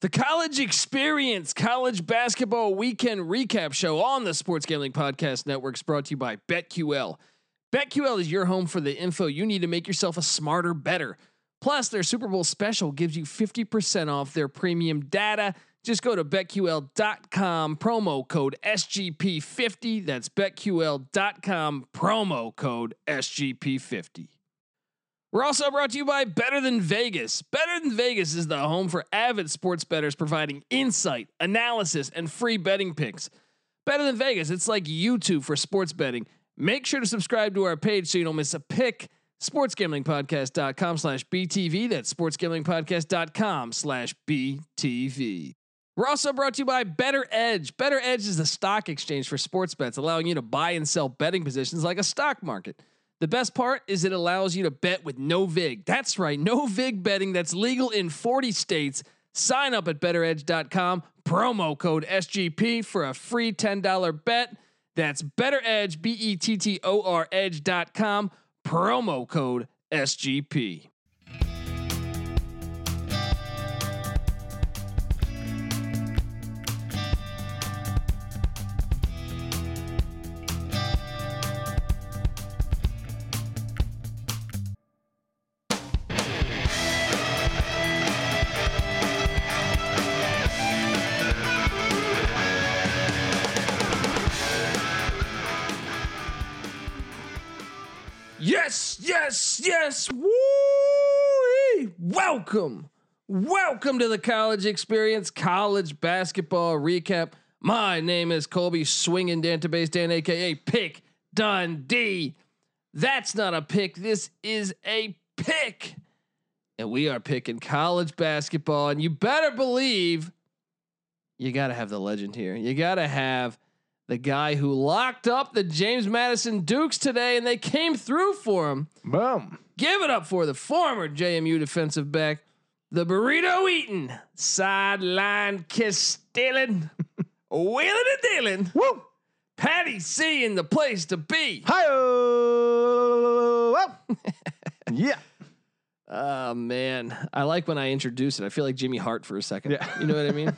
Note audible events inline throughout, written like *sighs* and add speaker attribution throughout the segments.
Speaker 1: The College Experience College Basketball Weekend Recap Show on the Sports Gambling Podcast Network is brought to you by BetQL. BetQL is your home for the info you need to make yourself a smarter, better. Plus, their Super Bowl special gives you 50% off their premium data. Just go to betql.com, promo code SGP50. That's betql.com, promo code SGP50. We're also brought to you by Better Than Vegas. Better Than Vegas is the home for avid sports bettors providing insight, analysis, and free betting picks. Better Than Vegas, it's like YouTube for sports betting. Make sure to subscribe to our page so you don't miss a pick. SportsGamblingPodcast.com slash BTV. That's SportsGamblingPodcast.com slash BTV. We're also brought to you by Better Edge. Better Edge is the stock exchange for sports bets, allowing you to buy and sell betting positions like a stock market. The best part is it allows you to bet with no VIG. That's right, no VIG betting that's legal in 40 states. Sign up at betteredge.com, promo code SGP for a free $10 bet. That's betteredge, B E T T O R edge.com, promo code SGP. Yes, yes, yes. Woo! Welcome. Welcome to the College Experience College Basketball Recap. My name is Colby Swinging Dantabase Dan, aka Pick Dundee. That's not a pick. This is a pick. And we are picking college basketball. And you better believe you got to have the legend here. You got to have the guy who locked up the James Madison Dukes today, and they came through for him.
Speaker 2: Boom.
Speaker 1: Give it up for the former JMU defensive back, the burrito eating, sideline kiss
Speaker 2: *laughs*
Speaker 1: stealing, wheeling and dealing,
Speaker 2: Woo.
Speaker 1: Patty C in the place to be.
Speaker 2: Hi.
Speaker 1: *laughs*
Speaker 2: yeah.
Speaker 1: Oh man, I like when I introduce it. I feel like Jimmy Hart for a second.
Speaker 2: Yeah.
Speaker 1: You know what I mean?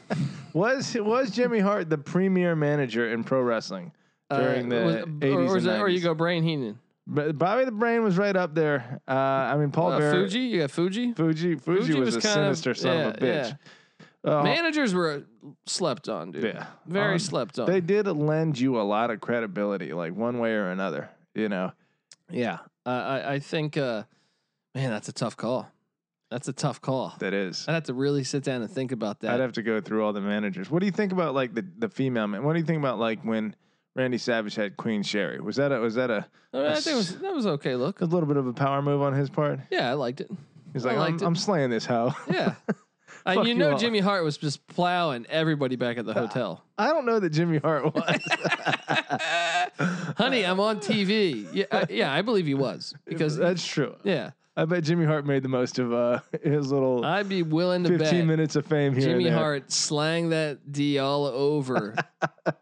Speaker 2: Was was Jimmy Hart the premier manager in pro wrestling *laughs* during
Speaker 1: Uh,
Speaker 2: the
Speaker 1: was- or,
Speaker 2: 80s
Speaker 1: or,
Speaker 2: and
Speaker 1: is that- or you
Speaker 2: 90s?
Speaker 1: go Brain Heenan.
Speaker 2: But Bobby the Brain was right up there. Uh, I mean, Paul
Speaker 1: Uh,
Speaker 2: Bear,
Speaker 1: Fuji, you got Fuji.
Speaker 2: Fuji, Fuji
Speaker 1: Fuji
Speaker 2: was,
Speaker 1: was
Speaker 2: a
Speaker 1: kind of-
Speaker 2: sinister son of a
Speaker 1: yeah,
Speaker 2: bitch. Oh,
Speaker 1: Managers were slept on, dude.
Speaker 2: Yeah.
Speaker 1: Very
Speaker 2: Um,
Speaker 1: slept on.
Speaker 2: They did lend you a lot of credibility, like one way or another. You know,
Speaker 1: Yeah, I I, I think, uh, man, that's a tough call. That's a tough call.
Speaker 2: that is.
Speaker 1: I'd have to really sit down and think about that.
Speaker 2: I'd have to go through all the managers. What do you think about like the the female man? What do you think about like when Randy Savage had Queen Sherry? Was that a was that a
Speaker 1: I, mean, I think it
Speaker 2: *laughs*
Speaker 1: was, that was okay. Look,
Speaker 2: a little bit of a power move on his part?
Speaker 1: yeah, I liked it.
Speaker 2: He's
Speaker 1: I
Speaker 2: like,
Speaker 1: liked
Speaker 2: I'm,
Speaker 1: it.
Speaker 2: I'm slaying this hoe. *laughs*
Speaker 1: Yeah, and
Speaker 2: Fuck
Speaker 1: you
Speaker 2: you
Speaker 1: know
Speaker 2: all. Ah.
Speaker 1: Jimmy Hart was just plowing everybody back at the hotel.
Speaker 2: I don't know that Jimmy Hart was.
Speaker 1: Honey, I'm on TV. Yeah, I, yeah, I believe he was *laughs*
Speaker 2: *laughs*
Speaker 1: because
Speaker 2: that's true.
Speaker 1: yeah,
Speaker 2: I bet Jimmy Hart made the most of uh, his little
Speaker 1: I'd be willing to
Speaker 2: 15
Speaker 1: bet
Speaker 2: minutes of fame here.
Speaker 1: Jimmy
Speaker 2: and there.
Speaker 1: Hart slang that D all
Speaker 2: *laughs*
Speaker 1: over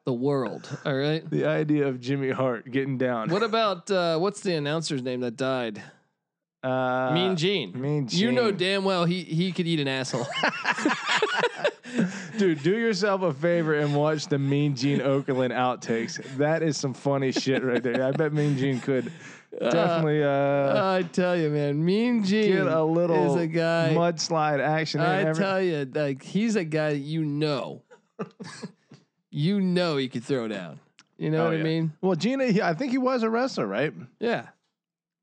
Speaker 1: the world. All right.
Speaker 2: The idea of Jimmy Hart getting down.
Speaker 1: What about uh, what's the announcer's name that died?
Speaker 2: Uh,
Speaker 1: Mean Gene.
Speaker 2: Mean
Speaker 1: You know
Speaker 2: Gene.
Speaker 1: damn well he he could eat an
Speaker 2: *laughs*
Speaker 1: asshole.
Speaker 2: Dude, do yourself a favor and watch the Mean Gene Okerlund outtakes. That is some funny shit right there. I bet Mean Gene could definitely uh,
Speaker 1: I *laughs* tell you, man, Mean Gene
Speaker 2: get a little
Speaker 1: is a guy.
Speaker 2: mudslide action. in
Speaker 1: I
Speaker 2: every-
Speaker 1: tell you, like he's a guy that you
Speaker 2: *laughs*
Speaker 1: know, you know he could throw down. You know
Speaker 2: Oh,
Speaker 1: what I
Speaker 2: yeah.
Speaker 1: mean?
Speaker 2: Well, Gina, he, I think he was a wrestler, right?
Speaker 1: Yeah,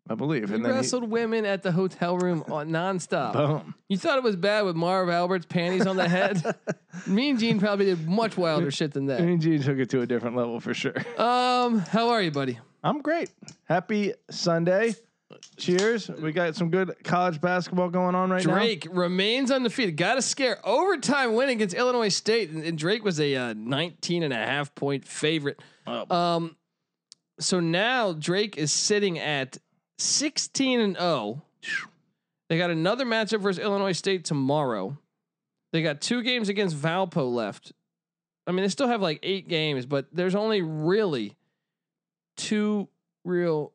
Speaker 2: I believe.
Speaker 1: he
Speaker 2: *laughs*
Speaker 1: wrestled women at the hotel room on nonstop.
Speaker 2: boom.
Speaker 1: you thought it was bad with Marv Albert's panties on the
Speaker 2: *laughs*
Speaker 1: head. mean Gene probably did much wilder shit than that.
Speaker 2: Mean Gene took it to a different level for sure.
Speaker 1: Um, how are you, buddy?
Speaker 2: I'm great. Happy Sunday. Cheers. We got some good college basketball going on right
Speaker 1: Drake remains undefeated. Got a scare overtime win against Illinois State, and, and Drake was a uh, 19 and a half point favorite.
Speaker 2: now.
Speaker 1: Um, so now Drake is sitting at 16 and 0. They got another matchup versus Illinois State tomorrow. They got two games against Valpo left. I mean, they still have like eight games, but there's only really two real,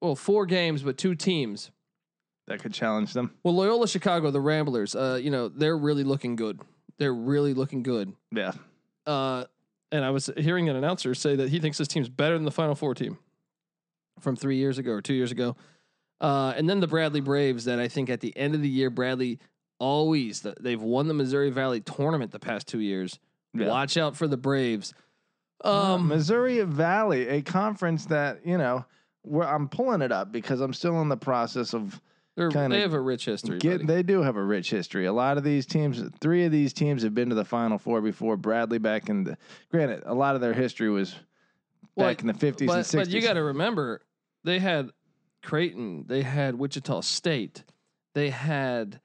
Speaker 1: well, four games, but two teams
Speaker 2: *sniffs* that could challenge them.
Speaker 1: well, Loyola Chicago, the Ramblers, uh, you know, they're really looking good. They're really looking good.
Speaker 2: Yeah.
Speaker 1: Uh, and I was hearing an announcer say that he thinks this team's better than the Final Four team from three years ago or two years ago. Uh, and then the Bradley Braves that I think at the end of the year, Bradley always they've won the Missouri Valley tournament the past two years.
Speaker 2: Yeah.
Speaker 1: Watch out for the Braves.
Speaker 2: Um,
Speaker 1: Um,
Speaker 2: Missouri Valley, a conference that, you know, where I'm pulling it up because I'm still in the process of
Speaker 1: they're-
Speaker 2: kinda
Speaker 1: they have a rich history.
Speaker 2: get,
Speaker 1: buddy.
Speaker 2: they do have a rich history. A lot of these teams, three of these teams have been to the final four before Bradley back in the granted, a lot of their history was
Speaker 1: Well,
Speaker 2: back in the 50s and
Speaker 1: but,
Speaker 2: 60s.
Speaker 1: but you got to remember, they had Creighton, they had Wichita State, they had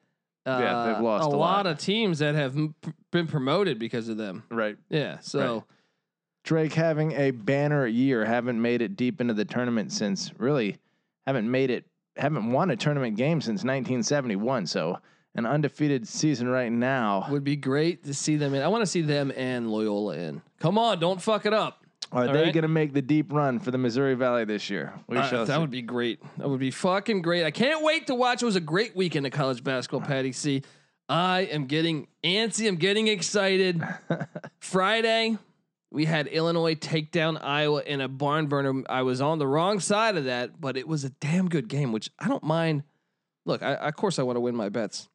Speaker 1: uh,
Speaker 2: Yeah, they've lost
Speaker 1: a,
Speaker 2: a
Speaker 1: lot
Speaker 2: lot.
Speaker 1: of teams that have m- p- been promoted because of them.
Speaker 2: right.
Speaker 1: Yeah, so
Speaker 2: Drake having a banner year, haven't made it deep into the tournament since really haven't made it haven't won a tournament game since 1971. So an undefeated season right now.
Speaker 1: would be great to see them in. I want to see them and Loyola in. Come on, don't fuck it up.
Speaker 2: Are
Speaker 1: All
Speaker 2: they
Speaker 1: right.
Speaker 2: going to make the deep run for the Missouri Valley this year? We
Speaker 1: Uh,
Speaker 2: shall
Speaker 1: that
Speaker 2: see.
Speaker 1: would be great. That would be fucking great. I can't wait to watch. It was a great weekend of college basketball, Patty C. I am getting antsy. I'm getting excited. Friday, we had Illinois take down Iowa in a barn burner. I was on the wrong side of that, but it was a damn good game, which I don't mind. Look, I, of course I want to win my bets,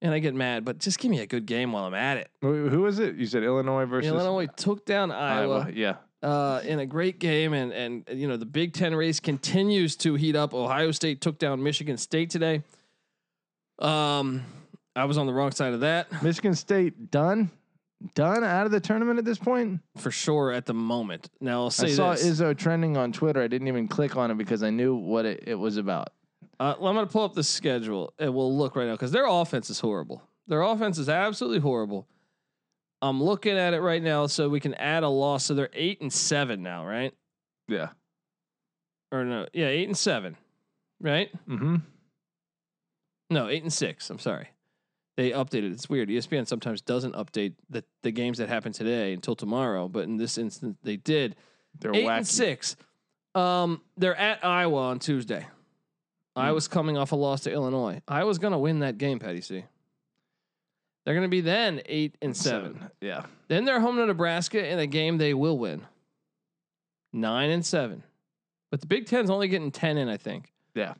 Speaker 1: and I get mad, but just give me a good game while I'm at it.
Speaker 2: Who who is it? You said Illinois versus
Speaker 1: Illinois took down Iowa
Speaker 2: Iowa. Yeah.
Speaker 1: uh, in a great game, and and you know the Big Ten race continues to heat up. Ohio State took down Michigan State today. Um, I was on the wrong side of that
Speaker 2: Michigan State done, done out of the tournament at this point.
Speaker 1: for sure at the moment. Now I'll say
Speaker 2: I saw
Speaker 1: this:
Speaker 2: Izzo trending on Twitter. I didn't even click on it because I knew what it, it was about.
Speaker 1: uh, I'm going to pull up the schedule and we'll look right now because their offense is horrible. Their offense is absolutely horrible. I'm looking at it right now, so we can add a loss. So they're eight and seven now, right?
Speaker 2: Yeah.
Speaker 1: Or no, yeah, eight and seven, right?
Speaker 2: Mm-hmm.
Speaker 1: No, eight and six. I'm sorry. They updated. It's weird. E ESPN sometimes doesn't update the, the games that happen today until tomorrow, but in this instance, they did.
Speaker 2: They're
Speaker 1: eight
Speaker 2: wacky.
Speaker 1: and six. Um, they're at Iowa on Tuesday.
Speaker 2: Hmm.
Speaker 1: Iowa's coming off a loss to Illinois. Iowa's going to win that game, Patty C. They're going to be then eight and seven.
Speaker 2: Yeah.
Speaker 1: Then they're home to Nebraska in a game they will win. Nine and seven. But the Big Ten's only getting ten in, I think.
Speaker 2: Yeah.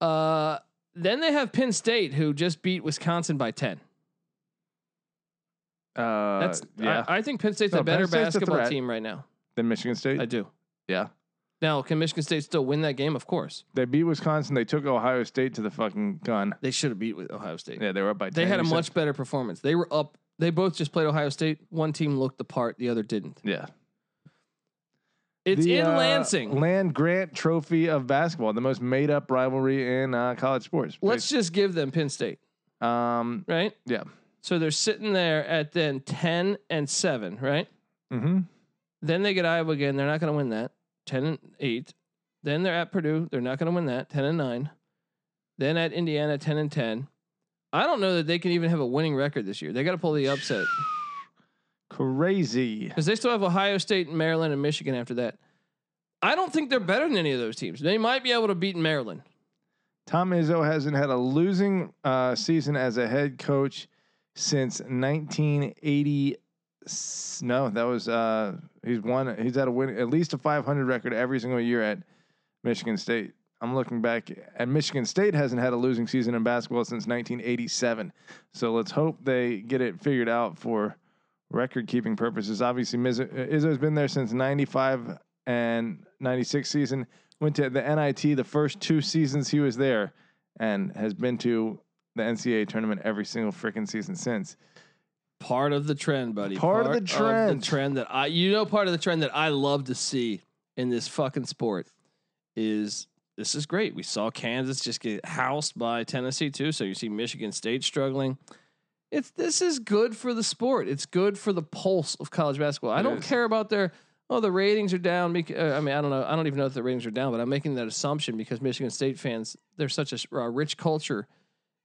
Speaker 1: Uh then they have Penn State who just beat Wisconsin by ten.
Speaker 2: Uh,
Speaker 1: That's
Speaker 2: yeah.
Speaker 1: I, I think Penn State's
Speaker 2: No,
Speaker 1: a better
Speaker 2: Penn State's a
Speaker 1: basketball
Speaker 2: threat.
Speaker 1: team right now.
Speaker 2: then Michigan State.
Speaker 1: I do.
Speaker 2: yeah.
Speaker 1: Now, can Michigan State still win that game? Of course.
Speaker 2: They beat Wisconsin. They took Ohio State to the fucking gun.
Speaker 1: They should have beat with Ohio State.
Speaker 2: Yeah, they were up by.
Speaker 1: They
Speaker 2: 10,
Speaker 1: had a
Speaker 2: you said?
Speaker 1: much better performance. They were up. They both just played Ohio State. One team looked the part, the other didn't.
Speaker 2: Yeah.
Speaker 1: It's
Speaker 2: The,
Speaker 1: in
Speaker 2: uh,
Speaker 1: Lansing.
Speaker 2: Land Grant Trophy of basketball, the most made up rivalry in uh, college sports.
Speaker 1: Let's just give them Penn State,
Speaker 2: Um.
Speaker 1: right?
Speaker 2: Yeah.
Speaker 1: So they're sitting there at then 10 and 7, right?
Speaker 2: Mm-hmm.
Speaker 1: Then they get Iowa again. They're not going to win that. 10 and 8. Then they're at Purdue. They're not going to win that. 10 and 9. Then at Indiana, 10 and 10. I don't know that they can even have a winning record this year. They got to pull the upset
Speaker 2: Crazy.
Speaker 1: because they still have Ohio State and Maryland and Michigan after that. I don't think they're better than any of those teams. They might be able to beat Maryland.
Speaker 2: Tom Izzo hasn't had a losing uh, season as a head coach since 1980. S- No, that was uh, he's won. He's had a win at least a 500 record every single year at Michigan State. I'm looking back at Michigan State hasn't had a losing season in basketball since 1987. So let's hope they get it figured out for record keeping purposes. Obviously, Miz- uh, Izzo's been there since 95 and 96 season. Went to the NIT the first two seasons he was there and has been to the NCAA tournament every single freaking season since.
Speaker 1: Part of the trend, buddy.
Speaker 2: Part of the trend.
Speaker 1: trend that I, you know, part of the trend that I love to see in this fucking sport is this is great. We saw Kansas just get housed by Tennessee too. So you see Michigan State struggling. It's this is good for the sport. It's good for the pulse of college basketball. I
Speaker 2: It
Speaker 1: don't
Speaker 2: is.
Speaker 1: care about their oh the ratings are down. Because, uh, I mean I don't know I don't even know if the ratings are down, but I'm making that assumption because Michigan State fans they're such a s- a rich culture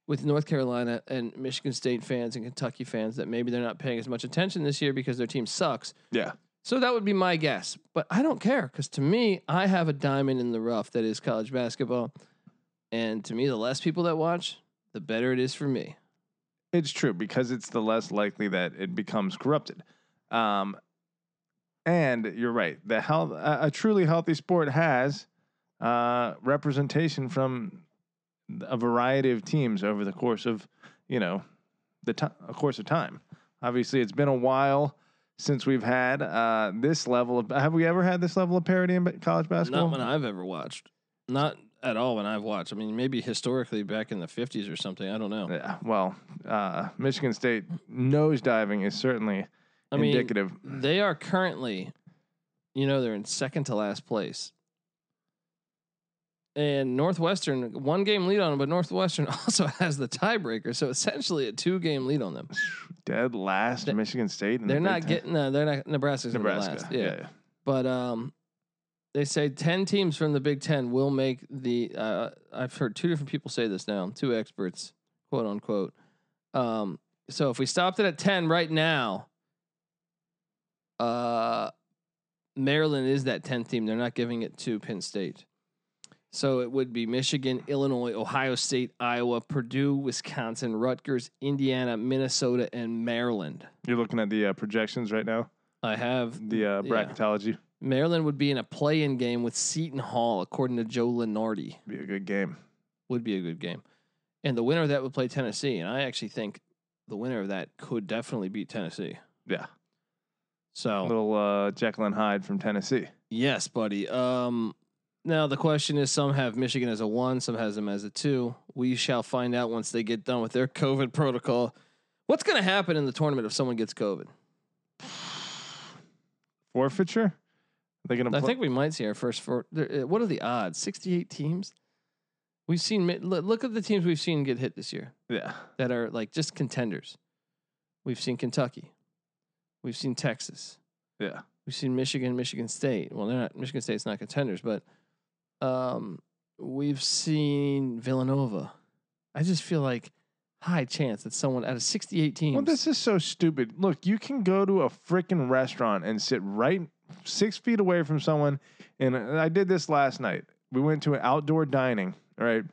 Speaker 1: with North Carolina and Michigan State fans and Kentucky fans that maybe they're not paying as much attention this year because their team sucks.
Speaker 2: Yeah.
Speaker 1: So that would be my guess, but I don't care because to me, I have a diamond in the rough that is college basketball, and to me, the less people that watch, the better it is for me.
Speaker 2: It's true because it's the less likely that it becomes corrupted. Um, and you're right. The health, a, a truly healthy sport has uh, representation from a variety of teams over the course of, you know, the ti course of time. Obviously, it's been a while since we've had uh, this level of. Have we ever had this level of parity in ba- college basketball?
Speaker 1: Not when I've ever watched. Not at all when I've watched. I mean, maybe historically back in the 50s or something. I don't know.
Speaker 2: Yeah, well, uh, Michigan State nosediving is certainly
Speaker 1: I mean,
Speaker 2: indicative.
Speaker 1: they are currently, you know, they're in second to last place. And Northwestern, one game lead on them, but Northwestern *laughs* also has the tiebreaker. So essentially a two game lead on them.
Speaker 2: *laughs* Dead last
Speaker 1: They-
Speaker 2: Michigan State. in the
Speaker 1: They're
Speaker 2: Big
Speaker 1: not
Speaker 2: Ten?
Speaker 1: getting, no, they're not, Nebraska's going to
Speaker 2: Nebraska.
Speaker 1: last.
Speaker 2: yeah.
Speaker 1: yeah. but um, they say ten teams from the Big Ten will make the. Uh, I've heard two different people say this now, two experts, quote unquote. Um, so if we stopped it at ten right now, uh, Maryland is that tenth team. They're not giving it to Penn State. So it would be Michigan, Illinois, Ohio State, Iowa, Purdue, Wisconsin, Rutgers, Indiana, Minnesota, and Maryland.
Speaker 2: You're looking at the uh, projections right now,
Speaker 1: I have
Speaker 2: the uh,
Speaker 1: Yeah.
Speaker 2: bracketology.
Speaker 1: Maryland would be in a play-in game with Seton Hall, according to Joe Lenardi.
Speaker 2: Be a good game.
Speaker 1: Would be a good game, and the winner of that would play Tennessee. And I actually think the winner of that could definitely beat Tennessee.
Speaker 2: Yeah.
Speaker 1: So
Speaker 2: Little uh, Jekyll and Hyde from Tennessee. *sighs*
Speaker 1: yes, buddy. Um, now the question is: Some have Michigan as a one, some has them as a two. We shall find out once they get done with their *laughs* COVID protocol. What's going to happen in the tournament if someone gets COVID?
Speaker 2: Forfeiture? Are they gonna
Speaker 1: I
Speaker 2: pl-
Speaker 1: think we might see our first four. there- uh, What are the odds? Sixty-eight teams. We've seen. mi- Look look at the teams we've seen get hit this year.
Speaker 2: Yeah.
Speaker 1: that are like just contenders. We've seen Kentucky. We've seen Texas.
Speaker 2: Yeah.
Speaker 1: We've seen Michigan, Michigan State. Well, they're not Michigan State's not contenders, but um, we've seen Villanova. I just feel like high chance that someone out of 68 teams.
Speaker 2: Well, this is so stupid. Look, you can go to a freaking restaurant and sit right six feet away from someone. And I did this last night. We went to an outdoor dining, right?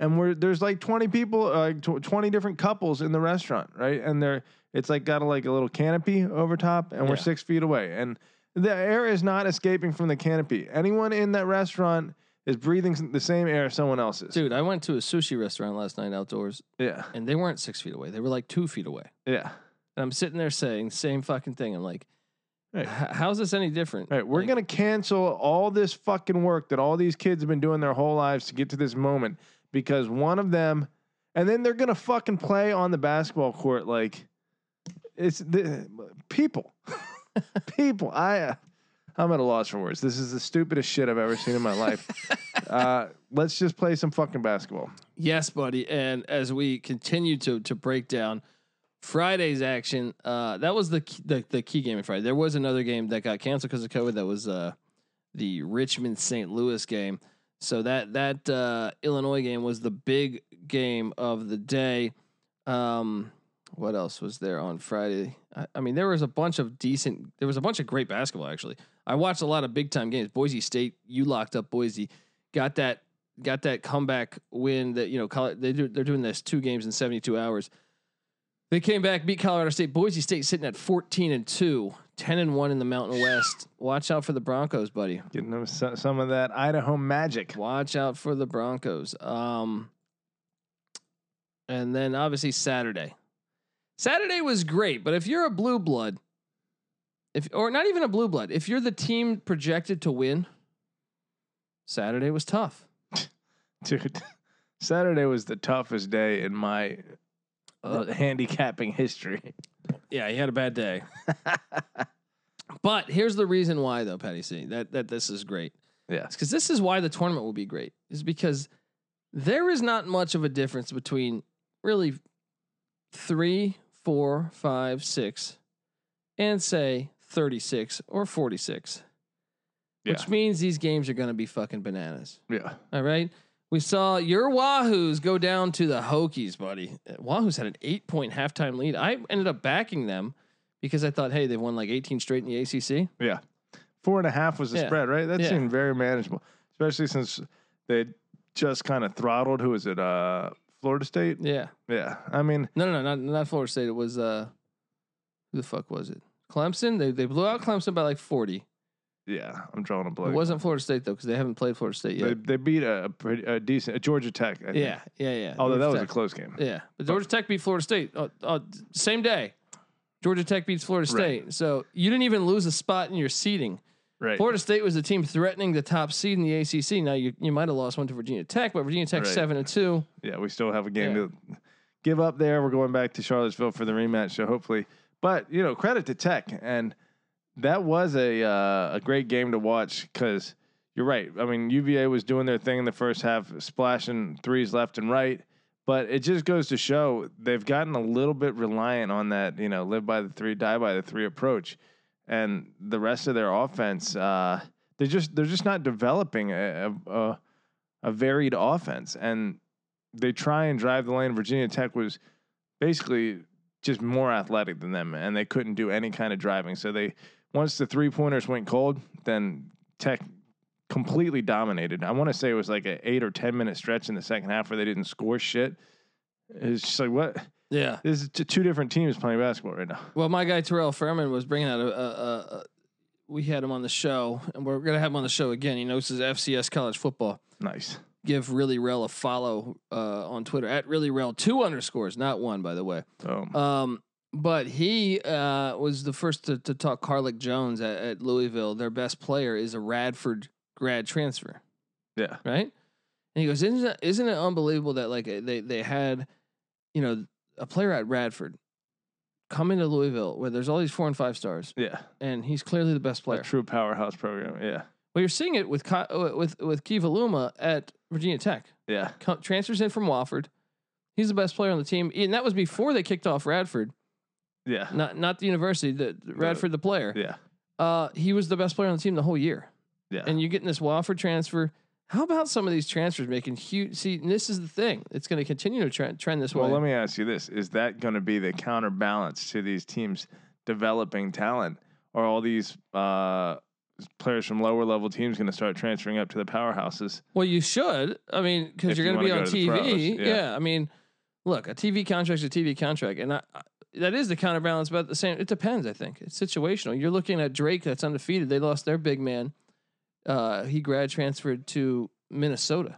Speaker 2: And we're there's like 20 people, uh, like tw- 20 different couples in the restaurant, right? And they're it's like got a, like a little canopy over top, and we're
Speaker 1: Yeah.
Speaker 2: six feet away, and the air is not escaping from the canopy. Anyone in that restaurant is breathing s- the same air someone else is.
Speaker 1: Dude, I went to a sushi restaurant last night outdoors,
Speaker 2: Yeah,
Speaker 1: and they weren't six feet away. They were like two feet away.
Speaker 2: yeah.
Speaker 1: And I'm sitting there saying the same fucking thing. I'm like,
Speaker 2: Right.
Speaker 1: "H- how's this any different?
Speaker 2: All right, we're
Speaker 1: Like,
Speaker 2: gonna cancel all this fucking work that all these kids have been doing their whole lives to get to this moment because one of them, and then they're gonna fucking play on the basketball court like it's the people, *laughs* people. I, uh, I'm at a loss for words. This is the stupidest shit I've ever seen in my life. uh, let's just play some fucking basketball.
Speaker 1: Yes, buddy. And as we continue to to break down Friday's action, uh, that was the, key- the the key game in Friday. There was another game that got canceled because of COVID. That was uh, the Richmond St. Louis game. So that that uh, Illinois game was the big game of the day. Um, what else was there on Friday? I, I mean, there was a bunch of decent. There was a bunch of great basketball actually. I watched a lot of big time games. Boise State, you locked up Boise, got that got that comeback win that you know Colo- they do, they're doing this two games in 72 hours. They came back, beat Colorado State. Boise State sitting at 14 and 2, 10 and 1 in the Mountain West. Watch out for the Broncos, buddy.
Speaker 2: Getting them so- some of that Idaho magic.
Speaker 1: Watch out for the Broncos. Um, and then obviously Saturday. Saturday was great, but if you're a blue blood, if or not even a blue blood, if you're the team projected to win, Saturday was tough.
Speaker 2: Dude, *laughs* Saturday was the toughest day in my uh,
Speaker 1: Uh,
Speaker 2: handicapping history.
Speaker 1: Yeah, he had a bad day. but here's the reason why, though, Patty C. That that this is great.
Speaker 2: Yeah.
Speaker 1: Because this is why the tournament will be great. Is because there is not much of a difference between really three, four, five, six, and say thirty-six or forty-six.
Speaker 2: Yeah.
Speaker 1: Which means these games are going to be fucking bananas.
Speaker 2: Yeah.
Speaker 1: All right. We saw your Wahoos go down to the Hokies, buddy. Wahoos had an eight point halftime lead. I ended up backing them because I thought, hey, they've won like 18 straight in the ACC.
Speaker 2: Yeah. Four and a half was the
Speaker 1: Yeah.
Speaker 2: spread, right? That
Speaker 1: Yeah.
Speaker 2: seemed very manageable, especially since they just kind of throttled. Who was it? Uh, Florida State.
Speaker 1: Yeah.
Speaker 2: Yeah, I mean,
Speaker 1: No, no, no, not, not Florida State. It was uh, who the fuck was it? Clemson. They they blew out Clemson by like forty.
Speaker 2: yeah, I'm drawing a
Speaker 1: It
Speaker 2: blank.
Speaker 1: wasn't Florida State though because they haven't played Florida State
Speaker 2: They,
Speaker 1: yet.
Speaker 2: they beat a, a pretty a decent a Georgia Tech. I think.
Speaker 1: yeah, yeah, yeah.
Speaker 2: although that was a
Speaker 1: Georgia
Speaker 2: close game.
Speaker 1: Tech. yeah, but Georgia Tech beat Florida State. Uh, uh, same day, Georgia Tech beats Florida
Speaker 2: Right.
Speaker 1: State. So you didn't even lose a spot in your seating.
Speaker 2: Right.
Speaker 1: Florida State was the team threatening the top seed in the ACC. Now you you might have lost one to Virginia Tech, but Virginia Tech
Speaker 2: Right.
Speaker 1: seven and two.
Speaker 2: Yeah, we still have a game
Speaker 1: Yeah.
Speaker 2: to give up there. We're going back to Charlottesville for the rematch, so hopefully. But you know, credit to Tech, and that was a uh, a great game to watch because you're right. I mean, UVA was doing their thing in the first half, splashing threes left and right. But it just goes to show they've gotten a little bit reliant on that, you know, live by the three, die by the three approach, and the rest of their offense, uh, they're just they're just not developing a, a, a a varied offense, and they try and drive the lane. Virginia Tech was basically just more athletic than them, and they couldn't do any kind of driving. So they once the three pointers went cold, then Tech completely dominated. I want to say it was like an eight or ten minute stretch in the second half where they didn't score shit. It's just like what
Speaker 1: Yeah.
Speaker 2: this is t- two different teams playing basketball right now.
Speaker 1: Well, my guy Terrell Fairman was bringing out a, a, a, a we had him on the show, and we're gonna have him on the show again. He knows his FCS college football.
Speaker 2: Nice,
Speaker 1: Give really rel a follow uh, on Twitter at really rel two underscores, not one by the way.
Speaker 2: um,
Speaker 1: Um, but he uh, was the first to, to talk Carlick Jones at, at Louisville. Their best player is a Radford grad transfer
Speaker 2: yeah,
Speaker 1: right? And he goes, isn't it, isn't it unbelievable that like they they had, you know, a player at Radford come into Louisville where there's all these four and five stars,
Speaker 2: yeah,
Speaker 1: and he's clearly the best
Speaker 2: a
Speaker 1: player.
Speaker 2: true powerhouse program. Yeah,
Speaker 1: Well, you're seeing it with Ki- uh, with with Kiva Luma at Virginia Tech.
Speaker 2: yeah,
Speaker 1: Co- transfers in from Wofford. He's the best player on the team, and that was before they kicked off Radford,
Speaker 2: yeah,
Speaker 1: not not the university, the Radford the player.
Speaker 2: yeah,
Speaker 1: Uh, he was the best player on the team the whole year.
Speaker 2: yeah.
Speaker 1: and you're getting this Wofford transfer. How about some of these transfers making huge? See, and this is the thing; it's going to continue to trend, trend this
Speaker 2: Well,
Speaker 1: way.
Speaker 2: let me ask you this: Is that going to be the counterbalance to these teams developing talent? Are all these uh, players from lower level teams going to start transferring up to the powerhouses?
Speaker 1: well, you should. I mean, because
Speaker 2: If
Speaker 1: you're
Speaker 2: you
Speaker 1: going to be on
Speaker 2: wanna go to the pros,
Speaker 1: TV.
Speaker 2: yeah.
Speaker 1: yeah. I mean, look, a TV contract's a TV contract, and I, I, that is the counterbalance. But at the same, it depends. I think it's situational. You're looking at Drake, that's undefeated. They lost their big man. Uh, he grad transferred to Minnesota,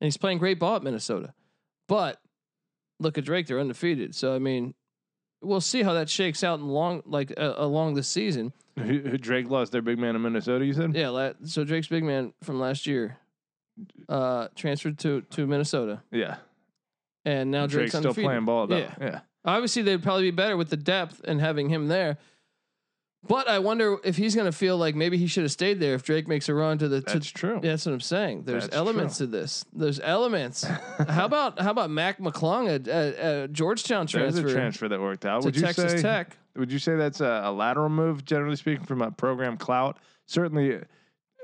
Speaker 1: and he's playing great ball at Minnesota. But look at Drake; they're undefeated. So I mean, we'll see how that shakes out in long, like uh, along the season.
Speaker 2: Who, who Drake lost their big man in Minnesota. You said,
Speaker 1: Yeah. La- so Drake's big man from last year uh, transferred to to Minnesota,
Speaker 2: yeah.
Speaker 1: and now
Speaker 2: Drake's
Speaker 1: Drake's,
Speaker 2: still
Speaker 1: undefeated.
Speaker 2: playing ball though.
Speaker 1: Yeah.
Speaker 2: Yeah,
Speaker 1: Obviously, they'd probably be better with the depth and having him there. But I wonder if he's going to feel like maybe he should have stayed there if Drake makes a run to the. To,
Speaker 2: that's true.
Speaker 1: Yeah, that's what I'm saying. There's
Speaker 2: That's
Speaker 1: elements to this. There's
Speaker 2: *laughs*
Speaker 1: elements. how about how about Mac McClung at, at, at Georgetown
Speaker 2: There's
Speaker 1: transfer,
Speaker 2: a transfer that worked out.
Speaker 1: to
Speaker 2: Would you
Speaker 1: Texas
Speaker 2: say?
Speaker 1: Tech?
Speaker 2: Would you say that's a, a lateral move, generally speaking, from a program clout? Certainly,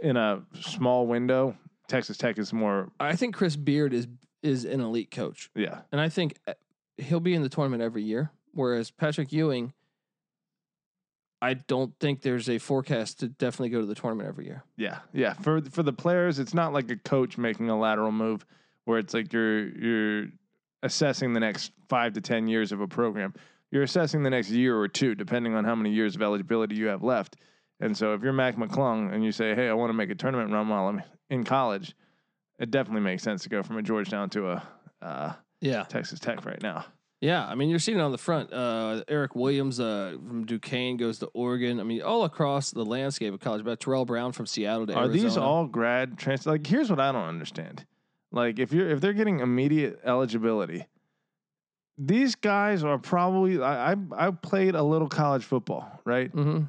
Speaker 2: in a small window, Texas Tech is more.
Speaker 1: I think Chris Beard is is an elite coach,
Speaker 2: Yeah,
Speaker 1: and I think uh, he'll be in the tournament every year. Whereas Patrick Ewing, I don't think there's a forecast to definitely go to the tournament every year.
Speaker 2: Yeah, yeah. For for the players, it's not like a coach making a lateral move where it's like you're you're assessing the next five to ten years of a program. You're assessing the next year or two, depending on how many years of eligibility you have left. And so, if you're Mac McClung and you say, "Hey, I want to make a tournament run while I'm in college," it definitely makes sense to go from a Georgetown to a uh,
Speaker 1: Yeah,
Speaker 2: Texas Tech right now.
Speaker 1: Yeah, I mean, you're seeing it on the front. Uh, Eric Williams uh, from Duquesne goes to Oregon. I mean, all across the landscape of college. But Terrell Brown from Seattle to
Speaker 2: Are
Speaker 1: Arizona.
Speaker 2: these all grad trans? Like, here's what I don't understand. Like, if you're if they're getting immediate eligibility, these guys are probably. I I, I played a little college football, right? *laughs*
Speaker 1: Mhm.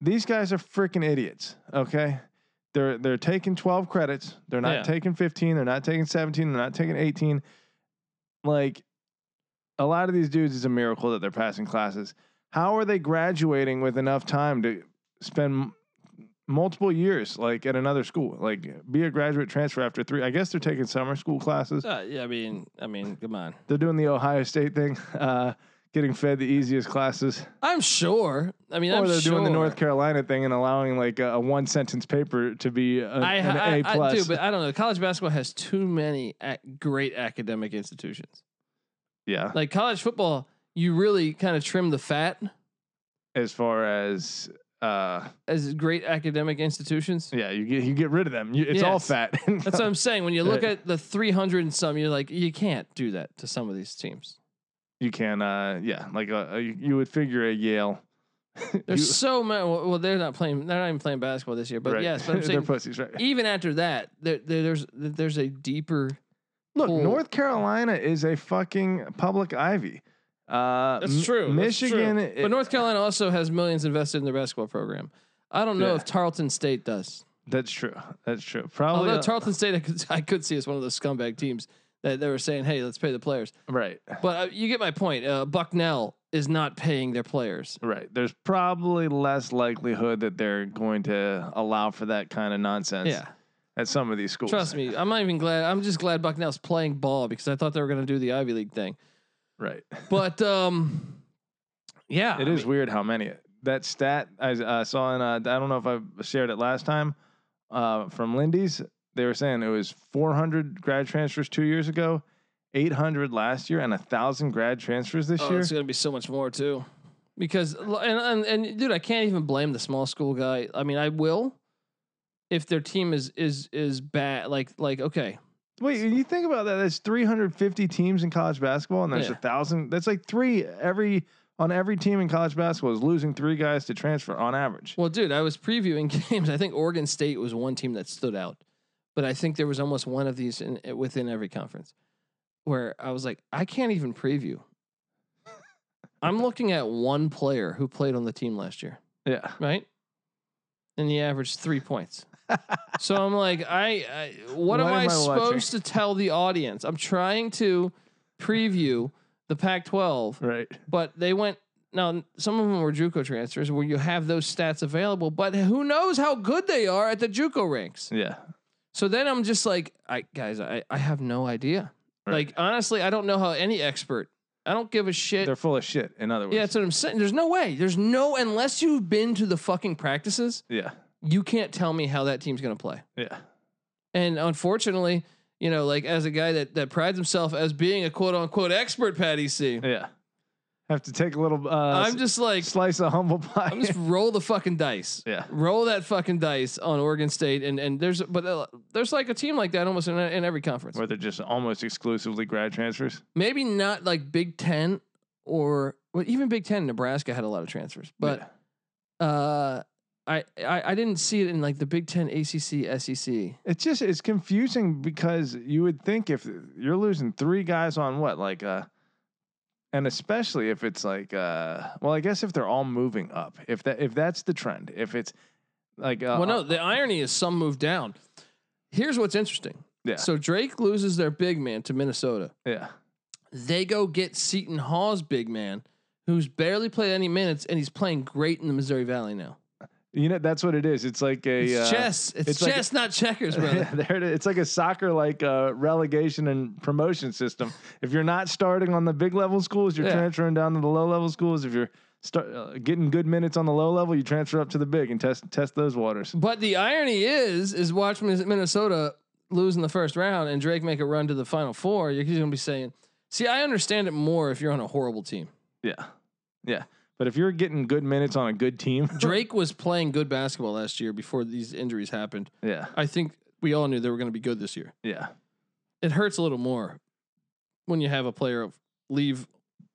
Speaker 2: These guys are freaking idiots. Okay, they're they're taking twelve credits. They're not
Speaker 1: Yeah.
Speaker 2: taking fifteen. They're not taking seventeen. They're not taking eighteen. Like, a lot of these dudes, it's a miracle that they're passing classes. How are they graduating with enough time to spend m- multiple years like at another school? Like, be a graduate transfer after three. I guess they're taking summer school classes.
Speaker 1: Uh, yeah, I mean, I mean, come on.
Speaker 2: They're doing the Ohio State thing. *laughs* Uh, getting fed the easiest classes,
Speaker 1: I'm sure. I mean,
Speaker 2: or
Speaker 1: I'm
Speaker 2: they're
Speaker 1: sure.
Speaker 2: doing the North Carolina thing and allowing like a, a one sentence paper to be a,
Speaker 1: I,
Speaker 2: an
Speaker 1: I,
Speaker 2: A
Speaker 1: I,
Speaker 2: plus.
Speaker 1: do, but I don't know. College basketball has too many ac- great academic institutions.
Speaker 2: yeah,
Speaker 1: Like college football, you really kind of trim the fat
Speaker 2: as far as uh,
Speaker 1: as great academic institutions.
Speaker 2: yeah, you get you get rid of them. You, it's all
Speaker 1: Yes.
Speaker 2: fat. *laughs*
Speaker 1: That's what I'm saying. When you look
Speaker 2: Yeah.
Speaker 1: at the 300 and some, you're like, you can't do that to some of these teams.
Speaker 2: you can uh yeah like uh, you, you would figure a Yale. *laughs*
Speaker 1: There's
Speaker 2: *laughs* You-
Speaker 1: so many. Well, well, they're not playing. They're not even playing basketball this year. But
Speaker 2: right.
Speaker 1: yes, but I'm
Speaker 2: *laughs* they're
Speaker 1: saying
Speaker 2: pussies, right?
Speaker 1: even after that, there, there, there's there's a deeper.
Speaker 2: Look,
Speaker 1: Cool.
Speaker 2: North Carolina is a fucking public ivy. Uh, M- Michigan, i-
Speaker 1: but North Carolina also has millions invested in their basketball program. I don't know
Speaker 2: Yeah.
Speaker 1: if Tarleton State does.
Speaker 2: That's true. That's true. Probably
Speaker 1: Although
Speaker 2: uh,
Speaker 1: Tarleton State, I could, I could see as one of those scumbag teams that they were saying, "Hey, let's pay the players."
Speaker 2: right.
Speaker 1: But uh, you get my point. Uh, Bucknell is not paying their players.
Speaker 2: Right. There's probably less likelihood that they're going to allow for that kind of nonsense
Speaker 1: yeah,
Speaker 2: at some of these schools.
Speaker 1: trust me. I'm not even glad. I'm just glad Bucknell's playing ball because I thought they were going to do the Ivy League thing.
Speaker 2: Right.
Speaker 1: But um, yeah,
Speaker 2: It is weird how many. That stat I uh, saw in, uh, I don't know if I shared it last time, uh, from Lindy's. They were saying it was 400 grad transfers two years ago, 800 last year, and 1,000 grad transfers this
Speaker 1: Oh,
Speaker 2: year.
Speaker 1: it's going to be so much more too. Because l- and, and and dude, I can't even blame the small school guy. I mean, I will if their team is is is bad. Like like okay,
Speaker 2: Wait, when you think about that, that's 350 teams in college basketball, and there's
Speaker 1: Yeah.
Speaker 2: a thousand. That's like three every on every team in college basketball is losing three guys to transfer on average.
Speaker 1: well, dude, I was previewing *laughs* games. I think Oregon State was one team that stood out, but I think there was almost one of these in, within every conference where I was like, I can't even preview. I'm looking at one player who played on the team last year.
Speaker 2: Yeah,
Speaker 1: right? And he averaged three points. so I'm like, I, I what, am, I, supposed to
Speaker 2: watching?
Speaker 1: tell the audience? I'm trying to preview the Pac-12,
Speaker 2: right.
Speaker 1: but they went. Now some of them were JUCO transfers, where you have those stats available, but who knows how good they are at the JUCO ranks?
Speaker 2: Yeah,
Speaker 1: So then I'm just like, I guys, I, I have no idea.
Speaker 2: Right.
Speaker 1: Like honestly, I don't know how any expert. I don't give a shit.
Speaker 2: they're full of shit. In other words,
Speaker 1: yeah, that's what I'm saying. There's no way. There's no unless you've been to the fucking practices
Speaker 2: yeah,
Speaker 1: you can't tell me how that team's going to play.
Speaker 2: yeah.
Speaker 1: And unfortunately, you know, like as a guy that that prides himself as being a quote unquote expert, Patty C,
Speaker 2: Yeah. Have to take a little uh,
Speaker 1: am just like,
Speaker 2: slice of humble *laughs* pie.
Speaker 1: I'm just roll the fucking dice.
Speaker 2: yeah.
Speaker 1: Roll that fucking dice on Oregon State, and and there's but uh, there's like a team like that almost in, in every conference.
Speaker 2: Where they're just almost exclusively grad transfers.
Speaker 1: Maybe not like Big Ten or well, even Big Ten. Nebraska had a lot of transfers, but
Speaker 2: Yeah.
Speaker 1: uh, I, I I didn't see it in like the Big Ten, ACC, SEC.
Speaker 2: it's just it's confusing because you would think if you're losing three guys on what like uh and especially if it's like uh well I guess if they're all moving up if that if that's the trend if it's like uh,
Speaker 1: well, no, the irony is some move down. Here's what's interesting.
Speaker 2: yeah
Speaker 1: So Drake loses their big man to Minnesota.
Speaker 2: yeah
Speaker 1: They go get Seton Hall's big man, who's barely played any minutes, and he's playing great in the Missouri Valley now.
Speaker 2: you know that's what it is it's like a
Speaker 1: It's
Speaker 2: uh,
Speaker 1: chess. It's,
Speaker 2: it's like a-
Speaker 1: chess, not
Speaker 2: *laughs*
Speaker 1: checkers, brother.
Speaker 2: Yeah, there it is. It's like a soccer like uh, relegation and promotion system. If you're not starting on the big level schools, you're
Speaker 1: Yeah.
Speaker 2: transferring down to the low level schools. If you're start, uh, getting good minutes on the low level, you transfer up to the big and test test those waters.
Speaker 1: but the irony is, is watch Min- Minnesota lose in the first round and Drake make a run to the Final Four. You're going to be saying, "See, I understand it more if you're on a horrible team."
Speaker 2: Yeah, yeah. But if you're getting good minutes on a good team,
Speaker 1: Drake was playing good basketball last year before these injuries happened.
Speaker 2: *laughs* yeah,
Speaker 1: I think we all knew they were going to be good this year.
Speaker 2: yeah,
Speaker 1: it hurts a little more when you have a player leave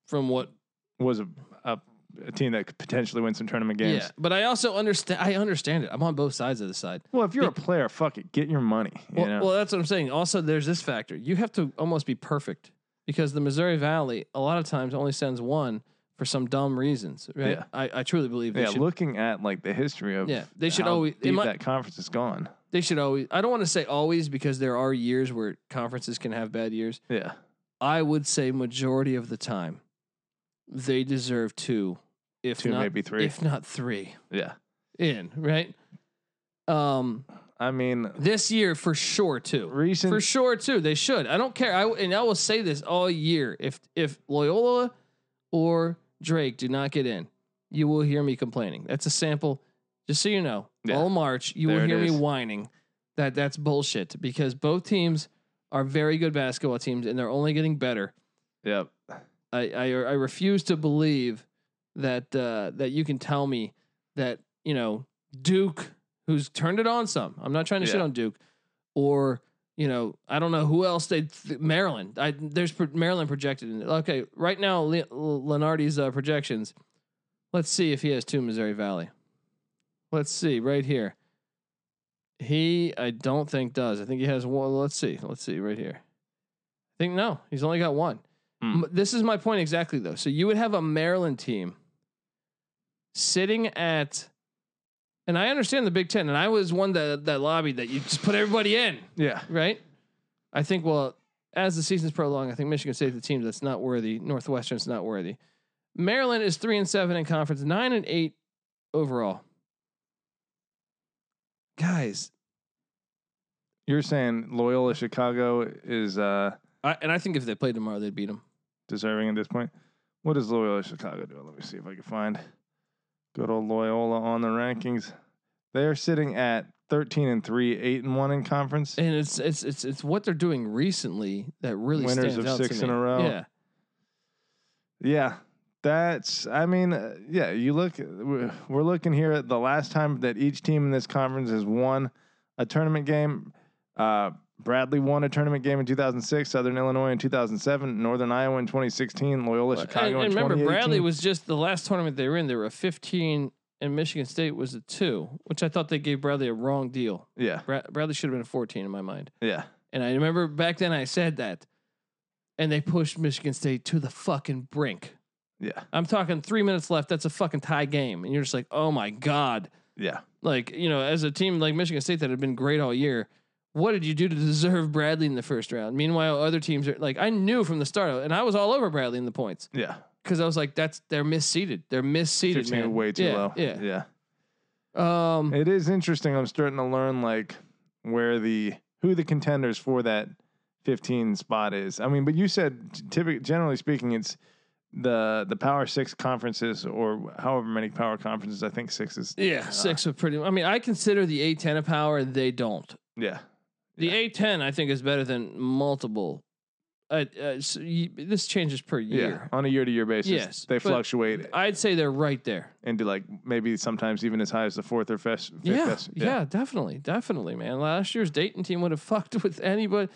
Speaker 1: from what
Speaker 2: was a, a, a team that could potentially win some tournament games.
Speaker 1: yeah but i also understand i understand it i'm on both sides of the side
Speaker 2: Well, if you're a player, fuck it, get your money. You
Speaker 1: well,
Speaker 2: know?
Speaker 1: well that's what i'm saying also there's this factor you have to almost be perfect because the missouri valley a lot of times only sends one for some dumb reasons right
Speaker 2: Yeah.
Speaker 1: I, I truly believe they
Speaker 2: yeah,
Speaker 1: should
Speaker 2: looking at like the history of
Speaker 1: Yeah, they should
Speaker 2: how
Speaker 1: always- it
Speaker 2: deep
Speaker 1: might-
Speaker 2: that conference is gone.
Speaker 1: they should always i don't want to say always because there are years where conferences can have bad years
Speaker 2: Yeah,
Speaker 1: i would say majority of the time they deserve two if
Speaker 2: two
Speaker 1: not
Speaker 2: maybe three.
Speaker 1: if not three
Speaker 2: yeah.
Speaker 1: in, right? Um,
Speaker 2: I mean,
Speaker 1: this year for sure too.
Speaker 2: recent
Speaker 1: For sure too. They should. I don't care. I and I will say this all year. If if Loyola or Drake do not get in, you will hear me complaining. That's a sample. Just so you know,
Speaker 2: Yeah.
Speaker 1: all March, you
Speaker 2: There
Speaker 1: will
Speaker 2: it
Speaker 1: hear me
Speaker 2: is.
Speaker 1: whining that that's bullshit because both teams are very good basketball teams and they're only getting better.
Speaker 2: Yep.
Speaker 1: I, I, I refuse to believe that uh, that you can tell me that you know Duke, who's turned it on some. I'm not trying to shit
Speaker 2: Yeah.
Speaker 1: on Duke, or you know I don't know who else they th- Maryland. I there's pro- Maryland projected. In, okay, right now Le- Lenardi's uh, projections. Let's see if he has two Missouri Valley. Let's see right here. He I don't think does. I think he has one. Let's see. Let's see right here. I think no. He's only got one.
Speaker 2: Hmm.
Speaker 1: M- This is my point exactly though. So you would have a Maryland team sitting at and I understand the Big 10 and I was one that that lobbied that you just put everybody in,
Speaker 2: Yeah.
Speaker 1: right? I think well as the season's prolonged, I think Michigan State's a team that's not worthy. Northwestern's not worthy. Maryland is three and seven in conference, nine and eight overall. Guys,
Speaker 2: You're saying Loyola Chicago is uh,
Speaker 1: I, and I think if they played tomorrow, they'd beat them.
Speaker 2: deserving at this point. What does Loyola Chicago do? Let me see if I can find good old Loyola on the rankings. They are sitting at 13 and 3, 8 and 1 in conference.
Speaker 1: And it's it's it's it's what they're doing recently that really
Speaker 2: Winners
Speaker 1: stands
Speaker 2: of
Speaker 1: out to
Speaker 2: six in
Speaker 1: me.
Speaker 2: a row.
Speaker 1: Yeah,
Speaker 2: Yeah. That's, I mean, uh, yeah, you look, we're we're looking here at the last time that each team in this conference has won a tournament game. Uh, Bradley won a tournament game in 2006, Southern Illinois in 2007, Northern Iowa in 2016, Loyola
Speaker 1: Well,
Speaker 2: Chicago
Speaker 1: and,
Speaker 2: in
Speaker 1: and remember
Speaker 2: 2018.
Speaker 1: Bradley was just the last tournament they were in. They were a 15, and Michigan State was a two, which I thought they gave Bradley a wrong deal.
Speaker 2: yeah,
Speaker 1: Brad, Bradley should have been a 14 in my mind.
Speaker 2: yeah.
Speaker 1: And I remember back then I said that, and they pushed Michigan State to the fucking brink.
Speaker 2: Yeah.
Speaker 1: I'm talking three minutes left. That's a fucking tie game, and you're just like, oh my god.
Speaker 2: Yeah.
Speaker 1: Like you know, as a team like Michigan State that had been great all year. What did you do to deserve Bradley in the first round? Meanwhile, other teams are like, I knew from the start, and I was all over Bradley in the points
Speaker 2: Yeah.
Speaker 1: because I was like, that's they're misseeded. They're misseeded,
Speaker 2: 15
Speaker 1: man.
Speaker 2: way too
Speaker 1: yeah,
Speaker 2: low.
Speaker 1: Yeah.
Speaker 2: Yeah.
Speaker 1: Um.
Speaker 2: It is interesting. I'm starting to learn like where the who the contenders for that 15 spot is. I mean, but you said typically, generally speaking, it's the the Power Six conferences or however many Power conferences. I think six is uh,
Speaker 1: yeah. Six are pretty. I mean, I consider the A10 a power. and They don't.
Speaker 2: yeah
Speaker 1: The
Speaker 2: Yeah.
Speaker 1: A10, I think, is better than multiple. Uh, uh, so y- this changes per
Speaker 2: yeah
Speaker 1: year.
Speaker 2: on a year to year basis.
Speaker 1: Yes,
Speaker 2: they
Speaker 1: but-
Speaker 2: fluctuate
Speaker 1: I'd say they're right there.
Speaker 2: into like maybe sometimes even as high as the fourth or fifth. fifth
Speaker 1: Yeah,
Speaker 2: best.
Speaker 1: yeah, definitely, definitely, man. Last year's Dayton team would have *laughs* fucked with anybody,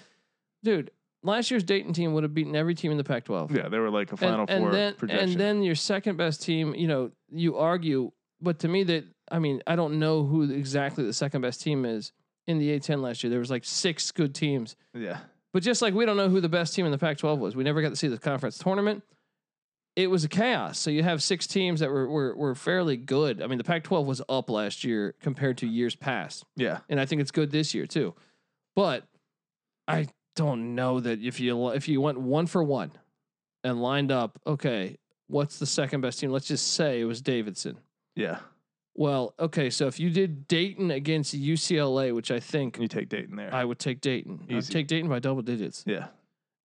Speaker 1: dude. Last year's Dayton team would have beaten every team in the Pac-12.
Speaker 2: yeah. They were like a Final Four
Speaker 1: then,
Speaker 2: projection.
Speaker 1: And then your second best team, you know, you argue, but to me that I mean, I don't know who exactly the second best team is in the A10 last year. There was like six good teams.
Speaker 2: yeah,
Speaker 1: But just like we don't know who the best team in the Pac-12 was. We never got to see the conference tournament. It was a chaos. So you have six teams that were were, were fairly good. I mean, the Pac-12 was up last year compared to years past
Speaker 2: yeah,
Speaker 1: and I think it's good this year too. But I don't know that if you if you went one for one and lined up, okay, what's the second best team? Let's just say it was Davidson.
Speaker 2: yeah.
Speaker 1: Well, okay, so if you did Dayton against UCLA, which I think
Speaker 2: You take Dayton there.
Speaker 1: I would take Dayton, I'd
Speaker 2: Easy.
Speaker 1: take Dayton by double digits,
Speaker 2: yeah.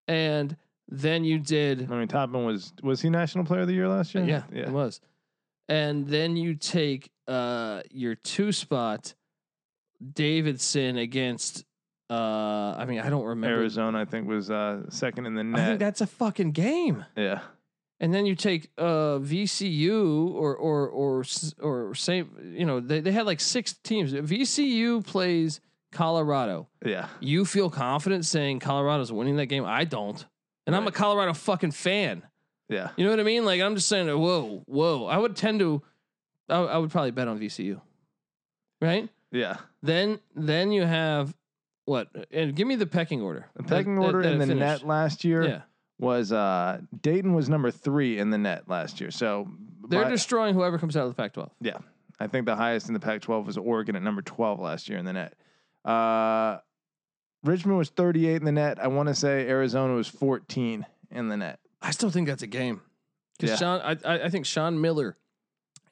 Speaker 1: and then you did Uh,
Speaker 2: I mean, Toppin was was he National Player of the Year last year?
Speaker 1: Yeah, it
Speaker 2: yeah.
Speaker 1: was. And then you take uh your two spot Davidson against uh I mean I don't remember.
Speaker 2: Arizona, I think, was uh, second in the
Speaker 1: I think
Speaker 2: net.
Speaker 1: that's a fucking game.
Speaker 2: yeah,
Speaker 1: And then you take uh VCU or or or s- or St. you know they they had like six teams. VCU plays Colorado.
Speaker 2: yeah,
Speaker 1: You feel confident saying Colorado's winning that game? I don't. And I'm a
Speaker 2: Right.
Speaker 1: Colorado fucking fan.
Speaker 2: yeah.
Speaker 1: You know what I mean? Like I'm just saying, whoa, whoa. I would tend to, I, I would probably bet on VCU, right?
Speaker 2: Yeah,
Speaker 1: Then then you have what? And give me the pecking order.
Speaker 2: the
Speaker 1: that-
Speaker 2: pecking
Speaker 1: that-
Speaker 2: order
Speaker 1: that
Speaker 2: in
Speaker 1: it
Speaker 2: the
Speaker 1: finished.
Speaker 2: net last year
Speaker 1: Yeah,
Speaker 2: was uh, Dayton was number three in the net last year. So
Speaker 1: they're
Speaker 2: by-
Speaker 1: destroying whoever comes out of the Pac-12.
Speaker 2: I think the highest in the Pac-12 was Oregon at number 12 last year in the net. Uh, Richmond was 38 in the net. I want to say Arizona was 14 in the net.
Speaker 1: I still think that's a game because
Speaker 2: Yeah.
Speaker 1: Sean. I- I I think Sean Miller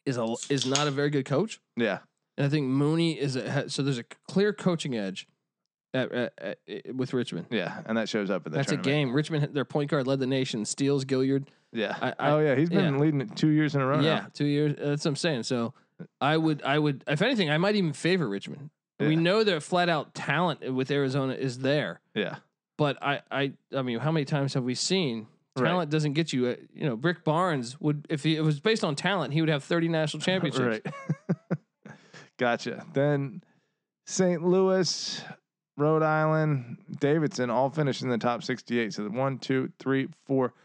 Speaker 1: is a is not a very good coach,
Speaker 2: Yeah,
Speaker 1: and I think Mooney is a ha- so there's a clear coaching edge at, at, at- with Richmond.
Speaker 2: yeah, and that shows up in the
Speaker 1: That's a
Speaker 2: tournament.
Speaker 1: game. Richmond, their point guard led the nation. Steals Gilliard.
Speaker 2: Yeah.
Speaker 1: I- I-
Speaker 2: oh yeah, he's been
Speaker 1: yeah.
Speaker 2: leading it two years in a row.
Speaker 1: yeah,
Speaker 2: now.
Speaker 1: two years. uh, That's what I'm saying. So I would, I would, if anything, I might even favor Richmond. We
Speaker 2: Yeah.
Speaker 1: know their flat out talent with Arizona is there,
Speaker 2: Yeah.
Speaker 1: but I, I, I mean, how many times have we seen
Speaker 2: Right.
Speaker 1: talent doesn't get you? Uh, you know, Brick Barnes would, if he, it was based on talent, he would have 30 national championships.
Speaker 2: *laughs* Right. *laughs* gotcha. Then St. Louis, Rhode Island, Davidson all finished in the top 68. So the one, two, three, four,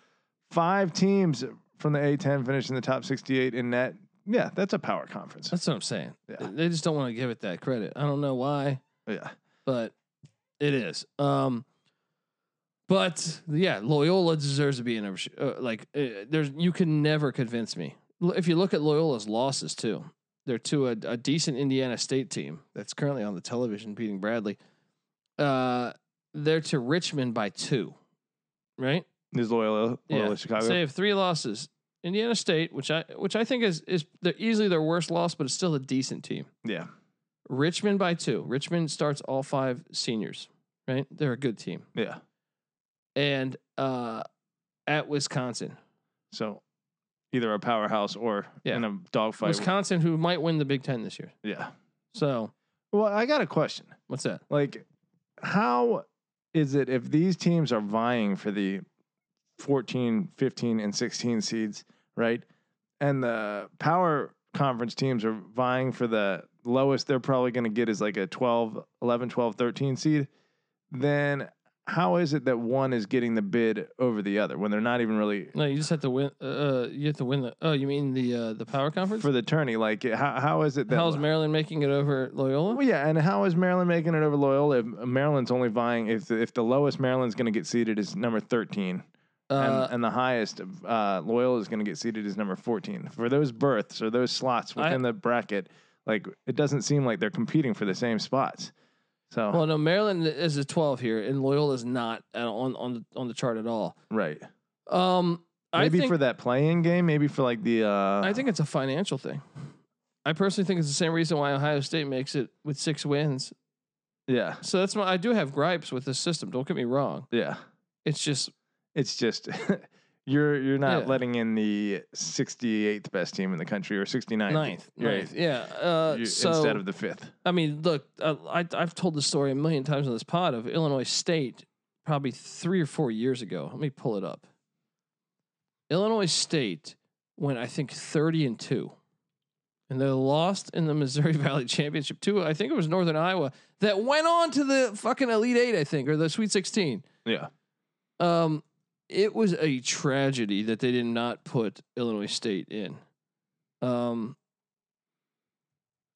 Speaker 2: five teams from the A10 finished in the top 68 in that. Yeah, that's a power conference.
Speaker 1: That's what I'm saying.
Speaker 2: Yeah.
Speaker 1: They just don't want to give it that credit. I don't know why.
Speaker 2: Yeah.
Speaker 1: but it is. Um, but yeah, Loyola deserves to be in every. sh- Uh, like, uh, there's you can never convince me. L- If you look at Loyola's losses too, they're to a, a decent Indiana State team that's currently on the television beating Bradley. Uh, they're to Richmond by two, right?
Speaker 2: Is Loyola, Loyola Chicago?
Speaker 1: So they have three losses. Indiana State, which I which I think is is they're easily their worst loss, but it's still a decent team.
Speaker 2: Yeah.
Speaker 1: Richmond by two. Richmond starts all five seniors, right? They're a good team.
Speaker 2: Yeah.
Speaker 1: And uh, at Wisconsin,
Speaker 2: So either a powerhouse or
Speaker 1: Yeah.
Speaker 2: in a dogfight.
Speaker 1: Wisconsin, who might win the Big Ten this year.
Speaker 2: yeah.
Speaker 1: So
Speaker 2: Well, I got a question.
Speaker 1: what's that?
Speaker 2: Like, how is it if these teams are vying for the 14, 15, and 16 seeds, right? And the power conference teams are vying for the lowest they're probably going to get is like a 12, 11, 12, 13 seed. Then how is it that one is getting the bid over the other when they're not even really
Speaker 1: No, you just have to win. Uh, you have to win the. Oh, you mean the uh, the power conference?
Speaker 2: for the tourney? Like, how, how is it that.
Speaker 1: How's Maryland making it over Loyola?
Speaker 2: Well, yeah, and how is Maryland making it over Loyola? If uh, Maryland's only vying if if the lowest Maryland's going to get seated is number thirteen,
Speaker 1: uh,
Speaker 2: and, and the highest uh, Loyola is going to get seated is number fourteen. For those berths or those slots
Speaker 1: I-
Speaker 2: within the bracket, like it doesn't seem like they're competing for the same spots. So
Speaker 1: well, no, Maryland is a twelve here, and Loyola is not at, on on the, on the chart at all.
Speaker 2: right,
Speaker 1: Um, I
Speaker 2: maybe
Speaker 1: think
Speaker 2: for that play-in game, maybe for like the. Uh,
Speaker 1: I think it's a financial thing. I personally think it's the same reason why Ohio State makes it with six wins
Speaker 2: yeah,
Speaker 1: So that's my I do have gripes with this system. Don't get me wrong.
Speaker 2: yeah.
Speaker 1: It's just
Speaker 2: It's just. *laughs* You're you're not
Speaker 1: Yeah.
Speaker 2: letting in the 68th best team in the country or 69th.
Speaker 1: ninth,
Speaker 2: Right.
Speaker 1: ninth. Yeah. Uh,
Speaker 2: You-
Speaker 1: so
Speaker 2: instead of the fifth.
Speaker 1: I mean, look, uh, I I've told this story a million times on this pod of Illinois State probably three or four years ago. Let me pull it up. Illinois State went I think thirty and two, and they lost in the *laughs* Missouri Valley Championship to I think it was Northern Iowa that went on to the fucking Elite Eight I think or the Sweet Sixteen.
Speaker 2: Yeah.
Speaker 1: Um, it was a tragedy that they did not put Illinois State in. Um,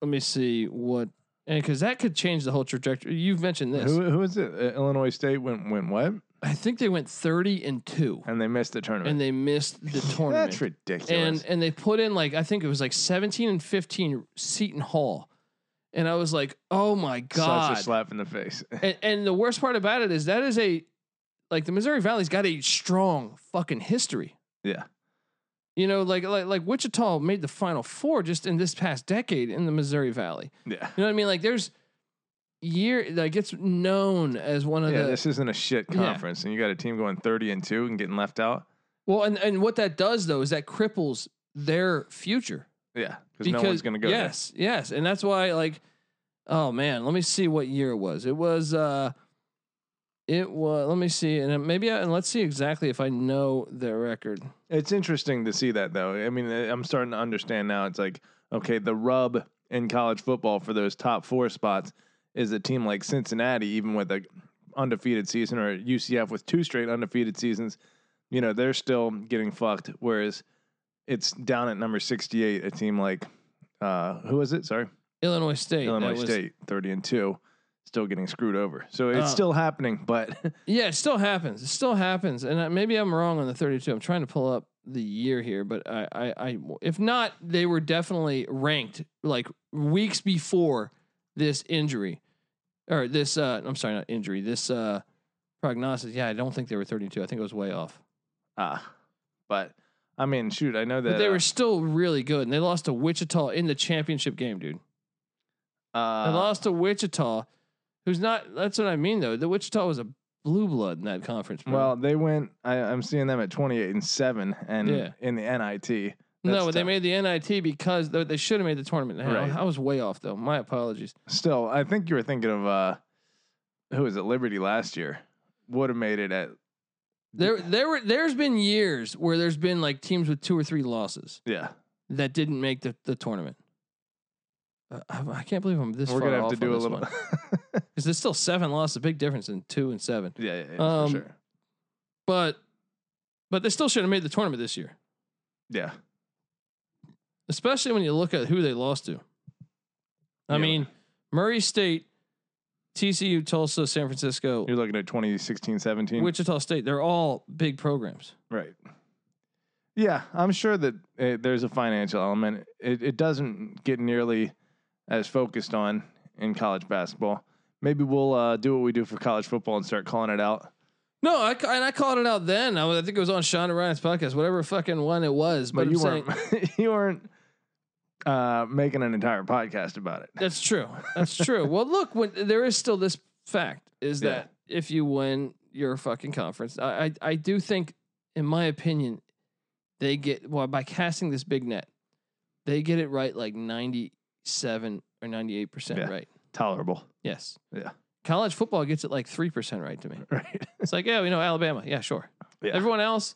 Speaker 1: let me see what, and because that could change the whole trajectory. You've mentioned this.
Speaker 2: Who who is it? Uh, Illinois State went went what?
Speaker 1: I think they went thirty and two,
Speaker 2: And they missed the tournament.
Speaker 1: and they missed the tournament.
Speaker 2: *laughs* That's ridiculous.
Speaker 1: and and they put in like I think it was like seventeen and fifteen Seton Hall, and I was like, oh my god,
Speaker 2: Such a slap in the face. *laughs*
Speaker 1: and, and the worst part about it is that is a like the Missouri Valley's got a strong fucking history.
Speaker 2: Yeah.
Speaker 1: You know, like like like Wichita made the Final Four just in this past decade in the Missouri Valley.
Speaker 2: yeah.
Speaker 1: You know what I mean? Like there's year like it's known as one of
Speaker 2: Yeah,
Speaker 1: the
Speaker 2: this isn't a shit
Speaker 1: Yeah.
Speaker 2: conference, and you got a team going thirty and two and getting left out.
Speaker 1: well, and and what that does though is that cripples their future
Speaker 2: Yeah, because no one's going to go there.
Speaker 1: Yes, yes, and that's why like, oh man, let me see what year it was. It was uh, it was. Let me see, and uh, maybe I, and let's see exactly if I know their record.
Speaker 2: It's interesting to see that though. I mean, I- I'm starting to understand now. It's like okay, the rub in college football for those top four spots is a team like Cincinnati, even with a undefeated season, or UCF with two straight undefeated seasons. You know, they're still getting fucked. Whereas it's down at number 68, a team like uh, who is it? Sorry,
Speaker 1: Illinois State. that
Speaker 2: Illinois
Speaker 1: was-
Speaker 2: State, 30 and two, still getting screwed over. So it's
Speaker 1: Uh,
Speaker 2: still happening, but *laughs*
Speaker 1: Yeah, it still happens. It still happens, and I, maybe I'm wrong on the 32. I'm trying to pull up the year here, but I, I, I, if not, they were definitely ranked like weeks before this injury, or this. Uh, I'm sorry, not injury. This uh, prognosis. Yeah, I don't think they were 32. I think it was way off.
Speaker 2: ah, but I mean, shoot, I know that
Speaker 1: But they were
Speaker 2: uh,
Speaker 1: still really good, and they lost to Wichita in the championship game, dude. They
Speaker 2: uh,
Speaker 1: lost to Wichita, who's not. That's what I mean, though. The Wichita was a blue blood in that conference. Bro.
Speaker 2: Well, they went. I, I'm seeing them at 28 and seven, and
Speaker 1: Yeah.
Speaker 2: in the NIT.
Speaker 1: no,
Speaker 2: that's
Speaker 1: they
Speaker 2: tough.
Speaker 1: made the NIT because they, they should have made the tournament. Hell,
Speaker 2: Right.
Speaker 1: I was way off though. My apologies.
Speaker 2: Still, I think you were thinking of uh, who was at Liberty last year. Would have made it at
Speaker 1: There, there were. There's been years where there's been like teams with two or three losses
Speaker 2: yeah.
Speaker 1: that didn't make the, the tournament. Uh, I, I can't believe I'm this
Speaker 2: we're
Speaker 1: far
Speaker 2: gonna have
Speaker 1: off
Speaker 2: to do a little.
Speaker 1: because there's still seven losses. A big difference in two and seven.
Speaker 2: *laughs* yeah, yeah, yeah
Speaker 1: Um,
Speaker 2: for sure.
Speaker 1: But, but they still should have made the tournament this year,
Speaker 2: Yeah,
Speaker 1: especially when you look at who they lost to. I
Speaker 2: Yeah.
Speaker 1: mean, Murray State, TCU, Tulsa, San Francisco,
Speaker 2: you're looking at 2016, 17.
Speaker 1: Wichita State. They're all big programs.
Speaker 2: Right. Yeah, I'm sure that uh there's a financial element. It, it doesn't get nearly as focused on in college basketball. Maybe we'll uh, do what we do for college football and start calling it out.
Speaker 1: No, I ca- and I called it out then. I, was- I think it was on Sean and Ryan's podcast, whatever fucking one it was. But,
Speaker 2: But
Speaker 1: I'm
Speaker 2: you
Speaker 1: saying,
Speaker 2: weren't *laughs* you weren't uh, making an entire podcast about it.
Speaker 1: that's true. That's true.
Speaker 2: *laughs*
Speaker 1: well, look, when there is still this fact is
Speaker 2: Yeah.
Speaker 1: that if you win your fucking conference, I, I I do think, in my opinion, they get well by casting this big net, they get it right like ninety seven or ninety eight percent
Speaker 2: Yeah.
Speaker 1: right.
Speaker 2: Tolerable. *laughs*
Speaker 1: Yes.
Speaker 2: Yeah.
Speaker 1: College football gets it like three percent right to me.
Speaker 2: Right.
Speaker 1: It's like, yeah, we know Alabama. Yeah, sure.
Speaker 2: Yeah.
Speaker 1: Everyone else,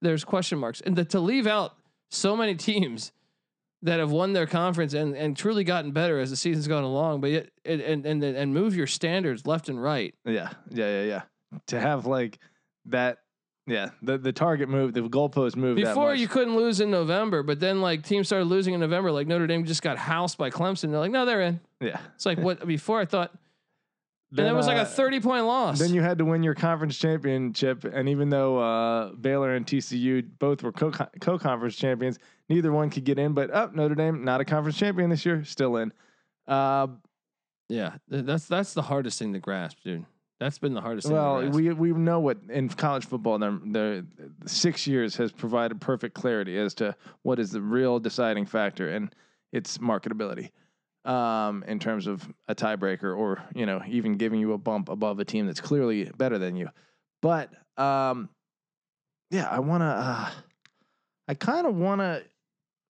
Speaker 1: there's question marks. And the, to leave out so many *laughs* teams that have won their conference and, and truly gotten better as the season's gone along, but yet, and, and, and, and move your standards left and right.
Speaker 2: Yeah. Yeah. Yeah. Yeah. To have like that. Yeah. The the target move, the goalpost move.
Speaker 1: Before
Speaker 2: that much.
Speaker 1: you couldn't lose in November, but then like teams started losing in November, like Notre Dame just got housed by Clemson. They're like, no, they're in.
Speaker 2: Yeah.
Speaker 1: It's like what *laughs* before I thought, and
Speaker 2: Then,
Speaker 1: it was like
Speaker 2: uh,
Speaker 1: a 30 point loss.
Speaker 2: Then you had to win your conference championship, and even though uh, Baylor and TCU both were co conference champions, neither one could get in. But up oh, Notre Dame, not a conference champion this year, still in. Uh,
Speaker 1: yeah, th- that's, that's the hardest thing to grasp, dude. That's been the hardest thing. to
Speaker 2: well,
Speaker 1: grasp.
Speaker 2: we we know what in college football, the, the six years has provided perfect clarity as to what is the real deciding factor, and it's marketability. Um, in terms of a tiebreaker, or you know, even giving you a bump above a team that's clearly better than you, but um, yeah, I want to. Uh, I kind of want to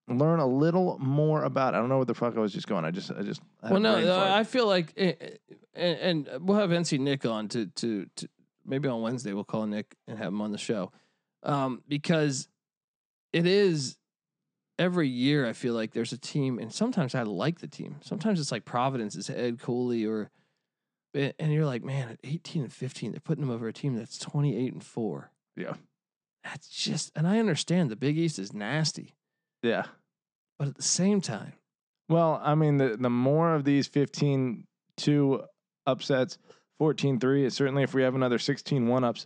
Speaker 2: learn a little more about. I don't know what the fuck I was just going. I just, I just. had a
Speaker 1: Well, no,
Speaker 2: brain fart.
Speaker 1: I I feel like, eh, eh, and, and we'll have NC Nick on to, to to maybe on Wednesday we'll call Nick and have him on the show, um, because it is every year I feel like there's a team, and sometimes I like the team. Sometimes it's like Providence is Ed Cooley or, eh, and you're like, man, at 18 and 15, they're putting them over a team that's 28 and four.
Speaker 2: Yeah.
Speaker 1: that's just, and I understand the Big East is nasty,
Speaker 2: yeah.
Speaker 1: but at the same time,
Speaker 2: Well, I mean, the, the more of these 15 2 upsets, 14 3, certainly if we have another 16 1 ups,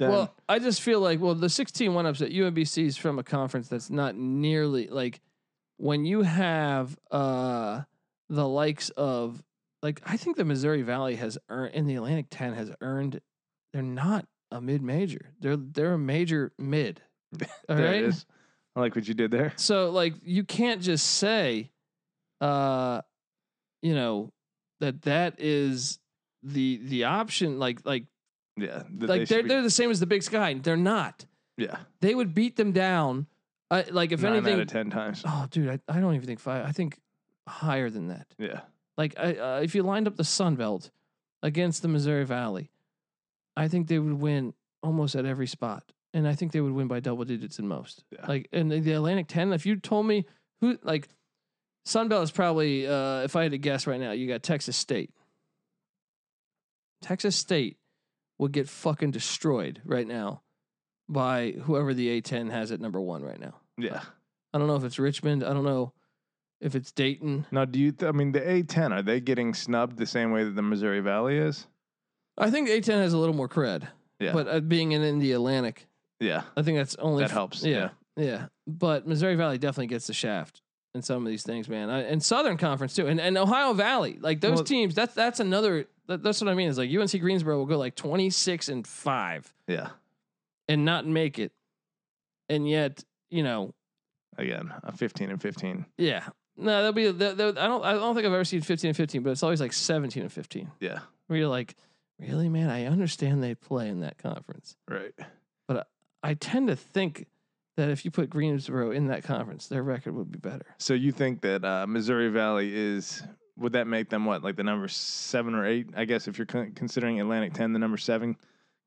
Speaker 2: then
Speaker 1: well, I just feel like well, the 16 one upset UMBC is from a conference that's not nearly like when you have uh the likes of like I think the Missouri Valley has earned and the Atlantic 10 has earned they're not a mid major. They're they're a major
Speaker 2: *laughs*
Speaker 1: mid. All
Speaker 2: there
Speaker 1: right.
Speaker 2: it is. I like what you did there.
Speaker 1: So like you can't just say, uh, you know, that that is the the option. Like like
Speaker 2: Yeah. th- they
Speaker 1: like
Speaker 2: should
Speaker 1: they're
Speaker 2: be-
Speaker 1: they're the same as the Big Sky. They're not
Speaker 2: yeah.
Speaker 1: they would beat them down. I, like if
Speaker 2: nine out
Speaker 1: anything,
Speaker 2: of 10 times.
Speaker 1: oh dude, I, I don't even think five. I think higher than that.
Speaker 2: Yeah.
Speaker 1: Like I, uh, if you lined up the Sun Belt against the Missouri Valley, I think they would win almost at every spot, and I think they would win by double digits in most.
Speaker 2: Yeah.
Speaker 1: Like and the Atlantic Ten, if you told me who like Sun Belt is probably, uh, if I had to guess right now, you got Texas State. Texas State would get fucking destroyed right now by whoever the A10 has at number one right now. *sighs*
Speaker 2: Yeah.
Speaker 1: I don't know if it's Richmond. I don't know if it's Dayton.
Speaker 2: Now, do you, th- I mean, the A10, are they getting snubbed the same way that the Missouri Valley is?
Speaker 1: I think the A10 has a little more cred.
Speaker 2: Yeah.
Speaker 1: But uh, being in, in the Atlantic,
Speaker 2: yeah.
Speaker 1: I think that's only
Speaker 2: That
Speaker 1: f-
Speaker 2: helps.
Speaker 1: Yeah, yeah. But Missouri Valley definitely gets the shaft in some of these things, man. I, and Southern Conference too, and, and Ohio Valley, like those
Speaker 2: Well-
Speaker 1: teams. That's that's another. That, that's what I mean. Is like UNC Greensboro will go like twenty six and five
Speaker 2: Yeah.
Speaker 1: and not make it, and yet you know,
Speaker 2: Again, a 15 and 15.
Speaker 1: yeah. No, that'll be. That, that, I don't. I don't think I've ever seen fifteen and fifteen, but it's always like seventeen and fifteen.
Speaker 2: Yeah.
Speaker 1: Where you're like, Really, man, I understand they play in that conference.
Speaker 2: Right.
Speaker 1: I tend to think that if you put Greensboro in that conference, their record would be better.
Speaker 2: So you think that uh, Missouri Valley is would that make them what like the number seven or eight? I guess if you're con- considering Atlantic Ten, the number seven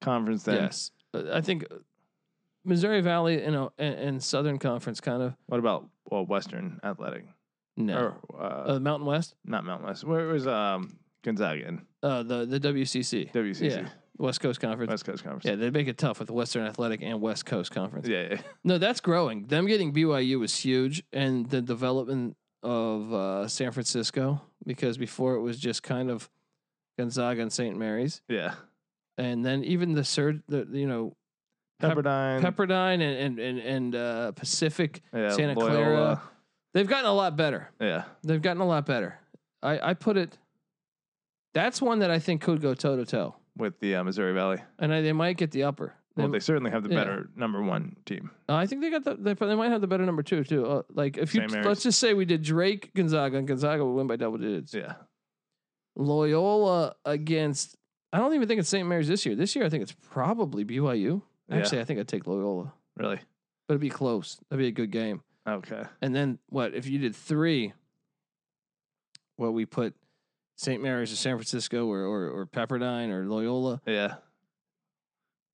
Speaker 2: conference. Then
Speaker 1: Yes, Uh, I think Missouri Valley and uh, and, and Southern Conference kind of
Speaker 2: what about well Western Athletic
Speaker 1: no
Speaker 2: or uh,
Speaker 1: uh, Mountain West,
Speaker 2: not Mount West? Where was um Gonzaga in
Speaker 1: uh, the the WCC
Speaker 2: WCC
Speaker 1: Yeah. West Coast Conference.
Speaker 2: West Coast Conference?
Speaker 1: Yeah, they make it tough with the Western Athletic and West Coast Conference.
Speaker 2: Yeah, *laughs* yeah.
Speaker 1: No, that's growing. Them getting BYU was huge, and the development of uh, San Francisco because before it was just kind of Gonzaga and St. Mary's,
Speaker 2: yeah.
Speaker 1: and then even the surge, the the, you know Pep-
Speaker 2: Pepperdine,
Speaker 1: Pepperdine and and and, and uh, Pacific,
Speaker 2: yeah,
Speaker 1: Santa
Speaker 2: Loyola.
Speaker 1: Clara. they've gotten a lot better.
Speaker 2: Yeah,
Speaker 1: They've gotten a lot better. I I put it. That's one that I think could go toe to toe,
Speaker 2: with the uh, Missouri Valley.
Speaker 1: and I, they might get the upper.
Speaker 2: Well,
Speaker 1: They-
Speaker 2: they certainly have the
Speaker 1: yeah.
Speaker 2: better number one team.
Speaker 1: Uh, I think they got the they, they might have the better number two too. Uh, like if you
Speaker 2: St. Mary's.
Speaker 1: let's just say we did Drake Gonzaga and Gonzaga would win by double digits.
Speaker 2: Yeah,
Speaker 1: Loyola against I don't even think it's St. Mary's this year. This year I think it's probably BYU.
Speaker 2: Yeah.
Speaker 1: Actually, I think I'd take Loyola,
Speaker 2: really.
Speaker 1: but it'd be close. That'd be a good game.
Speaker 2: Okay.
Speaker 1: And then what if you did three? Well, we put St. Mary's or San Francisco or or, or Pepperdine or Loyola.
Speaker 2: Yeah.
Speaker 1: Uh,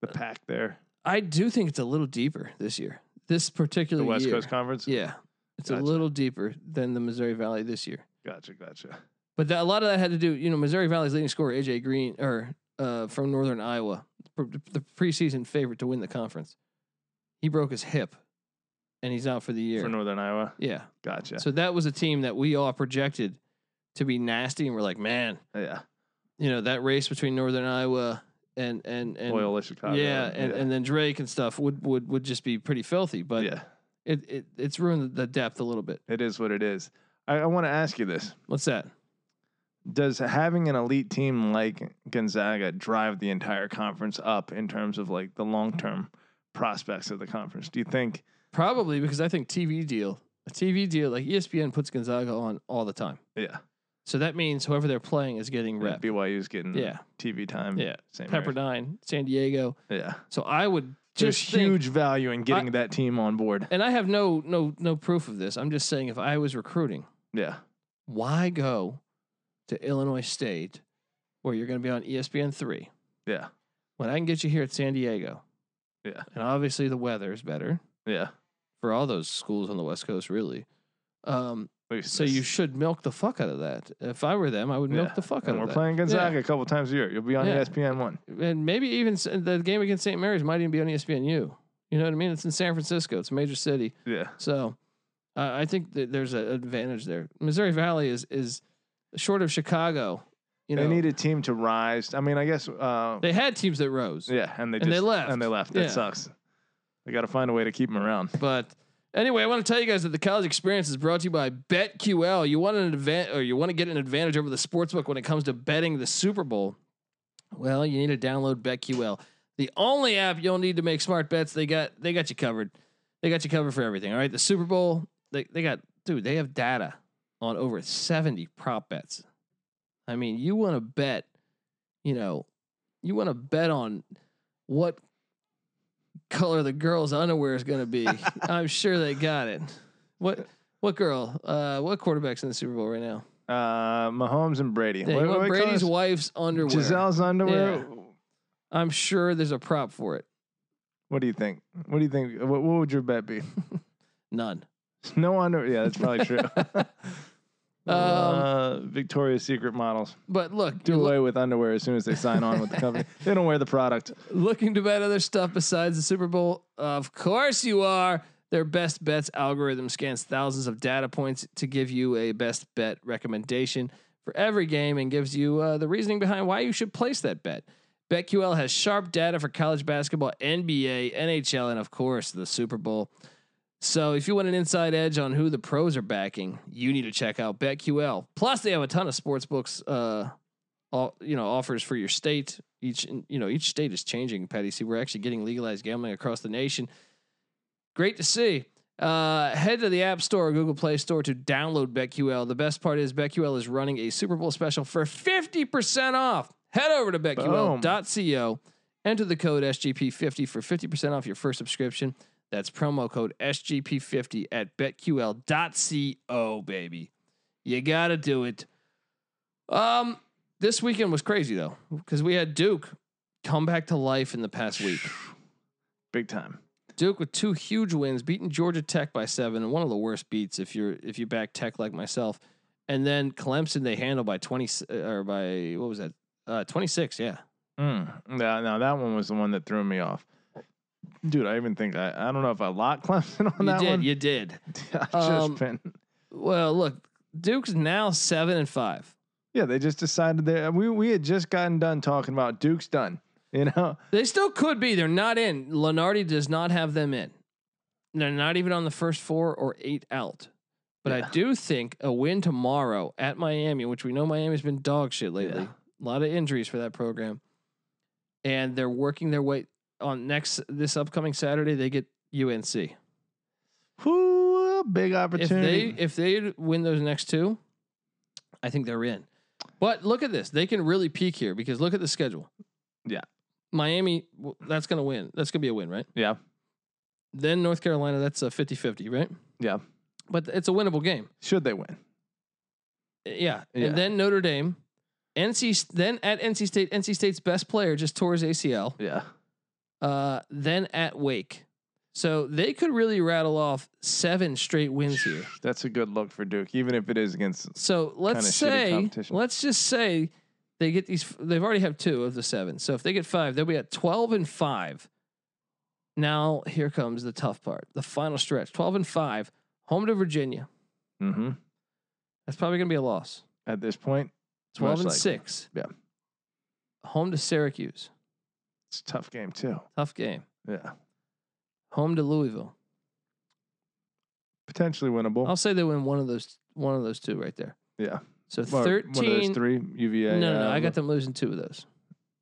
Speaker 2: The pack there,
Speaker 1: I do think it's a little deeper this year. This
Speaker 2: the
Speaker 1: particular
Speaker 2: West
Speaker 1: year.
Speaker 2: Coast Conference.
Speaker 1: Yeah. It's
Speaker 2: Gotcha.
Speaker 1: a little deeper than the Missouri Valley this year.
Speaker 2: Gotcha, gotcha.
Speaker 1: But that, a lot of that had to do, you know, Missouri Valley's leading scorer, AJ Green, or uh, from Northern Iowa, pr- the preseason favorite to win the conference. He broke his hip and he's out for the year.
Speaker 2: For Northern Iowa,
Speaker 1: yeah.
Speaker 2: gotcha.
Speaker 1: So that was a team that we all projected to be nasty. And we're like, man,
Speaker 2: yeah,
Speaker 1: you know, that race between Northern Iowa and, and, and,
Speaker 2: Loyola Chicago.
Speaker 1: yeah, and, and then Drake and stuff would, would, would just be pretty filthy. But
Speaker 2: yeah,
Speaker 1: it, it, it's ruined the depth a little bit.
Speaker 2: it is what it is. I, I want to ask you this:
Speaker 1: What's that?
Speaker 2: Does having an elite team like Gonzaga drive the entire conference up in terms of like the long term prospects of the conference? Do you think?
Speaker 1: Probably because I think TV deal, a TV deal like E ESPN puts Gonzaga on all the time.
Speaker 2: Yeah,
Speaker 1: So that means whoever they're playing is getting rep.
Speaker 2: BYU's getting
Speaker 1: Yeah.
Speaker 2: TV time.
Speaker 1: Yeah.
Speaker 2: St. Mary's.
Speaker 1: Pepperdine, San Diego.
Speaker 2: Yeah,
Speaker 1: So I would
Speaker 2: there's
Speaker 1: just think-
Speaker 2: huge value in getting that team on board.
Speaker 1: and I have no no no proof of this. I'm just saying if I was recruiting,
Speaker 2: Yeah,
Speaker 1: why go to Illinois State where you're going to be on E ESPN 3
Speaker 2: yeah,
Speaker 1: when I can get you here at San Diego?
Speaker 2: Yeah.
Speaker 1: And obviously the weather is better
Speaker 2: yeah.
Speaker 1: for all those schools on the West Coast really. Um,
Speaker 2: At least
Speaker 1: so
Speaker 2: this-
Speaker 1: you should milk the fuck out of that. If I were them, I would milk
Speaker 2: Yeah.
Speaker 1: the fuck out
Speaker 2: and
Speaker 1: of
Speaker 2: we're
Speaker 1: that.
Speaker 2: playing Gonzaga a couple times a year. You'll be on E
Speaker 1: Yeah.
Speaker 2: ESPN one.
Speaker 1: and maybe even s- the game against St. Mary's might even be on E ESPNU. You know what I mean? It's in San Francisco. It's a major city,
Speaker 2: Yeah,
Speaker 1: so uh, I think that there's an advantage there. Missouri Valley is is short of Chicago. You know,
Speaker 2: they need a team to rise. I mean, I guess. Uh,
Speaker 1: they had teams that rose,
Speaker 2: yeah, and they
Speaker 1: and
Speaker 2: just,
Speaker 1: they left.
Speaker 2: and they left. That
Speaker 1: Yeah.
Speaker 2: sucks. They got to find a way to keep them around.
Speaker 1: but. Anyway, I want to tell you guys that the college experience is brought to you by BetQL. You want an advan or you want to get an advantage over the sportsbook when it comes to betting the Super Bowl. Well, you need to download BetQL, the only app you'll need to make smart bets. They got they got you covered. They got you covered for everything. All right, the Super Bowl. They they got dude. They have data on over seventy prop bets. I mean, you want to bet, you know, you want to bet on what color the girl's underwear is going to
Speaker 2: *laughs*
Speaker 1: be. I'm sure they got it. What what girl? Uh, what quarterback's in the Super Bowl right now?
Speaker 2: Uh, Mahomes and Brady.
Speaker 1: Yeah, you
Speaker 2: What-
Speaker 1: want
Speaker 2: what
Speaker 1: Brady's
Speaker 2: colors?
Speaker 1: wife's underwear.
Speaker 2: Giselle's underwear.
Speaker 1: Yeah. I'm sure there's a prop for it.
Speaker 2: What do you think? What do you think? What, what would your bet be? *laughs*
Speaker 1: None.
Speaker 2: No underwear. Yeah, that's
Speaker 1: *laughs*
Speaker 2: probably true.
Speaker 1: Um,
Speaker 2: *laughs* uh, Victoria's Secret models
Speaker 1: but look,
Speaker 2: do
Speaker 1: you're
Speaker 2: away with underwear as soon as they sign on with
Speaker 1: *laughs*
Speaker 2: the company. They don't wear the product.
Speaker 1: looking to bet other stuff besides the Super Bowl? Of course you are. Their best bets algorithm scans thousands of data points to give you a best bet recommendation for every game and gives you uh, the reasoning behind why you should place that bet. BetQL has sharp data for college basketball, NBA, NHL, and of course the Super Bowl. So if you want an inside edge on who the pros are backing, you need to check out BetQL. Plus, they have a ton of sports books, uh, all, you know, offers for your state. Each you know, each state is changing. Patty, see, we're actually getting legalized gambling across the nation. Great to see. Uh, head to the App Store or Google Play Store to download BetQL. The best part is BetQL is running a Super Bowl special for fifty percent off. Head over to
Speaker 2: Boom.
Speaker 1: betql.co, enter the code SGP50 for 50% off your first subscription. That's promo code SGP50 at betql.co, baby. You got to do it. Um, this weekend was crazy though, because we had Duke come back to life in the past week.
Speaker 2: Big time.
Speaker 1: Duke with two huge wins, beating Georgia Tech by seven, and one of the worst beats if you're if you back Tech like myself. And then Clemson they handle by twenty s- or by what was that? Uh, twenty six. Yeah,
Speaker 2: Mm. No, no, that one was the one that threw me off. Dude, I even think I, I don't know if I locked *laughs* Clemson on
Speaker 1: you
Speaker 2: that
Speaker 1: did.
Speaker 2: one.
Speaker 1: You did.
Speaker 2: *laughs* I've just
Speaker 1: Um,
Speaker 2: been-
Speaker 1: Well, look, Duke's now seven and five.
Speaker 2: yeah, they just decided there. We we had just gotten done talking about Duke's done. *laughs* You know,
Speaker 1: They still could be. They're not in. Lenardi does not have them in. They're not even on the first four or eight out. But I
Speaker 2: Yeah.
Speaker 1: do think a win tomorrow at Miami, which we know Miami's been dog shit lately.
Speaker 2: Yeah.
Speaker 1: A lot of injuries for that program. And they're working their way on next this upcoming Saturday, they get UNC.
Speaker 2: whoo, a
Speaker 1: If
Speaker 2: big
Speaker 1: they
Speaker 2: opportunity.
Speaker 1: if they win those next two, I think they're in. But look at this. They can really peak here because look at the schedule.
Speaker 2: Yeah.
Speaker 1: Miami, w- that's going to win. That's going to be a win, right?
Speaker 2: yeah,
Speaker 1: then North Carolina, that's a 50 50, right?
Speaker 2: Yeah.
Speaker 1: But it's a winnable game. Eh,
Speaker 2: should they win?
Speaker 1: Yeah.
Speaker 2: Yeah.
Speaker 1: And then Notre Dame, NC, s- then at NC State, NC State's best player just tore his ACL,
Speaker 2: Yeah,
Speaker 1: uh, then at Wake. So they could really rattle off seven straight wins here.
Speaker 2: that's a good look for Duke, even if it is against.
Speaker 1: So let's
Speaker 2: Kinda shitty
Speaker 1: say,
Speaker 2: competition.
Speaker 1: let's just say they get these, f- they've already have two of the seven. So if they get five, they'll be at 12 and five. Now, here comes the tough part the final stretch 12 and five, home to Virginia.
Speaker 2: Mm-hmm.
Speaker 1: That's probably going to be a loss.
Speaker 2: At this point,
Speaker 1: 12
Speaker 2: Most
Speaker 1: and
Speaker 2: likely.
Speaker 1: 6.
Speaker 2: Yeah.
Speaker 1: Home to Syracuse.
Speaker 2: it's a tough game too.
Speaker 1: Tough game.
Speaker 2: Yeah,
Speaker 1: Home to Louisville.
Speaker 2: potentially winnable.
Speaker 1: I'll say they win one of those one of those two right there.
Speaker 2: yeah,
Speaker 1: So
Speaker 2: Well,
Speaker 1: 13
Speaker 2: One of those three
Speaker 1: No,
Speaker 2: UVA.
Speaker 1: no, no.
Speaker 2: uh,
Speaker 1: I got them losing two of those.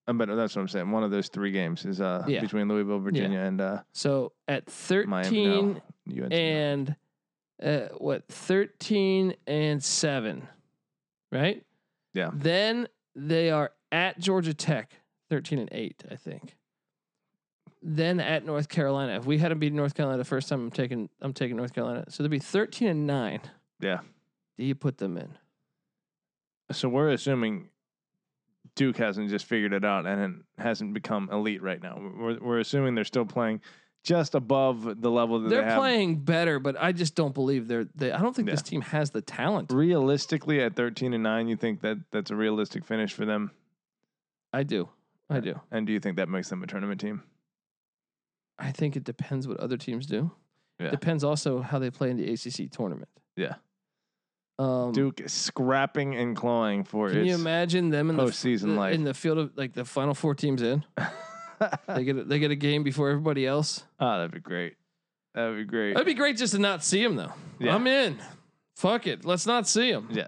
Speaker 2: Uh, but that's what I'm saying. One of those three games is uh,
Speaker 1: Yeah.
Speaker 2: between Louisville, Virginia, and uh,
Speaker 1: So at
Speaker 2: Miami.
Speaker 1: 13
Speaker 2: No, UNC.
Speaker 1: and uh, what? 13 and 7. Right?
Speaker 2: Yeah.
Speaker 1: Then they are at Georgia Tech 13 and 8, I think. Then at North Carolina. If we hadn't beaten North Carolina the first time, I'm taking I'm taking North Carolina. So they'd be 13 and 9.
Speaker 2: yeah.
Speaker 1: Do you put them in?
Speaker 2: So we're assuming Duke hasn't just figured it out and it hasn't become elite right now. We're, we're assuming they're still playing just above the level that
Speaker 1: They're
Speaker 2: they have.
Speaker 1: playing better, but I just don't believe they're they I don't think this team has the talent.
Speaker 2: Realistically, at 13 and nine, you think that that's a realistic finish for them?
Speaker 1: I do. I do.
Speaker 2: And do you think that makes them a tournament team?
Speaker 1: I think it depends what other teams do.
Speaker 2: Yeah.
Speaker 1: Depends also how they play in the ACC tournament.
Speaker 2: Yeah.
Speaker 1: Um,
Speaker 2: Duke is scrapping and clawing for
Speaker 1: Can you
Speaker 2: its.
Speaker 1: imagine them in
Speaker 2: postseason
Speaker 1: the, f- the
Speaker 2: life.
Speaker 1: in the field of like the final four teams in?
Speaker 2: *laughs*
Speaker 1: They get a, they get a game before everybody else.
Speaker 2: oh, that'd be great. That'd be great.
Speaker 1: It'd be great just to not see them though.
Speaker 2: Yeah.
Speaker 1: I'm in. Fuck it. Let's not see them.
Speaker 2: Yeah.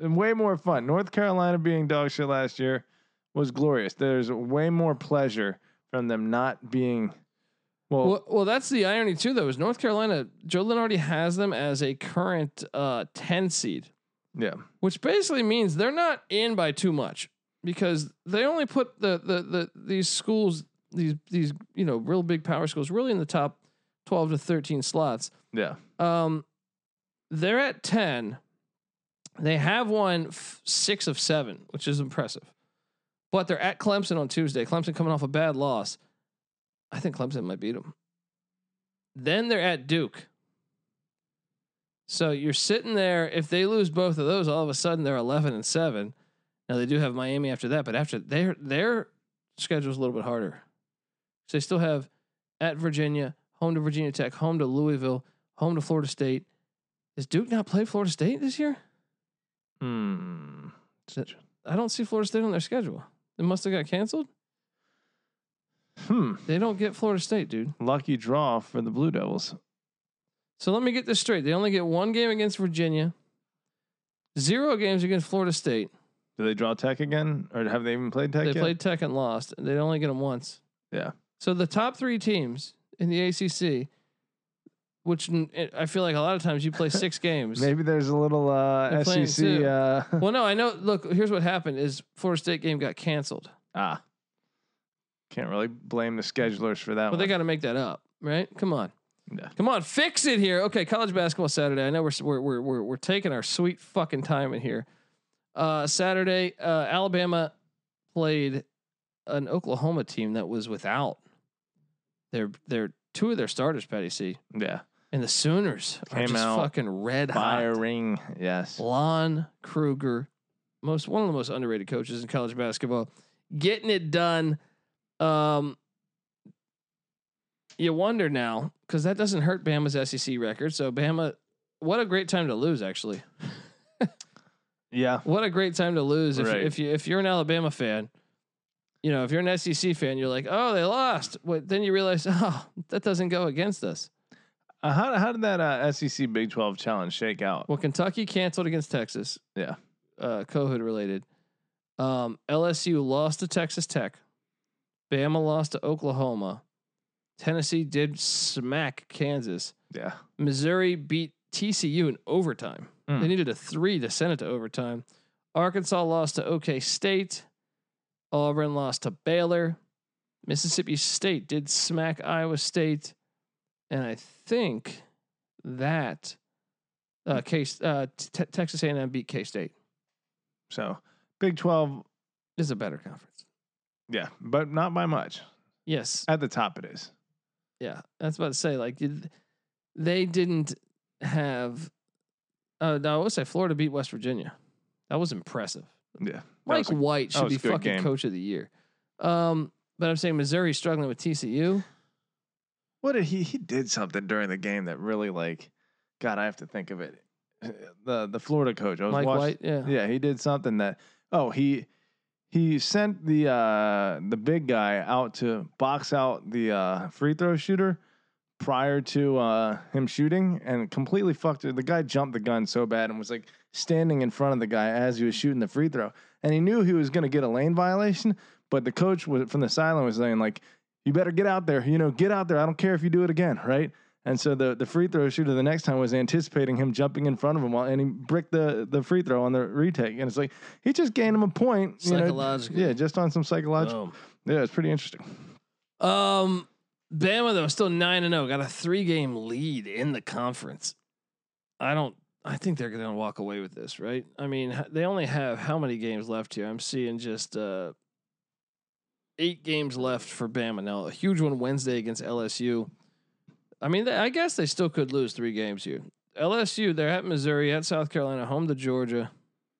Speaker 2: And way more fun. North Carolina being dog shit last year was glorious. There's way more pleasure from them not being well,
Speaker 1: Well, well, that's the irony too, though. Is North Carolina Joe Lenardi has them as a current uh, ten seed,
Speaker 2: yeah.
Speaker 1: which basically means they're not in by too much because they only put the the, the these schools these these you know real big power schools really in the top twelve to thirteen slots.
Speaker 2: Yeah.
Speaker 1: Um, they're at ten. They have won f- six of seven, which is impressive. But they're at Clemson on Tuesday. Clemson coming off a bad loss. I think Clemson might beat them. Then they're at Duke. So you're sitting there. If they lose both of those, all of a sudden they're eleven and seven. Now they do have Miami after that, but after their their schedule's a little bit harder. So they still have at Virginia, home to Virginia Tech, home to Louisville, home to Florida State. Does Duke not play Florida State this year?
Speaker 2: Hmm.
Speaker 1: I don't see Florida State on their schedule. It must have got canceled.
Speaker 2: Hmm.
Speaker 1: They don't get Florida State, dude.
Speaker 2: Lucky draw for the Blue Devils.
Speaker 1: So let me get this straight. They only get one game against Virginia, zero games against Florida State.
Speaker 2: Do they draw Tech again, or have they even played Tech?
Speaker 1: they
Speaker 2: yet?
Speaker 1: played Tech and lost. and They only get them once.
Speaker 2: Yeah.
Speaker 1: So the top three teams in the ACC which n- eh, I feel like a lot of times you
Speaker 2: *laughs*
Speaker 1: play six games.
Speaker 2: Maybe there's a little uh,
Speaker 1: They're playing
Speaker 2: SEC.
Speaker 1: too.
Speaker 2: Uh,
Speaker 1: Well, no, I know. Look, here's what happened: is Florida State game got canceled.
Speaker 2: *laughs* ah, can't really blame the schedulers for that.
Speaker 1: Well,
Speaker 2: one.
Speaker 1: they got to make that up, right? Come on,
Speaker 2: Yeah.
Speaker 1: come on, fix it here. Okay, college basketball Saturday. I know we're we're we're we're, we're taking our sweet fucking time in here. Uh, Saturday, uh, Alabama played an Oklahoma team that was without their their two of their starters, Patty C,
Speaker 2: yeah,
Speaker 1: and the Sooners are
Speaker 2: Came
Speaker 1: just
Speaker 2: out
Speaker 1: fucking red hot.
Speaker 2: firing. Yes,
Speaker 1: Lon Kruger, most one of the most underrated coaches in college basketball, getting it done. Um, you wonder now because that doesn't hurt Bama's SEC record. So Bama, what a great time to lose! Actually,
Speaker 2: yeah,
Speaker 1: what a great time to lose if,
Speaker 2: Right.
Speaker 1: if you if you're an Alabama fan. You know, if you're an SEC fan, you're like, oh, they lost. But then you realize, *laughs* oh, that doesn't go against us.
Speaker 2: Uh, how how did that uh, SEC Big Twelve challenge shake out?
Speaker 1: Well, Kentucky canceled against Texas.
Speaker 2: Yeah.
Speaker 1: Uh, COVID related. Um, LSU lost to Texas Tech. Bama lost to Oklahoma. Tennessee did smack Kansas.
Speaker 2: Yeah,
Speaker 1: Missouri beat TCU in overtime.
Speaker 2: Hmm.
Speaker 1: They needed a three to send it to overtime. Arkansas lost to OK State. Auburn lost to Baylor. Mississippi State did smack Iowa State. And I think that uh, K, uh, T- Texas A&M beat K State.
Speaker 2: so Big Twelve.
Speaker 1: This is a better conference. Uh,
Speaker 2: Yeah, but not by much.
Speaker 1: Yes.
Speaker 2: At the top, it is.
Speaker 1: Yeah. That's about to say, like, did- they didn't have. Uh, no, I would say Florida beat West Virginia. That was impressive.
Speaker 2: Yeah, That
Speaker 1: Mike
Speaker 2: was a-
Speaker 1: White
Speaker 2: that
Speaker 1: should
Speaker 2: was
Speaker 1: be
Speaker 2: a good
Speaker 1: fucking
Speaker 2: game.
Speaker 1: coach of the year. Um, but I'm saying Missouri struggling with TCU.
Speaker 2: what did he he did something during the game that really like god i have to think of it the the florida coach i was
Speaker 1: Mike
Speaker 2: watch-
Speaker 1: White, yeah.
Speaker 2: yeah he did something that oh he he sent the uh the big guy out to box out the uh free throw shooter prior to uh him shooting and completely fucked it the guy jumped the gun so bad and was like standing in front of the guy as he was shooting the free throw and he knew he was going to get a lane violation but the coach was from the sideline was saying like you better get out there. You know, get out there. I don't care if you do it again, right? And so the, the free throw shooter the next time was anticipating him jumping in front of him while and he bricked the, the free throw on the retake. And it's like he just gained him a point. you know,
Speaker 1: Psychologically. Oh.
Speaker 2: yeah, just on some psychological. Yeah, it's pretty interesting.
Speaker 1: Um, Bama though still nine and zero, got a three game lead in the conference. I don't. I think they're going to walk away with this, right? I mean, h- they only have how many games left here? I'm seeing just uh, eight games left for Bama now. A huge one Wednesday against LSU. I mean, they, I guess they still could lose three games here. LSU, they're at Missouri, at South Carolina, home to Georgia.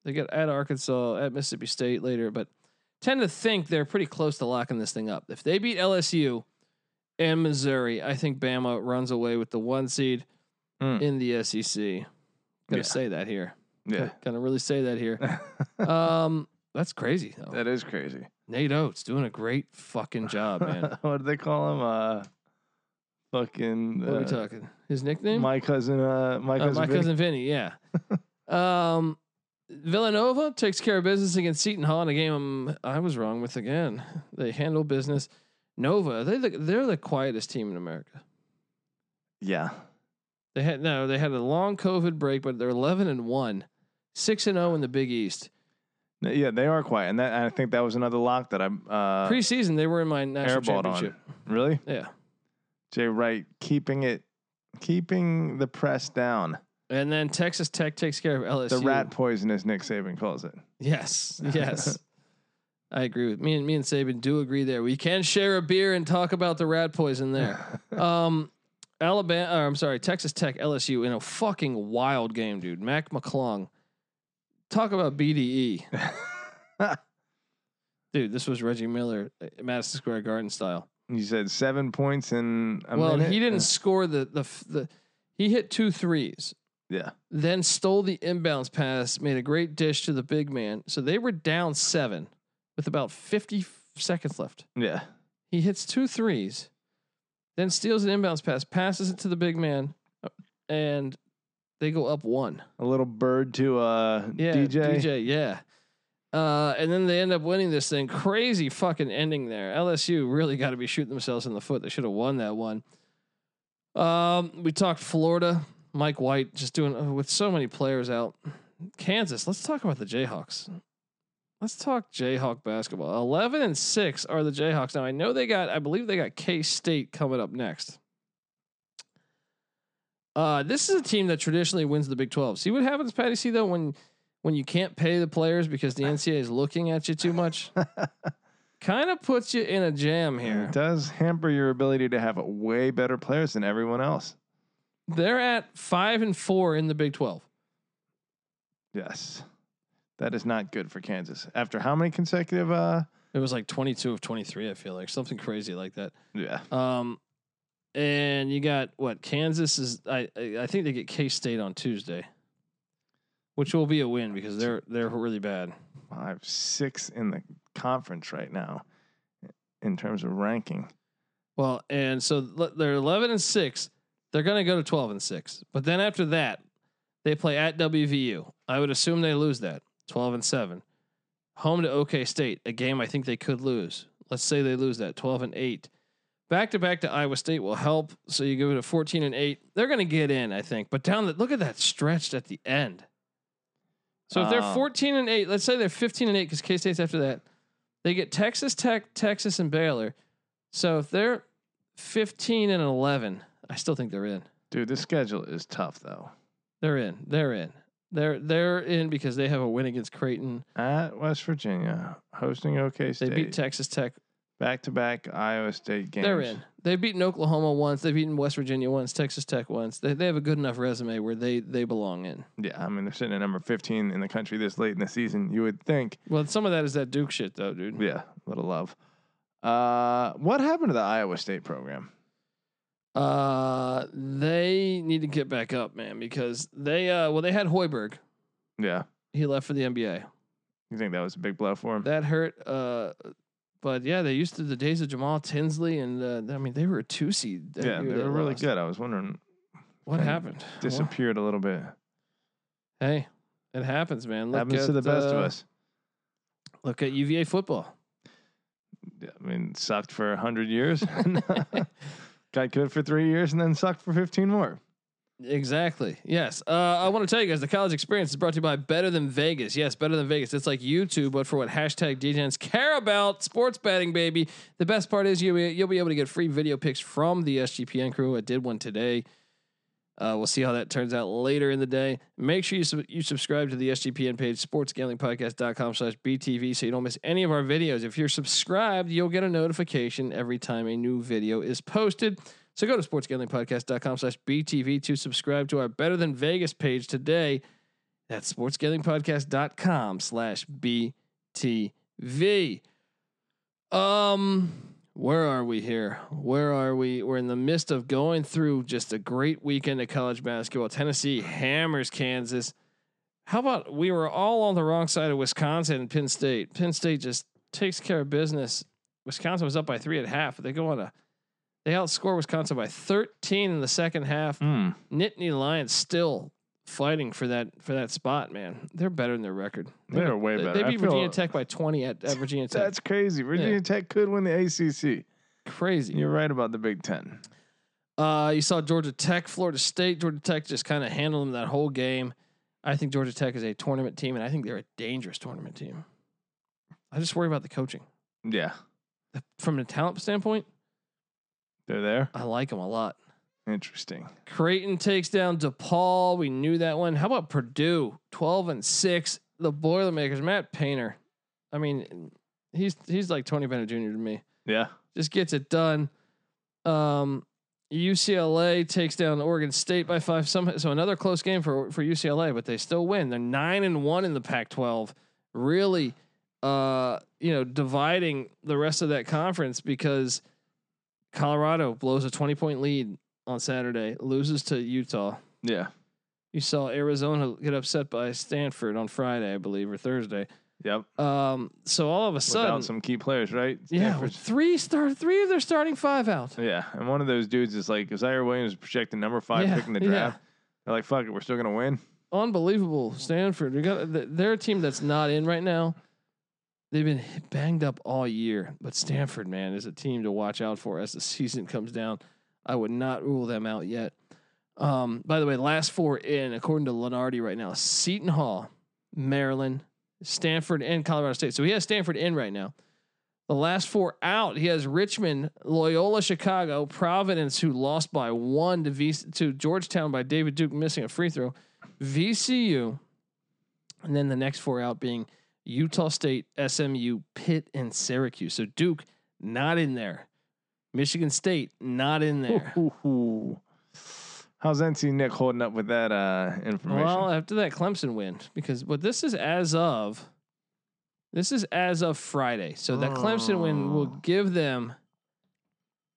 Speaker 1: They get at Arkansas, at Mississippi State later, but tend to think they're pretty close to locking this thing up. If they beat LSU and Missouri, I think Bama runs away with the one seed
Speaker 2: Mm.
Speaker 1: in the SEC. Gonna
Speaker 2: Yeah.
Speaker 1: say that here.
Speaker 2: Yeah.
Speaker 1: Gonna really say that here. *laughs* um, that's crazy though.
Speaker 2: *laughs* that is crazy.
Speaker 1: Nate Oates doing a great fucking job, man.
Speaker 2: *laughs* what do they call him? Uh fucking
Speaker 1: what are we
Speaker 2: uh,
Speaker 1: talking? His nickname?
Speaker 2: my cousin uh my
Speaker 1: Uh,
Speaker 2: cousin,
Speaker 1: my
Speaker 2: Vinny.
Speaker 1: cousin Vinny,
Speaker 2: *laughs*
Speaker 1: yeah. um, Villanova takes care of business against Seton Hall in a game I'm- I was wrong with again. They handle business. Nova, they the, they're the quietest team in America.
Speaker 2: Yeah.
Speaker 1: They had no, they had a long COVID break, but they're 11 and one, six and zero in the Big East.
Speaker 2: Yeah, they are quiet. And that I think that was another lock that I uh
Speaker 1: Preseason, they were in my national
Speaker 2: airballed on.
Speaker 1: championship.
Speaker 2: Really?
Speaker 1: Yeah,
Speaker 2: Jay Wright keeping it, keeping the press down.
Speaker 1: and then Texas Tech takes care of LSU.
Speaker 2: The rat poison, as Nick Saban calls it. *laughs*
Speaker 1: Yes, yes. I agree with me and me and Saban do agree there. We can share a beer and talk about the rat poison
Speaker 2: *laughs*
Speaker 1: there. Um, Alabama, or I'm sorry, Texas Tech, LSU in a fucking wild game, dude. Mac McClung, talk about BDE,
Speaker 2: *laughs*
Speaker 1: dude. This was Reggie Miller, uh, Madison Square Garden style.
Speaker 2: you said seven points in a
Speaker 1: well,
Speaker 2: minute.
Speaker 1: he didn't score the the f- the. He hit two threes.
Speaker 2: Yeah,
Speaker 1: then stole the inbounds pass, made a great dish to the big man. So they were down seven with about 50 seconds left.
Speaker 2: yeah.
Speaker 1: He hits two threes, then steals an inbounds pass, passes it to the big man, uh, and they go up one.
Speaker 2: A little bird to uh,
Speaker 1: Yeah,
Speaker 2: DJ.
Speaker 1: DJ, yeah. Uh, and then they end up winning this thing. Crazy fucking ending there. LSU really got to be shooting themselves in the foot. They should have won that one. Um, we talked Florida. Mike White just doing uh, with so many players out. Kansas. Let's talk about the Jayhawks. Let's talk Jayhawk basketball. Eleven and six are the Jayhawks. Now I know they got. I believe they got K State coming up next. Uh, this is a team that traditionally wins the Big Twelve. See what happens, Patty. See though when when you can't pay the players because the NCAA is looking at you too much. kind of puts you in a jam here.
Speaker 2: It does hamper your ability to have way better players than everyone else.
Speaker 1: They're at five and four in the Big Twelve.
Speaker 2: Yes. That is not good for Kansas. After how many consecutive uh
Speaker 1: It was like twenty two of twenty three. I feel like something crazy like that.
Speaker 2: yeah.
Speaker 1: Um, and you got what Kansas is. I I I think they get K State on Tuesday, which will be a win because they're they're really bad.
Speaker 2: five, six in the conference right now in terms of ranking.
Speaker 1: Well, and so le- they're eleven and six. They're going to go to twelve and six, but then after that, they play at WVU. I would assume they lose that twelve and seven. Home to OK State, a game I think they could lose. Let's say they lose that twelve and eight. Back to back to Iowa State will help. So you go to fourteen and eight. They're going to get in, I think. But down the look at that stretched at the end. So if they're
Speaker 2: Um,
Speaker 1: fourteen and eight, let's say they're fifteen and eight because K State's after that. They get Texas Tech, Texas, and Baylor. So if they're 15 and 11, I still think they're in.
Speaker 2: Dude, this schedule is tough though.
Speaker 1: They're in. They're in. They're they're in because they have a win against Creighton.
Speaker 2: At West Virginia, hosting OK
Speaker 1: They
Speaker 2: State.
Speaker 1: beat Texas Tech.
Speaker 2: back to back Iowa State games.
Speaker 1: They're in. They've beaten Oklahoma once. They've beaten West Virginia once. Texas Tech once. They they have a good enough resume where they they belong in.
Speaker 2: Yeah, I mean they're sitting at number fifteen in the country this late in the season. You would think.
Speaker 1: Well, some of that is that Duke shit though, dude.
Speaker 2: Yeah, a little love. Uh, what happened to the Iowa State program?
Speaker 1: Uh, they need to get back up, man, because they uh well they had Hoiberg.
Speaker 2: Yeah,
Speaker 1: He left for the NBA.
Speaker 2: you think that was a big blow for him?
Speaker 1: That hurt. Uh, but yeah, they used to the days of Jamal Tinsley, and uh, I mean they were a two seed. that
Speaker 2: yeah, they
Speaker 1: year
Speaker 2: were really
Speaker 1: lost.
Speaker 2: good. I was wondering,
Speaker 1: What
Speaker 2: Kind of
Speaker 1: happened?
Speaker 2: disappeared a little bit.
Speaker 1: Well, hey, it happens, man. Look
Speaker 2: Happens
Speaker 1: at,
Speaker 2: to the best
Speaker 1: uh,
Speaker 2: of us.
Speaker 1: Look at UVA football.
Speaker 2: Yeah, I mean, sucked for hundred years, *laughs* got good for three years, and then sucked for fifteen more.
Speaker 1: Exactly. Yes. Uh, I want to tell you guys the college experience is brought to you by Better Than Vegas. Yes, Better Than Vegas. It's like YouTube, but for what hashtag DJs care about sports betting, baby. The best part is you'll be, you'll be able to get free video picks from the SGPN crew. I did one today. Uh, we'll see how that turns out later in the day. Make sure you sub- you subscribe to the SGPN page, sportsgamblingpodcast.com slash BTV, so you don't miss any of our videos. If you're subscribed, you'll get a notification every time a new video is posted. So go to sportsgamblingpodcast.com slash BTV to subscribe to our Better Than Vegas page today. That's sportsgamblingpodcast.com slash BTV. Um, where are we here? Where are we? We're in the midst of going through just a great weekend of college basketball. Tennessee hammers Kansas. How about we were all on the wrong side of Wisconsin and Penn State? Penn State just takes care of business. Wisconsin was up by three and a half. They go on a they outscore Wisconsin by 13 in the second half.
Speaker 2: Hmm.
Speaker 1: Nittany Lions still fighting for that for that spot, man. They're better than their record. They
Speaker 2: They're
Speaker 1: beat-
Speaker 2: way
Speaker 1: they-
Speaker 2: better.
Speaker 1: They
Speaker 2: I
Speaker 1: beat
Speaker 2: feel-
Speaker 1: Virginia Tech by 20 at, at Virginia Tech.
Speaker 2: That's crazy. Virginia Tech could win the ACC.
Speaker 1: crazy.
Speaker 2: You're right about the Big Ten.
Speaker 1: Uh, you saw Georgia Tech, Florida State. Georgia Tech just kind of handled them that whole game. I think Georgia Tech is a tournament team, and I think they're a dangerous tournament team. I just worry about the coaching.
Speaker 2: Yeah,
Speaker 1: The- From a talent standpoint,
Speaker 2: they're there.
Speaker 1: I like them a lot.
Speaker 2: Interesting.
Speaker 1: Creighton takes down DePaul. We knew that one. How about Purdue? Twelve and six. The Boilermakers. Matt Painter. I mean, he's he's like Tony Bennett Jr. to me.
Speaker 2: Yeah.
Speaker 1: just gets it done. Um, UCLA takes down Oregon State by five. Some so another close game for for UCLA, but they still win. They're nine and one in the Pac-12. Really, uh, you know, dividing the rest of that conference because Colorado blows a twenty point lead on Saturday, loses to Utah.
Speaker 2: Yeah.
Speaker 1: You saw Arizona get upset by Stanford on Friday, I believe, or Thursday.
Speaker 2: Yep.
Speaker 1: Um, so all of a sudden,
Speaker 2: Without some key players, right?
Speaker 1: yeah, with
Speaker 2: Stanford's-
Speaker 1: three star, three of their starting five out.
Speaker 2: Yeah, and one of those dudes is like Zaire Williams is projected number five
Speaker 1: Yeah,
Speaker 2: picking the
Speaker 1: yeah.
Speaker 2: draft. They're like, fuck it, we're still gonna win.
Speaker 1: unbelievable. Stanford, you got th- they're a team that's not in right now. They've been hit- banged up all year, but Stanford, man, is a team to watch out for as the *laughs* season comes down. I would not rule them out yet. Um, by the way, last four in, according to Lenardi right now, Seton Hall, Maryland, Stanford, and Colorado State. So he has Stanford in right now. The last four out, he has Richmond, Loyola, Chicago, Providence, who lost by one to v- to Georgetown by David Duke missing a free throw, VCU, and then the next four out being Utah State, SMU, Pitt, and Syracuse. So Duke not in there. Michigan State not in *laughs* there.
Speaker 2: Ooh. How's NC Nick holding up with that uh, information?
Speaker 1: Well, after that Clemson win, because but this is as of this is as of Friday. So that Clemson win will
Speaker 2: Oh.
Speaker 1: give them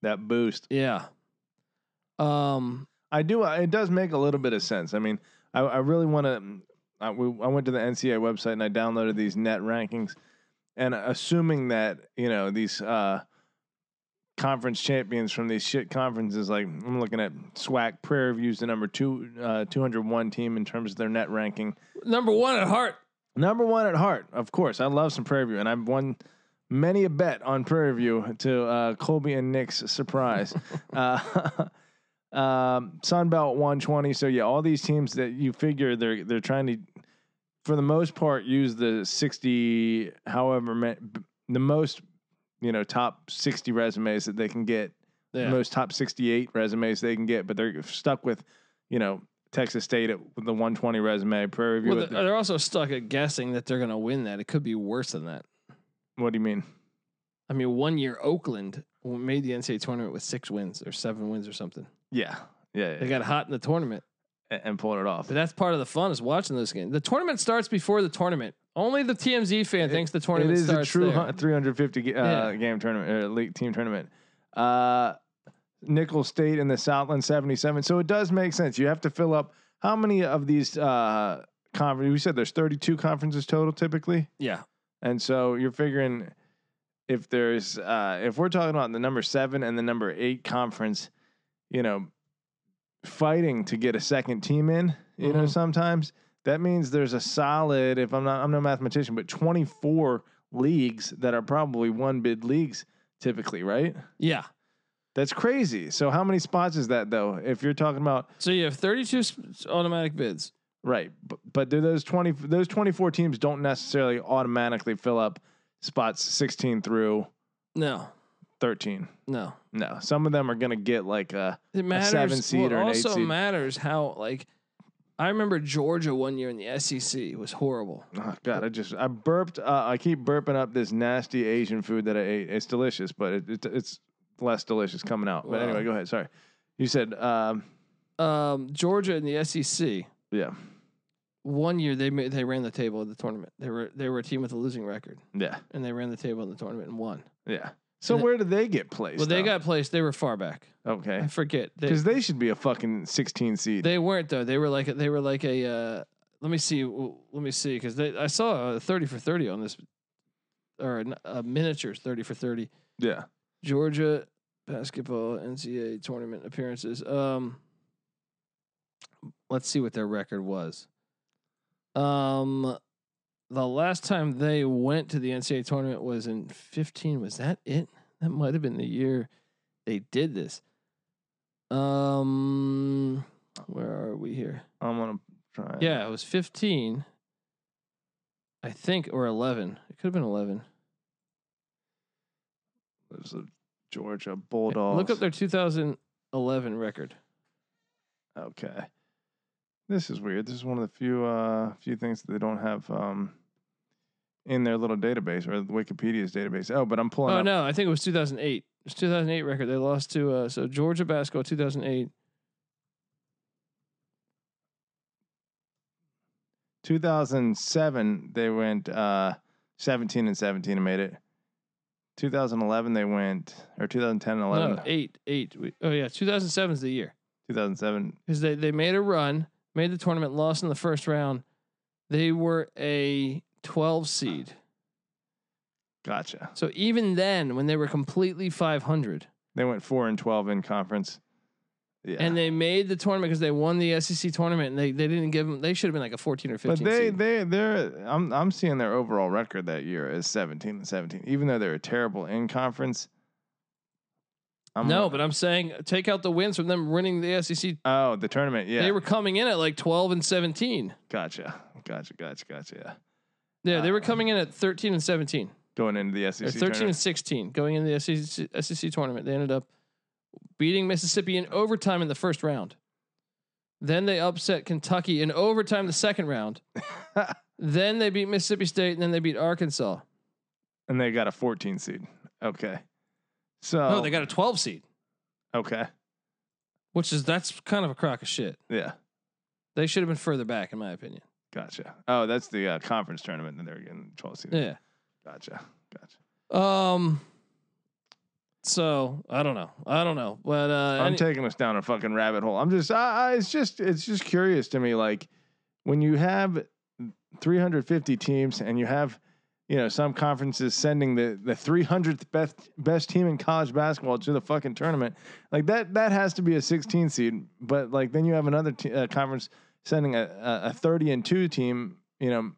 Speaker 2: that boost.
Speaker 1: yeah. Um
Speaker 2: I do. uh, It does make a little bit of sense. I mean, I, I really want to. I, we, I went to the NCAA website and I downloaded these net rankings, and assuming that you know these uh, conference champions from these shit conferences, like I'm looking at SWAC Prairie View's the number two uh, 201 team in terms of their net ranking.
Speaker 1: number 1 at heart.
Speaker 2: Number one at heart, of course. I love some Prairie View, and I've won many a bet on Prairie View to uh, Colby and Nick's
Speaker 1: *laughs*
Speaker 2: surprise. uh, *laughs* um, Sunbelt 120. So yeah, all these teams that you figure they're they're trying to, for the most part, use the 60, however ma- b- the most, you know, top 60 resumes that they can get
Speaker 1: Yeah.
Speaker 2: most top 68 resumes they can get, but they're stuck with, you know, Texas State at the 120 resume, Prairie View.
Speaker 1: well, uh,
Speaker 2: at
Speaker 1: they're, they're also stuck at guessing that they're going to win that. It could be worse than that.
Speaker 2: the, what do you mean?
Speaker 1: I mean, one year Oakland made the NCAA tournament with six wins or seven wins or something.
Speaker 2: Yeah. Yeah.
Speaker 1: They got hot in the tournament.
Speaker 2: and, and pulling it off.
Speaker 1: But that's part of the fun is watching those games. The tournament starts before the tournament. Only the TMZ fan
Speaker 2: It-
Speaker 1: thinks the
Speaker 2: It
Speaker 1: tournament
Speaker 2: is a
Speaker 1: starts
Speaker 2: true
Speaker 1: there.
Speaker 2: hu- 350 ga- uh,
Speaker 1: Yeah.
Speaker 2: game tournament, or league team tournament. Uh, Nickel State in the Southland 77. So it does make sense. You have to fill up how many of these uh, conferences? We said there's 32 conferences total typically.
Speaker 1: Yeah.
Speaker 2: And so you're figuring if there's, uh, if we're talking about the number seven and the number eight conference, you know, fighting to get a second team in, you know,
Speaker 1: Mhm.
Speaker 2: sometimes that means there's a solid, if I'm not, I'm no mathematician, but 24 leagues that are probably one bid leagues typically, right?
Speaker 1: Yeah.
Speaker 2: That's crazy. So how many spots is that though? If you're talking about,
Speaker 1: So you have 32 s- automatic bids.
Speaker 2: right, but, but do those 20, those 24 teams don't necessarily automatically fill up spots 16 through
Speaker 1: No,
Speaker 2: 13.
Speaker 1: no.
Speaker 2: No, some of them are going to get like uh, a
Speaker 1: It matters.
Speaker 2: seven seed
Speaker 1: well, it
Speaker 2: or an eight
Speaker 1: also
Speaker 2: seed.
Speaker 1: matters how, like, I remember Georgia one year in the SEC was horrible.
Speaker 2: oh god, I just I burped. Uh, I keep burping up this nasty Asian food that I ate. It's delicious, but it, it, it's less delicious coming out. But
Speaker 1: Wow.
Speaker 2: anyway, go ahead. Sorry, you said um,
Speaker 1: Um, Georgia in the SEC
Speaker 2: yeah,
Speaker 1: one year they made, they ran the table of the tournament. They were they were a team with a losing record
Speaker 2: yeah,
Speaker 1: and they ran the table in the tournament and won.
Speaker 2: yeah. So
Speaker 1: And the-
Speaker 2: where do they get placed?
Speaker 1: Well, they
Speaker 2: though?
Speaker 1: got placed. They were far back. I
Speaker 2: okay
Speaker 1: forget. They,
Speaker 2: because they should be a fucking sixteen seed.
Speaker 1: They weren't though. They were like they were like a. Uh, let me see. w- Let me see because I saw a thirty for thirty on this, or n- a miniatures thirty for thirty.
Speaker 2: yeah,
Speaker 1: Georgia basketball NCAA tournament appearances. Um, let's see what their record was. Um, the last time they went to the NCAA tournament was in fifteen. Was that it? That might have been the year they did this. Um, where are we here?
Speaker 2: I'm gonna try.
Speaker 1: Yeah, it was 15. I think, or 11. It could have been 11.
Speaker 2: there's a Georgia
Speaker 1: Yeah,
Speaker 2: Bulldogs.
Speaker 1: Look up their 2011 record.
Speaker 2: Okay. This is weird. This is one of the few uh few things that they don't have um in their little database or Wikipedia's database. Oh, but I'm pulling
Speaker 1: Oh,
Speaker 2: up
Speaker 1: no, I think it was 2008. It's 2008 record. They lost to, uh, so Georgia basketball 2008.
Speaker 2: 2007 they went uh 17 and 17 and made it. 2011 they went or 2010 and 11.
Speaker 1: No, 8, 8. We, oh, yeah, 2007 is the year.
Speaker 2: 2007.
Speaker 1: Because they, they made a run, made the tournament, lost in the first round. They were a 12 seed.
Speaker 2: Gotcha.
Speaker 1: So even then, when they were completely 500,
Speaker 2: They went 4 and 12 in conference. Yeah.
Speaker 1: and they made the tournament because they won the SEC tournament. And they they didn't give them. They should have been like a fourteen or
Speaker 2: but
Speaker 1: fifteen.
Speaker 2: they
Speaker 1: seed.
Speaker 2: they they're I'm I'm seeing their overall record that year is 17 and 17 even though they were terrible in conference. I'm
Speaker 1: no, but I'm saying take out the wins from them winning the SEC.
Speaker 2: oh, the tournament. Yeah,
Speaker 1: They were coming in at like 12 and 17.
Speaker 2: gotcha, gotcha, gotcha, gotcha. Yeah,
Speaker 1: Yeah, they were
Speaker 2: Uh,
Speaker 1: coming in at 13 and 17
Speaker 2: going into the SEC.
Speaker 1: or 13 and
Speaker 2: tournament.
Speaker 1: 16 going into the E SEC, SEC tournament. They ended up beating Mississippi in overtime in the first round. Then they upset Kentucky in overtime the second
Speaker 2: *laughs*
Speaker 1: round. then they beat Mississippi State and then they beat Arkansas.
Speaker 2: and they got a 14 seed. Okay, so
Speaker 1: Oh, they got a 12 seed,
Speaker 2: okay,
Speaker 1: which is that's kind of a crock of shit.
Speaker 2: yeah,
Speaker 1: They should have been further back, in my opinion.
Speaker 2: gotcha. Oh, that's the uh, conference tournament that they're getting 12 seed.
Speaker 1: Yeah.
Speaker 2: Gotcha, gotcha.
Speaker 1: Um. So I don't know. I don't know. But uh,
Speaker 2: I'm
Speaker 1: any-
Speaker 2: taking us down a fucking rabbit hole. I'm just, I, I, it's just, it's just curious to me. Like when you have 350 teams and you have, you know, some conferences sending the the 300th best best team in college basketball to the fucking tournament, like that that has to be a 16 seed. But like then you have another t- uh, conference sending a, a a 30 and two team, you know,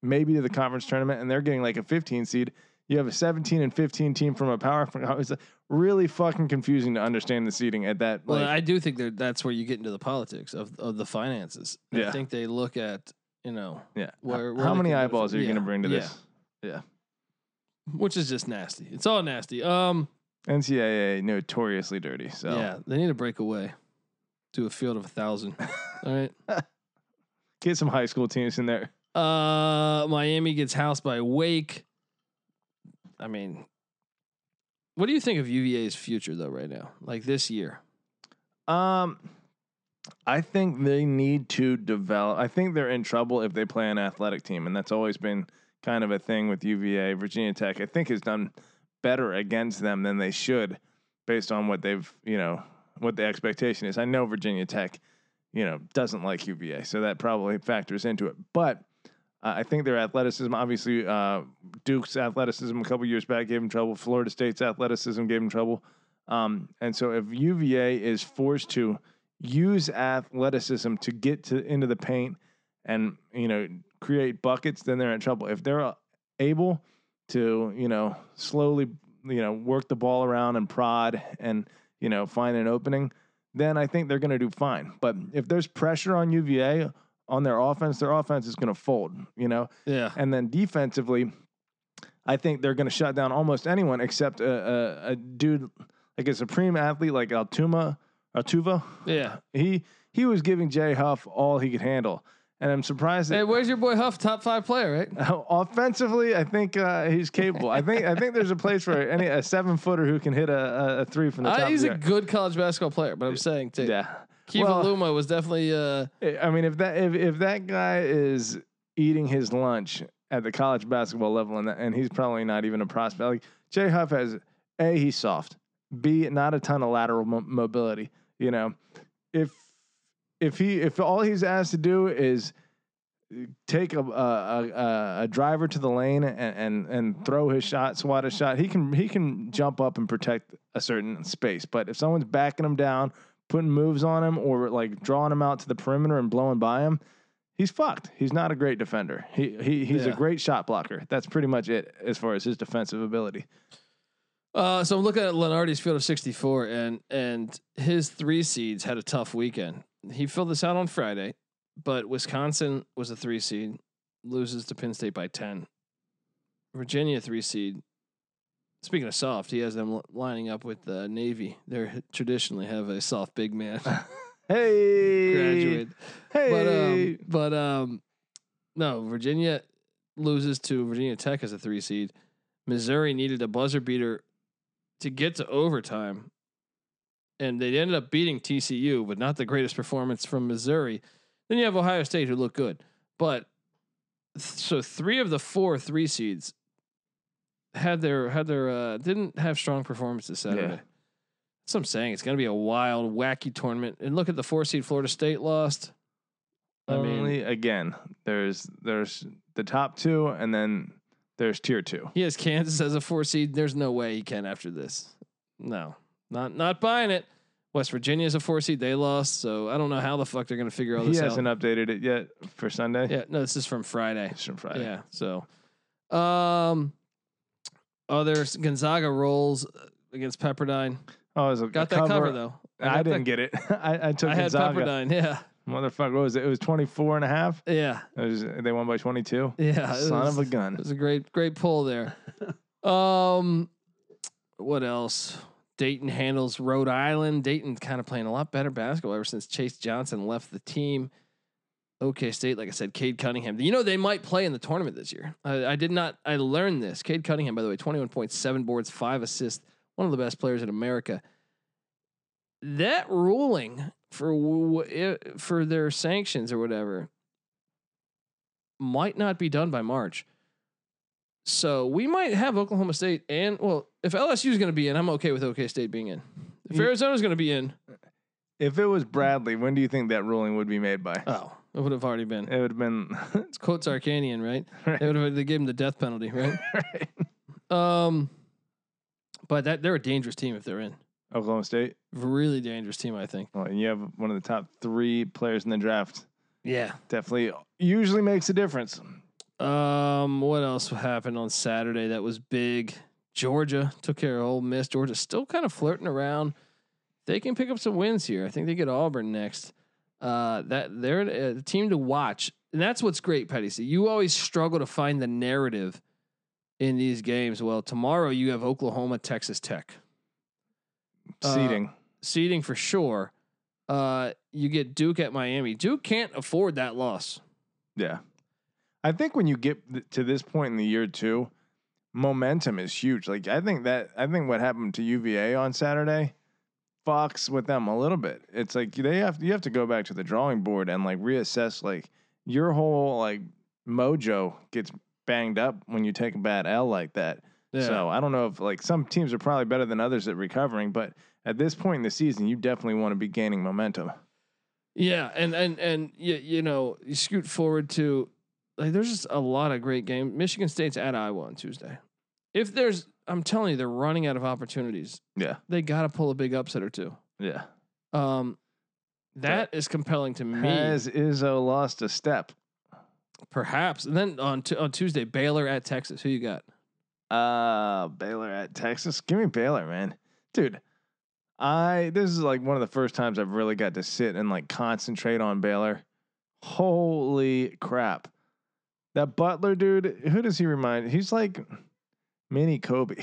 Speaker 2: maybe to the conference tournament, and they're getting like a 15 seed. You have a 17 and 15 team from a power. It's like, really fucking confusing to understand the seating at that.
Speaker 1: well,
Speaker 2: like,
Speaker 1: I do think that that's where you get into the politics of of the finances. I
Speaker 2: Yeah.
Speaker 1: think they look at you know,
Speaker 2: yeah.
Speaker 1: where-
Speaker 2: How-
Speaker 1: where
Speaker 2: How
Speaker 1: they
Speaker 2: many
Speaker 1: can benefit-
Speaker 2: eyeballs are you
Speaker 1: yeah,
Speaker 2: going to bring to
Speaker 1: yeah.
Speaker 2: this?
Speaker 1: which is just nasty. It's all nasty. Um.
Speaker 2: NCAA notoriously dirty. So
Speaker 1: Yeah, they need to break away to a field of a
Speaker 2: *laughs*
Speaker 1: thousand. all right.
Speaker 2: get some high school teams in there.
Speaker 1: Uh, Miami gets housed by Wake. I mean, what do you think of UVA's future though? Right now, like this year.
Speaker 2: Um, I think they need to develop. I think they're in trouble if they play an athletic team, and that's always been kind of a thing with UVA. Virginia Tech, I think, has done better against them than they should, based on what they've, you know, what the expectation is. I know Virginia Tech, you know, doesn't like UVA, so that probably factors into it. But uh, I think their athleticism, obviously, uh, Duke's athleticism a couple years back gave them trouble. Florida State's athleticism gave them trouble. Um, and so if UVA is forced to use athleticism to get to into the paint and you know create buckets, then they're in trouble. If they're uh, able to you know slowly you know work the ball around and prod and you know find an opening, then I think they're going to do fine. But if there's pressure on UVA on their offense, their offense is going to fold. You know,
Speaker 1: Yeah.
Speaker 2: and then defensively, I think they're going to shut down almost anyone except a, a, a dude like a supreme athlete like Altuma, Altuva.
Speaker 1: Yeah.
Speaker 2: He he was giving Jay Huff all he could handle, and I'm surprised
Speaker 1: Hey,
Speaker 2: that
Speaker 1: where's your boy Huff? Top five player, right?
Speaker 2: *laughs* offensively, I think uh, he's capable. I think I think there's a place for any a seven footer who can hit a, a, a three from the top.
Speaker 1: Uh,
Speaker 2: of
Speaker 1: he's
Speaker 2: the
Speaker 1: a
Speaker 2: arc.
Speaker 1: good college basketball player, but I'm saying too.
Speaker 2: yeah.
Speaker 1: Kiva
Speaker 2: Well-
Speaker 1: Luma was definitely uh,
Speaker 2: I I mean, if that if, if that guy is eating his lunch at the college basketball level, and that, and he's probably not even a prospect. Like Jay Huff has a he's soft, b not a ton of lateral mo- mobility. You know, if if he if all he's asked to do is take a a, a, a driver to the lane and, and and throw his shot, swat his shot, he can he can jump up and protect a certain space. But if someone's backing him down putting moves on him or like drawing him out to the perimeter and blowing by him, he's fucked. He's not a great defender. He he he's
Speaker 1: Yeah.
Speaker 2: a great shot blocker. That's pretty much it as far as his defensive ability.
Speaker 1: uh so I'm looking at Lenardi's field of 64 and and his three seeds had a tough weekend. He filled this out on Friday, but Wisconsin was a three seed, loses to Penn State by 10. Virginia three seed. Speaking of soft, he has them li- lining up with the Navy. They traditionally have a soft big man *laughs*
Speaker 2: Hey,
Speaker 1: graduate. but
Speaker 2: Hey,
Speaker 1: um, but um, no, Virginia loses to Virginia Tech as a three seed. Missouri needed a buzzer beater to get to overtime, and they ended up beating TCU, but not the greatest performance from Missouri. Then you have Ohio State who looked good, but th- so three of the four three seeds had their had their uh, didn't have strong performances Saturday.
Speaker 2: Yeah.
Speaker 1: That's what I'm saying. It's going to be a wild, wacky tournament. And look at the four seed Florida State lost. I mean,
Speaker 2: only again. There's there's the top two, and then there's tier two.
Speaker 1: he has Kansas as a four seed. There's no way he can after this. No, not not buying it. West Virginia is a four seed. They lost, so I don't know how the fuck they're going to figure all
Speaker 2: He
Speaker 1: this
Speaker 2: hasn't
Speaker 1: out.
Speaker 2: updated it yet for Sunday.
Speaker 1: Yeah, no, this is from Friday.
Speaker 2: It's from Friday.
Speaker 1: Yeah. So, um, other Gonzaga rolls uh, against Pepperdine.
Speaker 2: Oh, it was a
Speaker 1: Got that
Speaker 2: cover.
Speaker 1: cover, though.
Speaker 2: I,
Speaker 1: got that-
Speaker 2: didn't get it. *laughs* I, I took
Speaker 1: I had
Speaker 2: Gonzaga.
Speaker 1: Pepperdine. *laughs* Yeah,
Speaker 2: Motherfucker, what was it? It was 24 and a half.
Speaker 1: yeah,
Speaker 2: It was, they won by 22.
Speaker 1: yeah. Uh, it
Speaker 2: Son
Speaker 1: was-
Speaker 2: of a gun.
Speaker 1: It was a great, great pull there. um, what else? Dayton handles Rhode Island. Dayton kind of playing a lot better basketball ever since Chase Johnson left the team. OK State, like I said, Cade Cunningham. You know they might play in the tournament this year. I, I did not. I learned this. Cade Cunningham, by the way, twenty-one point seven boards, five assists, one of the best players in America. That ruling for w- w- i- for their sanctions or whatever might not be done by March. So we might have Oklahoma State and well, if LSU is going to be in, I'm okay with OK State being in. If
Speaker 2: Mm.
Speaker 1: Arizona's going to be in,
Speaker 2: If it was Bradley, when do you think that ruling would be made by?
Speaker 1: oh, it would have already been.
Speaker 2: it would have been. *laughs*
Speaker 1: It's quotes Arcanian, right?
Speaker 2: Right.
Speaker 1: They would have they gave him the death penalty, right?
Speaker 2: *laughs* right.
Speaker 1: um, but that they're a dangerous team if they're in.
Speaker 2: Oklahoma State.
Speaker 1: Really dangerous team, I think.
Speaker 2: Well, and you have one of the top three players in the draft.
Speaker 1: Yeah.
Speaker 2: Definitely, usually makes a difference.
Speaker 1: Um, what else happened on Saturday that was big? Georgia took care of Ole Miss. Georgia's still kind of flirting around. They can pick up some wins here. I think they get Auburn next. Uh, that they're a team to watch, and that's what's great, Petty. So you always struggle to find the narrative in these games. Well, tomorrow you have Oklahoma, Texas Tech Uh,
Speaker 2: Seeding.
Speaker 1: seeding for sure. Uh, you get Duke at Miami. Duke can't afford that loss.
Speaker 2: Yeah. I think when you get th- to this point in the year too, momentum is huge. Like I think that I think what happened to UVA on Saturday fucks with them a little bit. It's like they have you have to go back to the drawing board and like reassess like your whole like mojo gets banged up when you take a bad L like that. So I don't know if like some teams are probably better than others at recovering, but at this point in the season, you definitely want to be gaining momentum.
Speaker 1: Yeah, and and and you, you know you scoot forward to like there's just a lot of great game. Michigan State's at Iowa on Tuesday. If there's, I'm telling you, they're running out of opportunities.
Speaker 2: Yeah.
Speaker 1: They got to pull a big upset or two.
Speaker 2: Yeah.
Speaker 1: Um, that is compelling to me.
Speaker 2: Has Izzo lost a step?
Speaker 1: perhaps. And then on Tu- on Tuesday, Baylor at Texas. Who you got?
Speaker 2: Uh, Baylor at Texas. Give me Baylor, man. Dude, I this is like one of the first times I've really got to sit and like concentrate on Baylor. Holy crap. That Butler dude, who does he remind? He's like mini Kobe.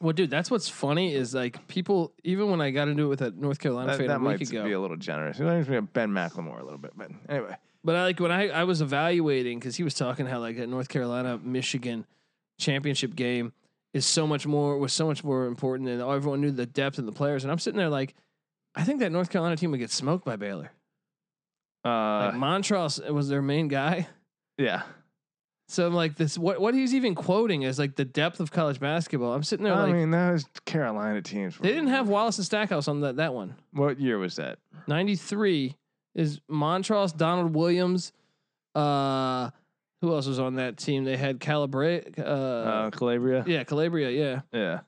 Speaker 1: Well, dude, that's what's funny is like people. Even when I got into it with that North Carolina
Speaker 2: *laughs* that
Speaker 1: fan
Speaker 2: that
Speaker 1: a
Speaker 2: might
Speaker 1: week
Speaker 2: be
Speaker 1: ago,
Speaker 2: a little generous. He reminds me of Ben McLemore a little bit, but anyway.
Speaker 1: But I, like when I, I was evaluating because he was talking how like that North Carolina Michigan championship game is so much more was so much more important and everyone knew the depth and the players and I'm sitting there like I think that North Carolina team would get smoked by Baylor.
Speaker 2: Uh,
Speaker 1: like Montrose was their main guy. *laughs*
Speaker 2: yeah.
Speaker 1: So I'm like this what what he's even quoting is like the depth of college basketball. I'm sitting there
Speaker 2: I
Speaker 1: like
Speaker 2: mean, those Carolina teams.
Speaker 1: they didn't have Wallace and Stackhouse on that that one.
Speaker 2: *laughs* What year was that?
Speaker 1: 93 is Montrose, Donald Williams. Uh, who else was on that team? They had Calabria. Uh,
Speaker 2: Uh, Calabria.
Speaker 1: yeah, Calabria. Yeah.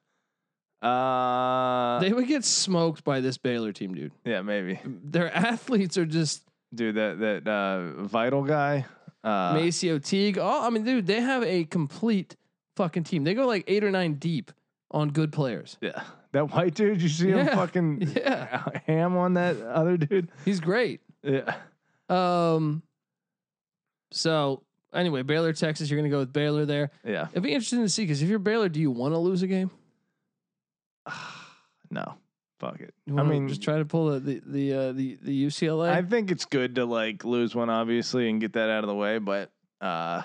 Speaker 2: Yeah. Uh,
Speaker 1: they would get smoked by this Baylor team, dude.
Speaker 2: yeah, maybe.
Speaker 1: Their athletes are just
Speaker 2: Dude, that that uh, vital guy. Uh,
Speaker 1: Macy O'Teague. Oh, I mean, dude, they have a complete fucking team. They go like eight or nine deep on good players.
Speaker 2: Yeah, that white dude. You see him
Speaker 1: Yeah,
Speaker 2: fucking
Speaker 1: *laughs* yeah.
Speaker 2: *laughs* ham on that other dude.
Speaker 1: He's great.
Speaker 2: Yeah,
Speaker 1: Um, so anyway, Baylor, Texas, you're going to go with Baylor there.
Speaker 2: yeah. *sighs*
Speaker 1: It'd be interesting to see because if you're Baylor, do you want to lose a game?
Speaker 2: No, fuck it.
Speaker 1: You
Speaker 2: I
Speaker 1: wanna
Speaker 2: mean,
Speaker 1: just try to pull the the the uh, the, the UCLA.
Speaker 2: I think it's good to like lose one, obviously, and get that out of the way. But, uh,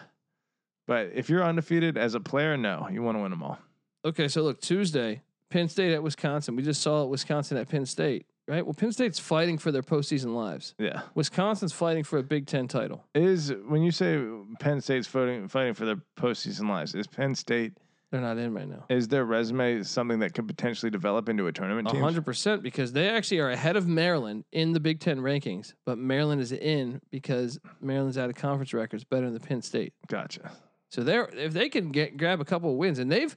Speaker 2: but if you're undefeated as a player, no, you want to win them all.
Speaker 1: okay, so look, Tuesday, Penn State at Wisconsin. We just saw Wisconsin at Penn State, right? Well, Penn State's fighting for their postseason lives.
Speaker 2: Yeah.
Speaker 1: Wisconsin's fighting for a Big Ten title.
Speaker 2: Is when you say Penn State's fighting fighting for their postseason lives, is Penn State
Speaker 1: They're not in right now.
Speaker 2: is their resume something that could potentially develop into a tournament
Speaker 1: A
Speaker 2: team?
Speaker 1: hundred percent because they actually are ahead of Maryland in the Big Ten rankings, but Maryland is in because Maryland's out of conference records better than Penn State.
Speaker 2: Gotcha.
Speaker 1: So they're if they can get grab a couple of wins, and they've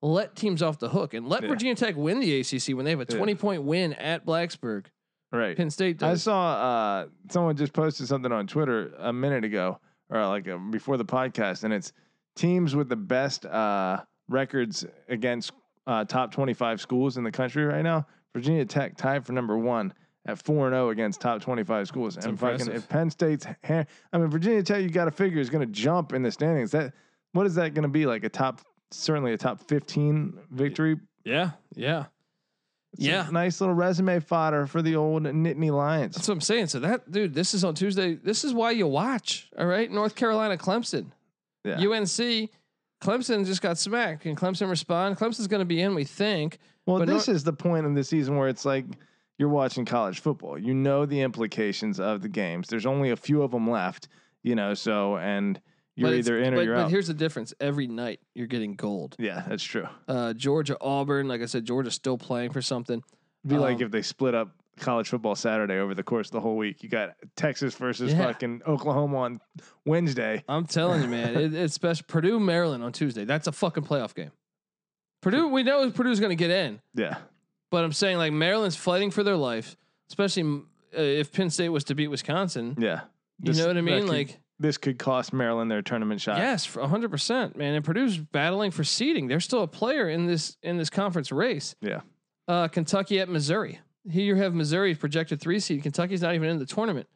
Speaker 1: let teams off the hook and let
Speaker 2: Yeah.
Speaker 1: Virginia Tech win the ACC when they have a
Speaker 2: Yeah.
Speaker 1: twenty point win at Blacksburg.
Speaker 2: Right.
Speaker 1: Penn State
Speaker 2: I
Speaker 1: does.
Speaker 2: saw uh, someone just posted something on Twitter a minute ago, or like uh, before the podcast, and it's teams with the best uh, records against uh, top twenty-five schools in the country right now Virginia Tech tied for number one at four and zero against top twenty five schools. and fucking
Speaker 3: impressive.
Speaker 2: if Penn State's, ha- I mean Virginia Tech, you got to figure is going to jump in the standings. That what is that going to be like a top? Certainly a top fifteen victory.
Speaker 1: Yeah, yeah.
Speaker 2: It's a
Speaker 1: Yeah.
Speaker 2: nice little resume fodder for the old Nittany Lions.
Speaker 1: That's what I'm saying. So that dude, this is on Tuesday. This is why you watch. All right, North Carolina, Clemson,
Speaker 2: Yeah.
Speaker 1: UNC, Clemson just got smacked. Can Clemson respond? Clemson's going to be in, we think.
Speaker 2: Well,
Speaker 1: But
Speaker 2: this is the point in the season where it's like you're watching college football. You know the implications of the games. There's only a few of them left, you know. So and you're
Speaker 1: but it's-
Speaker 2: either in or
Speaker 1: but,
Speaker 2: you're
Speaker 1: but
Speaker 2: out.
Speaker 1: here's the difference: every night you're getting gold.
Speaker 2: yeah, that's true.
Speaker 1: Uh, Georgia, Auburn. Like I said, Georgia's still playing for something.
Speaker 2: It'd be like
Speaker 1: Um,
Speaker 2: if they split up college football Saturday over the course of the whole week. You got Texas versus
Speaker 1: Yeah.
Speaker 2: fucking Oklahoma on Wednesday.
Speaker 1: I'm telling you, man. it, it's special. Purdue, Maryland on Tuesday. That's a fucking playoff game. Purdue, we know Purdue's going to get in,
Speaker 2: Yeah,
Speaker 1: but I'm saying like Maryland's fighting for their life, especially uh, if Penn State was to beat Wisconsin.
Speaker 2: yeah.
Speaker 1: You
Speaker 2: This-
Speaker 1: know what I
Speaker 2: that
Speaker 1: mean?
Speaker 2: could-
Speaker 1: Like,
Speaker 2: this could cost Maryland their tournament shot.
Speaker 1: yes, for 100%, man. And Purdue's battling for seeding. They're still a player in this in this conference race.
Speaker 2: Yeah.
Speaker 1: Uh, Kentucky at Missouri. Here you have Missouri projected 3 seed. Kentucky's not even in the tournament.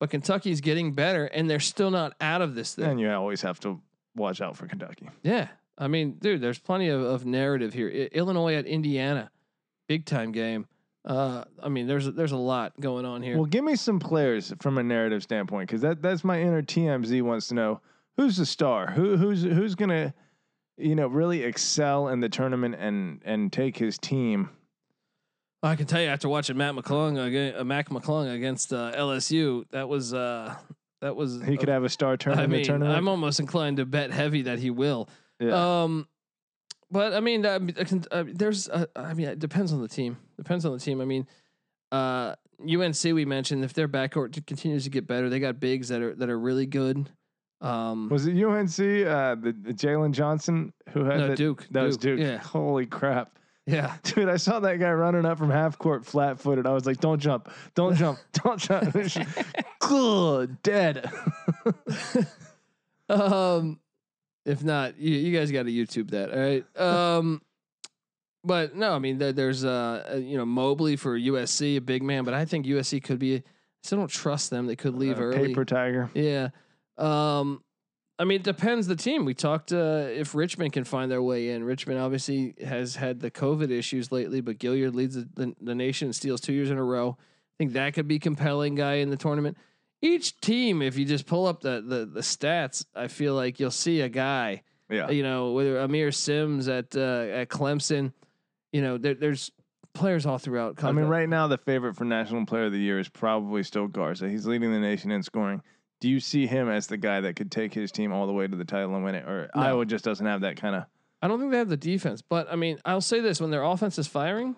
Speaker 1: But Kentucky's getting better and they're still not out of this thing.
Speaker 2: And you always have to watch out for Kentucky.
Speaker 1: Yeah. I mean, dude, there's plenty of, of narrative here. I- Illinois at Indiana, big time game. Uh, I mean, there's there's a lot going on here.
Speaker 2: Well, give me some players from a narrative standpoint, because that that's my inner TMZ wants to know who's the star, who who's who's gonna, you know, really excel in the tournament and and take his team.
Speaker 1: I can tell you after watching Matt McClung against, uh, Mac McClung against uh, LSU, that was uh, that was.
Speaker 2: He could have a star turn
Speaker 1: I
Speaker 2: in the
Speaker 1: mean,
Speaker 2: tournament.
Speaker 1: I'm almost inclined to bet heavy that he will.
Speaker 2: yeah.
Speaker 1: Um, but I mean, I, I can, I, there's. uh, I mean, it depends on the team. Depends on the team. I mean, uh, UNC we mentioned if their backcourt t- continues to get better, they got bigs that are that are really good. Um,
Speaker 2: was it UNC? Uh, the, the Jalen Johnson who had
Speaker 1: no
Speaker 2: that,
Speaker 1: Duke.
Speaker 2: that was Duke.
Speaker 1: Yeah,
Speaker 2: Holy crap. *laughs*
Speaker 1: yeah.
Speaker 2: Dude, I saw that guy running up from half court flat footed. I was like, don't jump, don't jump, *laughs* don't jump. Good, dead.
Speaker 1: Um, if not, you, you guys got to YouTube that. All right. Um, but no, I mean, there, there's uh, uh, you know, Mobley for USC, a big man, but I think USC could be. I still don't trust them. They could leave
Speaker 2: Uh,
Speaker 1: early.
Speaker 2: Paper tiger.
Speaker 1: Yeah. Um, I mean, it depends the team. We talked uh, if Richmond can find their way in. Richmond obviously has had the COVID issues lately, but Gilliard leads the, the, the nation and steals two years in a row. I think that could be compelling guy in the tournament. Each team, if you just pull up the the, the stats, I feel like you'll see a guy.
Speaker 2: Yeah.
Speaker 1: You know, whether Amir Sims at uh, at Clemson, you know, there, there's players all throughout.
Speaker 2: I mean,
Speaker 1: college.
Speaker 2: right now the favorite for National Player of the Year is probably still Garza. He's leading the nation in scoring. Do you see him as the guy that could take his team all the way to the title and win it? Or
Speaker 1: No.
Speaker 2: Iowa just doesn't have that kind of.
Speaker 1: I don't think they have the defense, but I mean, I'll say this: when their offense is firing,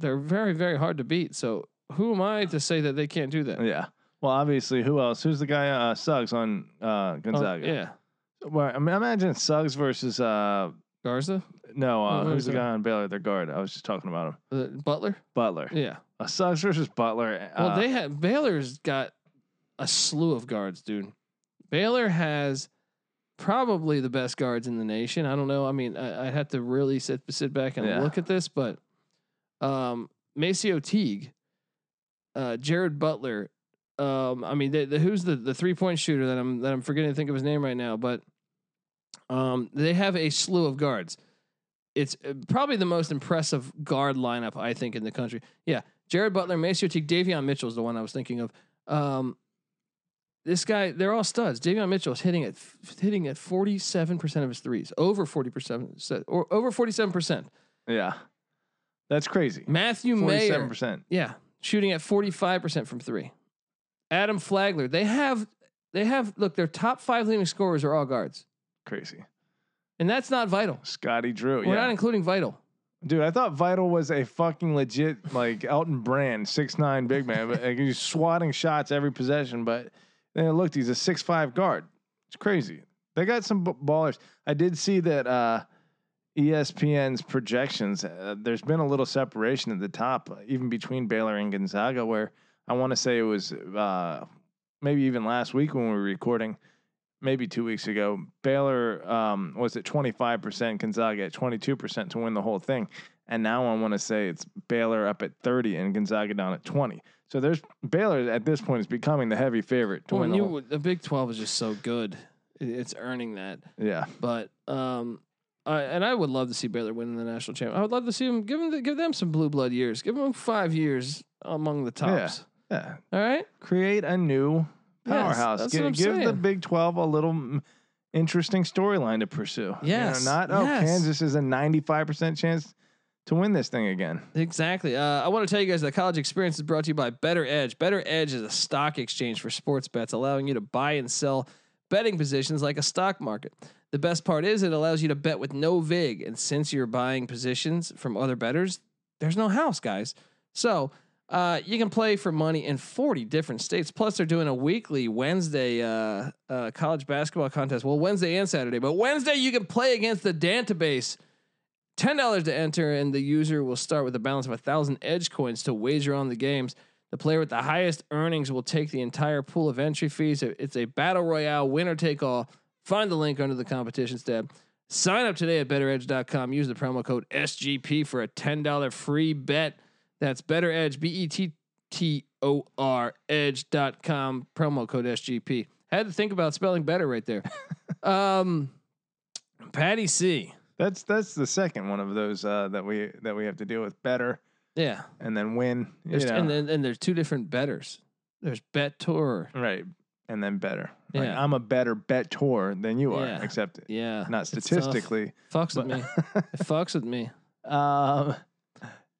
Speaker 1: they're very, very hard to beat. So who am I to say that they can't do that?
Speaker 2: Yeah. Well, obviously, who else? Who's the guy? Uh, Suggs on uh,
Speaker 1: Oh,
Speaker 2: Gonzaga.
Speaker 1: yeah,
Speaker 2: Well, I mean, imagine Suggs versus uh,
Speaker 1: Garza,
Speaker 2: no, uh,
Speaker 1: Who- who's
Speaker 2: who's the
Speaker 1: that?
Speaker 2: guy on Baylor? Their guard. I was just talking about him.
Speaker 1: uh, Butler.
Speaker 2: Butler.
Speaker 1: Yeah.
Speaker 2: Uh, Suggs versus Butler.
Speaker 1: Well,
Speaker 2: uh,
Speaker 1: they have Baylor's got a slew of guards, dude. Baylor has probably the best guards in the nation. I don't know. I mean, I, I had to really sit sit back and
Speaker 2: Yeah.
Speaker 1: look at this, but um, Macy O'Teague, uh, Jared Butler. Um, I mean, they, the, who's the, the three point shooter that I'm that I'm forgetting to think of his name right now, but um, they have a slew of guards. It's uh, probably the most impressive guard lineup I think in the country. Yeah, Jared Butler, Macy O'Teague, Davion Mitchell is the one I was thinking of. Um, this guy, they're all studs. Davion Mitchell is hitting at f- hitting at forty seven percent of his threes, over forty percent, or over forty seven percent.
Speaker 2: Yeah. That's crazy.
Speaker 1: Matthew Mayer,
Speaker 2: Forty-seven percent.
Speaker 1: yeah, shooting at forty five percent from three. Adam Flagler, they have they have look, their top five leading scorers are all guards,
Speaker 2: Crazy.
Speaker 1: and that's not vital.
Speaker 2: Scotty Drew.
Speaker 1: We're
Speaker 2: Oh, yeah.
Speaker 1: not including vital.
Speaker 2: Dude, I thought Vital was a fucking legit like Elton Brand, six nine big man, but like, he's swatting shots every possession. But then it looked, he's a six five guard. It's crazy. They got some b- ballers. I did see that uh, ESPN's projections. Uh, there's been a little separation at the top, uh, even between Baylor and Gonzaga, where I want to say it was uh, maybe even last week when we were recording, maybe two weeks ago. Baylor um, was at 25%, Gonzaga at 22% to win the whole thing. And now I want to say it's Baylor up at 30 and Gonzaga down at 20. So there's Baylor at this point is becoming the heavy favorite to
Speaker 1: Well,
Speaker 2: win
Speaker 1: and
Speaker 2: the
Speaker 1: you,
Speaker 2: whole-
Speaker 1: would- the Big Twelve is just so good; It- it's earning that.
Speaker 2: Yeah.
Speaker 1: But um, I, and I would love to see Baylor win the national championship. I would love to see them give them give them some blue blood years. Give them five years among the tops.
Speaker 2: Yeah.
Speaker 1: All right.
Speaker 2: Create a new
Speaker 1: Yes,
Speaker 2: powerhouse.
Speaker 1: that's
Speaker 2: Gi-
Speaker 1: what I'm
Speaker 2: give the
Speaker 1: saying.
Speaker 2: Big 12 a little mm, interesting storyline to pursue. You know,
Speaker 1: Yes,
Speaker 2: not, oh,
Speaker 1: yes.
Speaker 2: Kansas is a 95% chance to win this thing again.
Speaker 1: Exactly. Uh, I want to tell you guys that college experience is brought to you by Better Edge. Better Edge is a stock exchange for sports bets, allowing you to buy and sell betting positions like a stock market. The best part is it allows you to bet with no vig, and since you're buying positions from other betters, there's no house, guys. So uh, you can play for money in 40 different states. Plus, they're doing a weekly Wednesday uh, uh, college basketball contest. Well, Wednesday and Saturday, but Wednesday you can play against the database. Ten dollars to enter, and the user will start with a balance of a thousand edge coins to wager on the games. The player with the highest earnings will take the entire pool of entry fees. It's a battle royale, winner take all. Find the link under the competitions tab. Sign up today at betteredge.com. Use the promo code SGP for a $10 free bet. That's betteredge, B E T T O R edge.com, promo code SGP. Had to think about spelling better right there. um, Patty C.
Speaker 2: That's that's the second one of those uh, that we that we have to deal with better
Speaker 1: Yeah.
Speaker 2: and then win. You
Speaker 1: There's,
Speaker 2: know.
Speaker 1: and then and there's two different betters. There's bet tour.
Speaker 2: right. And then better. Like,
Speaker 1: Yeah.
Speaker 2: I'm a better bet tour than you are,
Speaker 1: Yeah.
Speaker 2: except
Speaker 1: Yeah.
Speaker 2: not
Speaker 1: it's tough.
Speaker 2: statistically.
Speaker 1: Fucks with
Speaker 2: but-
Speaker 1: me.
Speaker 2: *laughs*
Speaker 1: It fucks with me.
Speaker 2: Um,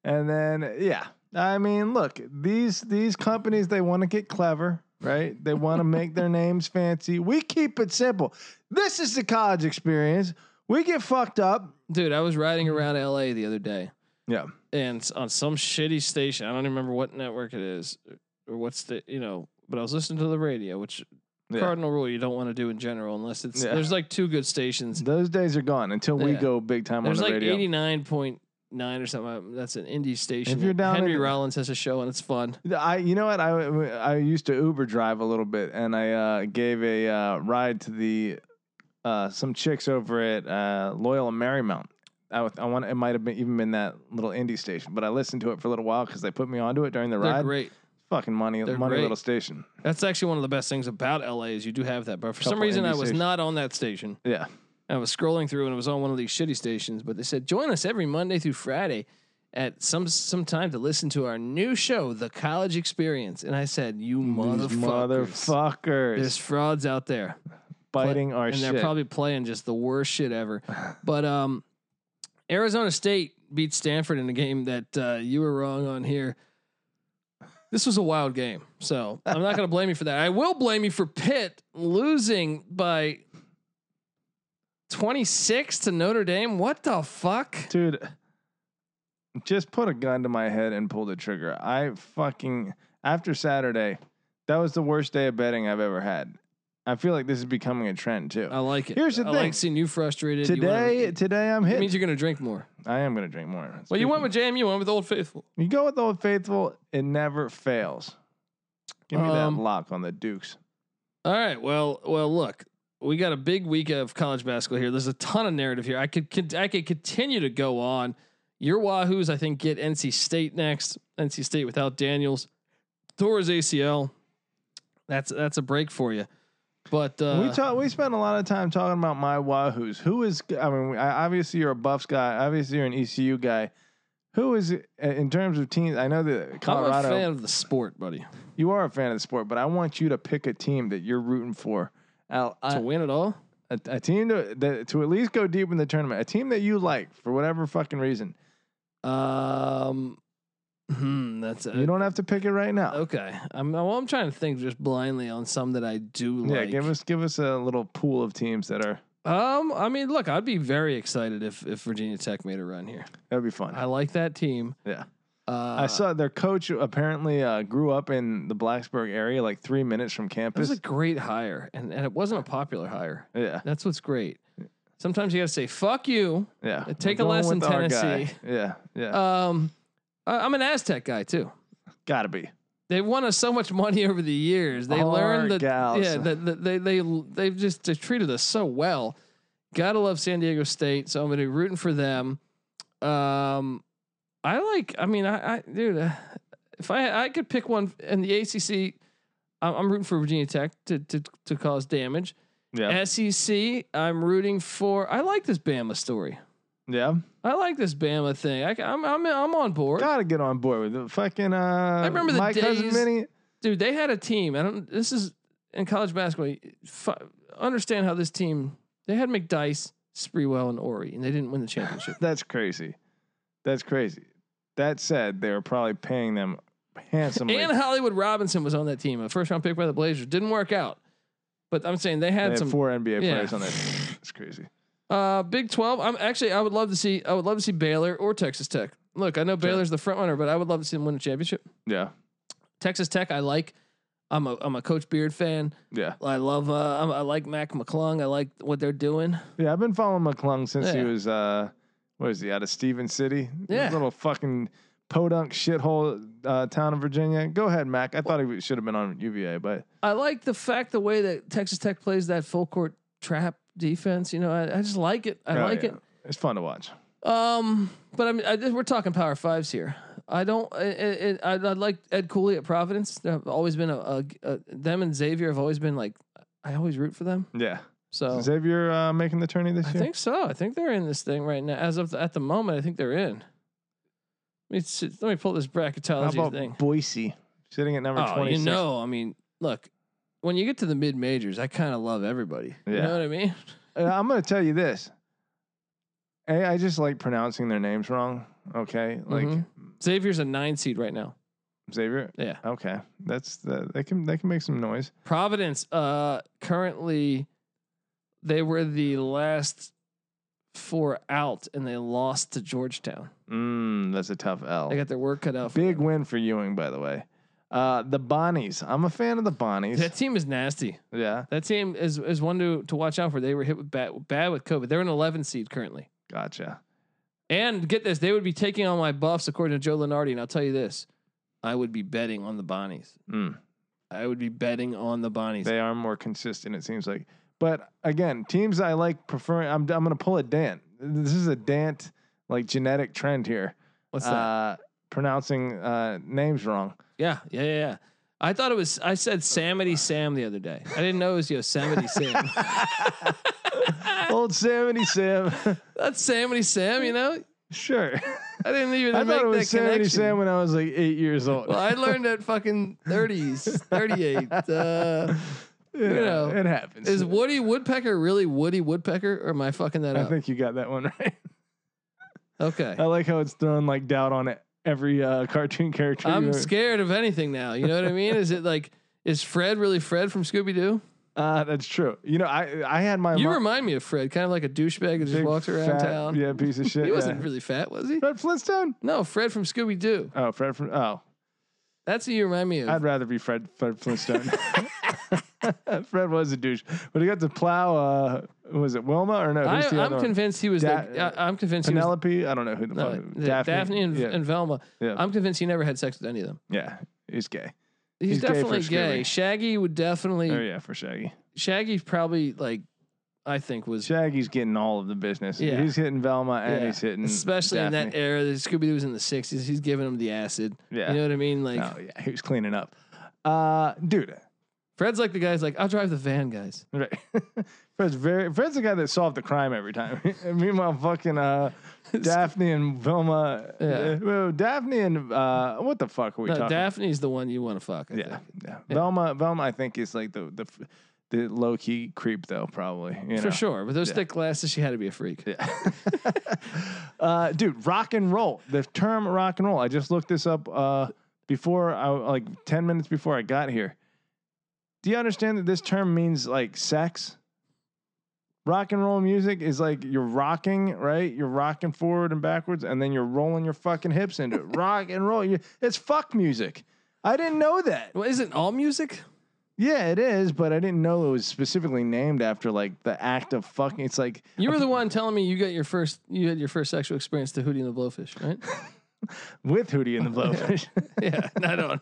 Speaker 2: and then yeah, I mean, look these these companies they want to get clever, right? They want to make
Speaker 1: *laughs*
Speaker 2: their names fancy. We keep it simple. This is the college experience. We get fucked up.
Speaker 1: Dude, I was riding around LA the other day.
Speaker 2: Yeah.
Speaker 1: And s- on some shitty station, I don't even remember what network it is or what's the, you know, but I was listening to the radio, which
Speaker 2: Yeah.
Speaker 1: cardinal rule you don't want to do in general unless it's
Speaker 2: Yeah.
Speaker 1: there's like two good stations.
Speaker 2: Those days are gone until we
Speaker 1: Yeah.
Speaker 2: go big time
Speaker 1: There's
Speaker 2: on the
Speaker 1: like
Speaker 2: radio.
Speaker 1: 89.9 or something. That's an indie station.
Speaker 2: you're down
Speaker 1: Henry
Speaker 2: in-
Speaker 1: Rollins has a show and it's fun.
Speaker 2: I, you know what? I, I used to Uber drive a little bit, and I uh, gave a uh, ride to the uh, some chicks over at uh, Loyal and Marymount. I, was- I want it might have been even been that little indie station, but I listened to it for a little while because they put me onto it during the
Speaker 1: They're
Speaker 2: ride.
Speaker 1: great.
Speaker 2: Fucking money,
Speaker 1: They're
Speaker 2: money
Speaker 1: great.
Speaker 2: little station.
Speaker 1: That's actually one of the best things about LA is you do have that. But for some
Speaker 2: Couple
Speaker 1: reason,
Speaker 2: indie
Speaker 1: I was
Speaker 2: stations.
Speaker 1: not on that station.
Speaker 2: Yeah,
Speaker 1: I was scrolling through and it was on one of these shitty stations, but they said join us every Monday through Friday at some some time to listen to our new show, The College Experience. And I said, "You
Speaker 2: These
Speaker 1: motherfuckers,
Speaker 2: motherfuckers
Speaker 1: there's frauds out there,
Speaker 2: biting our
Speaker 1: and
Speaker 2: Oh, shit.
Speaker 1: they're probably playing just the worst shit ever."
Speaker 2: *laughs*
Speaker 1: But um, Arizona State beat Stanford in a game that uh, you were wrong on here. This was a wild game, so I'm not going to blame you for that. I will blame you for Pitt losing by 26 to Notre Dame. What the fuck?
Speaker 2: dude just put a gun to my head and pull the trigger i fucking after saturday that was the worst day of betting i've ever had i feel like this is becoming a trend too
Speaker 1: I like it.
Speaker 2: Here's the
Speaker 1: I
Speaker 2: thing.
Speaker 1: like seeing you frustrated. Oh, You wanna-
Speaker 2: today today i'm
Speaker 1: it
Speaker 2: hitting
Speaker 1: means you're going to drink more.
Speaker 2: i am gonna drink more
Speaker 1: Well, you
Speaker 2: Speaking-
Speaker 1: went with JMU, you went with Old Faithful.
Speaker 2: you go with old faithful it never fails give me
Speaker 1: Um,
Speaker 2: that lock on the dukes
Speaker 1: All right. Well, well, look, we got a big week of college basketball here. There's a ton of narrative here. I could, con- I could continue to go on. Your Wahoos, I think, get NC State next. NC State without Daniels, Thor's ACL. That's that's a break for you. But uh,
Speaker 2: we talk. We spent a lot of time talking about my Wahoos. Who is? I mean, I, obviously you're a Buffs guy. Obviously you're an ECU guy. Who is in terms of teams? I know that Colorado.
Speaker 1: I'm a fan of the sport, buddy.
Speaker 2: You are a fan of the sport, but I want you to pick a team that you're rooting for. Al,
Speaker 1: to
Speaker 2: I-
Speaker 1: win it all,
Speaker 2: a, a team to that, to at least go deep in the tournament. A team that you like for whatever fucking reason.
Speaker 1: um, hmm, that's it.
Speaker 2: You don't have to pick it right now.
Speaker 1: Okay, I'm well. I'm trying to think just blindly on some that I do
Speaker 2: yeah,
Speaker 1: like.
Speaker 2: give us give us a little pool of teams that are
Speaker 1: Um, I mean, look, I'd be very excited if if Virginia Tech made a run here.
Speaker 2: that'd be fun.
Speaker 1: I like that team.
Speaker 2: yeah,
Speaker 1: Uh,
Speaker 2: I saw their coach apparently uh, grew up in the Blacksburg area, like three minutes from
Speaker 1: it was
Speaker 2: campus.
Speaker 1: a great hire, and and it wasn't a popular hire.
Speaker 2: yeah,
Speaker 1: That's what's great. Sometimes you got to say "fuck you."
Speaker 2: yeah. We're
Speaker 1: Take a
Speaker 2: going
Speaker 1: lesson,
Speaker 2: with our guy.
Speaker 1: Tennessee.
Speaker 2: Yeah, yeah.
Speaker 1: Um, I, I'm an Aztec guy too.
Speaker 2: Gotta be.
Speaker 1: They won us so much money over the years. They
Speaker 2: Our
Speaker 1: learned that
Speaker 2: gals.
Speaker 1: yeah, that that they they they've just they've treated us so well. Gotta love San Diego State, so I'm gonna be rooting for them. Um, I like. I mean, I, I dude, uh, if I I could pick one in the ACC, I'm, I'm rooting for Virginia Tech to to to cause damage.
Speaker 2: Yeah.
Speaker 1: SEC, I'm rooting for. I like this Bama story.
Speaker 2: Yeah.
Speaker 1: I like this Bama thing. I, am I'm I'm on board,
Speaker 2: Gotta get on board with the fucking. Uh, I
Speaker 1: remember the
Speaker 2: my cousin
Speaker 1: days-
Speaker 2: Minnie.
Speaker 1: dude. They had a team. I don't. This is in college basketball. you fi- understand how this team? They had McDice, Spreewell, and Ori, and they didn't win the
Speaker 2: *laughs*
Speaker 1: championship.
Speaker 2: That's crazy. That's crazy. That said, they were probably paying them handsomely.
Speaker 1: and Hollywood Robinson was on that team, a first round pick by the Blazers. Didn't work out, but I'm saying they
Speaker 2: they
Speaker 1: had
Speaker 2: had
Speaker 1: some
Speaker 2: four NBA
Speaker 1: yeah.
Speaker 2: players on that. team. It's crazy.
Speaker 1: Uh, Big Twelve. I'm actually I would love to see I would love to see Baylor or Texas Tech. Look, I know Baylor's the front runner, but I would love to see them win a championship.
Speaker 2: Yeah.
Speaker 1: Texas Tech, I like. I'm a I'm a Coach Beard fan.
Speaker 2: Yeah.
Speaker 1: I love uh I'm, I like Mac McClung. I like what they're doing.
Speaker 2: Yeah. I've been following McClung since he
Speaker 1: Yeah.
Speaker 2: was, uh, what is he, out of Steven City?
Speaker 1: Yeah.
Speaker 2: Little fucking podunk shithole uh, town of Virginia. Go ahead, Mac. I thought he should have been on UVA, but
Speaker 1: I like the fact the way that Texas Tech plays that full court trap defense. You know, I, I just like it. I
Speaker 2: Oh,
Speaker 1: like
Speaker 2: yeah. it's fun to watch.
Speaker 1: it. Um, but I mean, I, we're talking Power Fives here. I don't. I, I, I, I like Ed Cooley at Providence. They've always been a, a, a them and Xavier have always been like. I always root for them.
Speaker 2: Yeah.
Speaker 1: So
Speaker 2: Is Xavier uh, making the tourney this
Speaker 1: I
Speaker 2: year?
Speaker 1: think so. I think they're in this thing right now. As of the, at the moment, I think they're in. Let me, see, let me pull this
Speaker 2: How
Speaker 1: bracketology
Speaker 2: about
Speaker 1: thing.
Speaker 2: Boise sitting at number
Speaker 1: Oh,
Speaker 2: 26?
Speaker 1: you know, I mean, look, when you get to the mid majors, I kind of love everybody. You
Speaker 2: Yeah.
Speaker 1: know what I mean?
Speaker 2: Uh, I'm going to tell you this. A, I just like pronouncing their names wrong. Okay, like
Speaker 1: Mhm. Xavier's a nine seed right now.
Speaker 2: Xavier.
Speaker 1: Yeah.
Speaker 2: Okay, that's the, they can they can make some noise.
Speaker 1: Providence, uh, currently, they were the last four out, and they lost to Georgetown.
Speaker 2: Mm, that's a tough L.
Speaker 1: They got their work cut out. for
Speaker 2: Big
Speaker 1: them.
Speaker 2: win for Ewing, by the way. Uh, the Bonnies. I'm a fan of the Bonnies.
Speaker 1: That team is nasty.
Speaker 2: *laughs* yeah,
Speaker 1: That team is is one to to watch out for. They were hit with bad, bad with COVID. They're an 11 seed currently.
Speaker 2: gotcha.
Speaker 1: And get this, they would be taking on my buffs according to Joe Lenardi. And I'll tell you this, I would be betting on the Bonnies.
Speaker 2: Mm.
Speaker 1: I would be betting on the Bonnies.
Speaker 2: They are more consistent. It seems like. But again, teams I like preferring. I'm I'm gonna pull a Dant. This is a Dant like genetic trend here.
Speaker 1: What's that?
Speaker 2: Uh, pronouncing uh,
Speaker 1: *laughs*
Speaker 2: names wrong. *laughs*
Speaker 1: yeah, yeah, yeah, yeah. I thought it was. I said Samity Sam the other day. I didn't know it was Yosemite Sam. *laughs*
Speaker 2: Old Samity Sam.
Speaker 1: That's Samity Sam. You know,
Speaker 2: *laughs* sure.
Speaker 1: I didn't even
Speaker 2: I
Speaker 1: make
Speaker 2: thought it
Speaker 1: that
Speaker 2: was Samity
Speaker 1: connection.
Speaker 2: Sam when I was like eight years old. *laughs*
Speaker 1: well, I learned at fucking 30s, 38. Uh,
Speaker 2: you
Speaker 1: know,
Speaker 2: it happens.
Speaker 1: is Woody Woodpecker really Woody Woodpecker, or am I fucking that
Speaker 2: I
Speaker 1: up?
Speaker 2: think you got that one right. *laughs*
Speaker 1: okay.
Speaker 2: I like how it's thrown like doubt on it. Every uh, cartoon character.
Speaker 1: I'm
Speaker 2: you-
Speaker 1: scared of anything now. You know what I mean? Is it like is Fred really Fred from Scooby Doo?
Speaker 2: Uh, that's true. You know, I I had my
Speaker 1: You
Speaker 2: mom-
Speaker 1: remind me of Fred, kind of like a douchebag that just
Speaker 2: big
Speaker 1: walks around
Speaker 2: fat-
Speaker 1: town.
Speaker 2: Yeah, piece of shit.
Speaker 1: *laughs* He
Speaker 2: yeah.
Speaker 1: wasn't really fat, was he?
Speaker 2: Fred Flintstone.
Speaker 1: No, Fred from Scooby Doo.
Speaker 2: Oh, Fred. Flin- Oh,
Speaker 1: That's who you remind me of.
Speaker 2: I'd rather be Fred Fred Flintstone. *laughs* Fred was a douche, but he got to plow. Uh, was it Wilma or no?
Speaker 1: I,
Speaker 2: Who's the other
Speaker 1: am
Speaker 2: one?
Speaker 1: convinced he was.
Speaker 2: Da-
Speaker 1: the, I, am convinced he was.
Speaker 2: Penelope. I don't know who the
Speaker 1: No,
Speaker 2: fuck.
Speaker 1: the- Daphne, and,
Speaker 2: yeah,
Speaker 1: and Velma.
Speaker 2: yeah,
Speaker 1: I'm convinced he never had sex with any of them.
Speaker 2: yeah. He's gay.
Speaker 1: He's,
Speaker 2: He's gay for
Speaker 1: definitely gay.
Speaker 2: Scooby.
Speaker 1: Shaggy would definitely.
Speaker 2: Oh yeah, for Shaggy.
Speaker 1: Shaggy probably like, I think was
Speaker 2: Shaggy's getting all of the business.
Speaker 1: Yeah.
Speaker 2: He's hitting Velma and
Speaker 1: Yeah.
Speaker 2: he's hitting
Speaker 1: especially in that
Speaker 2: Daphne.
Speaker 1: era. That Scooby Doo was in the '60s. He's giving him the acid.
Speaker 2: Yeah.
Speaker 1: You know what I mean? Like
Speaker 2: oh yeah, he was cleaning up. Uh, dude.
Speaker 1: Fred's like the guy's like, I'll drive the van, guys.
Speaker 2: Right. *laughs* Fred's very Fred's the guy that solved the crime every time. *laughs* And Meanwhile, fucking
Speaker 1: *laughs*
Speaker 2: uh, Daphne and Velma.
Speaker 1: Yeah.
Speaker 2: uh, well, Daphne and uh, what the fuck are we
Speaker 1: No,
Speaker 2: talking?
Speaker 1: Daphne's the one you want to fuck. I
Speaker 2: yeah,
Speaker 1: think.
Speaker 2: yeah. Velma. Velma. I think is like the the f- the low key creep though. Probably. You know?
Speaker 1: for sure. With those
Speaker 2: Yeah.
Speaker 1: thick glasses, she had to be a freak.
Speaker 2: Yeah. *laughs* uh, dude, rock and roll. The term rock and roll. I just looked this up uh, before, I, like 10 minutes before I got here. Do you understand that this term means like sex? Rock and roll music is like you're rocking, right? You're rocking forward and backwards, and then you're rolling your fucking hips into it. rock and roll. You- It's fuck music. I didn't know that.
Speaker 1: Well, isn't all music?
Speaker 2: Yeah, it is, but I didn't know it was specifically named after like the act of fucking. It's like
Speaker 1: You were the one telling me you got your first you had your first sexual experience to Hootie and the Blowfish, right?
Speaker 2: with Hootie and the Blowfish.
Speaker 1: *laughs*
Speaker 2: *laughs*
Speaker 1: yeah, not on.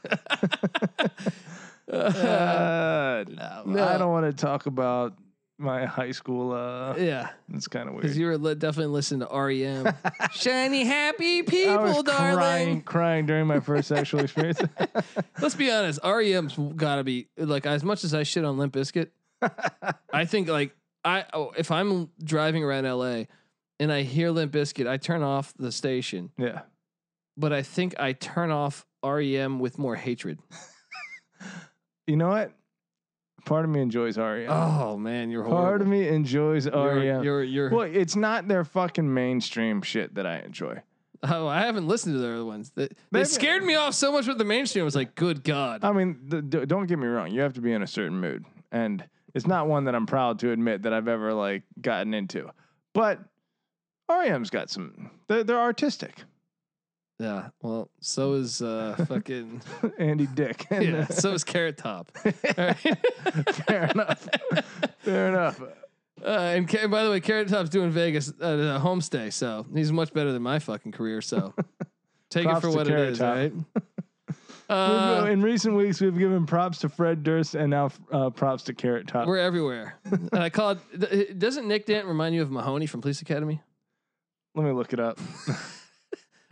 Speaker 2: Uh, no,
Speaker 1: No.
Speaker 2: I don't want to talk about my high school. Uh,
Speaker 1: *laughs* Yeah,
Speaker 2: it's kind of
Speaker 1: because
Speaker 2: weird.
Speaker 1: you were li- definitely listening to REM. *laughs* Shiny happy people,
Speaker 2: I was
Speaker 1: darling.
Speaker 2: crying, crying during my
Speaker 1: *laughs*
Speaker 2: first sexual experience. *laughs*
Speaker 1: Let's be honest. REM's gotta be like as much as I shit on Limp Bizkit. *laughs* I think like I oh, if I'm driving around LA and I hear Limp Bizkit, I turn off the station.
Speaker 2: yeah,
Speaker 1: but I think I turn off REM with more hatred.
Speaker 2: you know what? Part of me enjoys REM.
Speaker 1: Oh man, you're horrible.
Speaker 2: Part of me enjoys
Speaker 1: You're,
Speaker 2: REM.
Speaker 1: you're, you're-
Speaker 2: Well, it's not their fucking mainstream shit that I enjoy.
Speaker 1: oh, I haven't listened to the other ones. They, they
Speaker 2: Maybe-
Speaker 1: scared me off so much with the mainstream. I was like, good God.
Speaker 2: I mean, the, d- don't get me wrong. You have to be in a certain mood, and it's not one that I'm proud to admit that I've ever like gotten into. But REM's got some. They're, they're artistic.
Speaker 1: yeah. Well, so is
Speaker 2: *laughs*
Speaker 1: uh, fucking
Speaker 2: Andy Dick. *laughs* And,
Speaker 1: yeah. So is Carrot
Speaker 2: *laughs*
Speaker 1: Top.
Speaker 2: uh, fair enough. Fair enough.
Speaker 1: *laughs* Uh, and Ca- by the way, Carrot Top's doing Vegas uh, a homestay, so he's much better than my fucking career.
Speaker 2: *laughs*
Speaker 1: So take it
Speaker 2: Props
Speaker 1: for
Speaker 2: to
Speaker 1: what it
Speaker 2: Carrot
Speaker 1: is,
Speaker 2: Top. *laughs*
Speaker 1: right?
Speaker 2: We've-
Speaker 1: Uh,
Speaker 2: in recent weeks, we've given props to Fred Durst and now uh, props to Carrot Top.
Speaker 1: we're everywhere. and I called. th- Doesn't Nick Dent remind you of Mahoney from Police Academy?
Speaker 2: Let me look it up.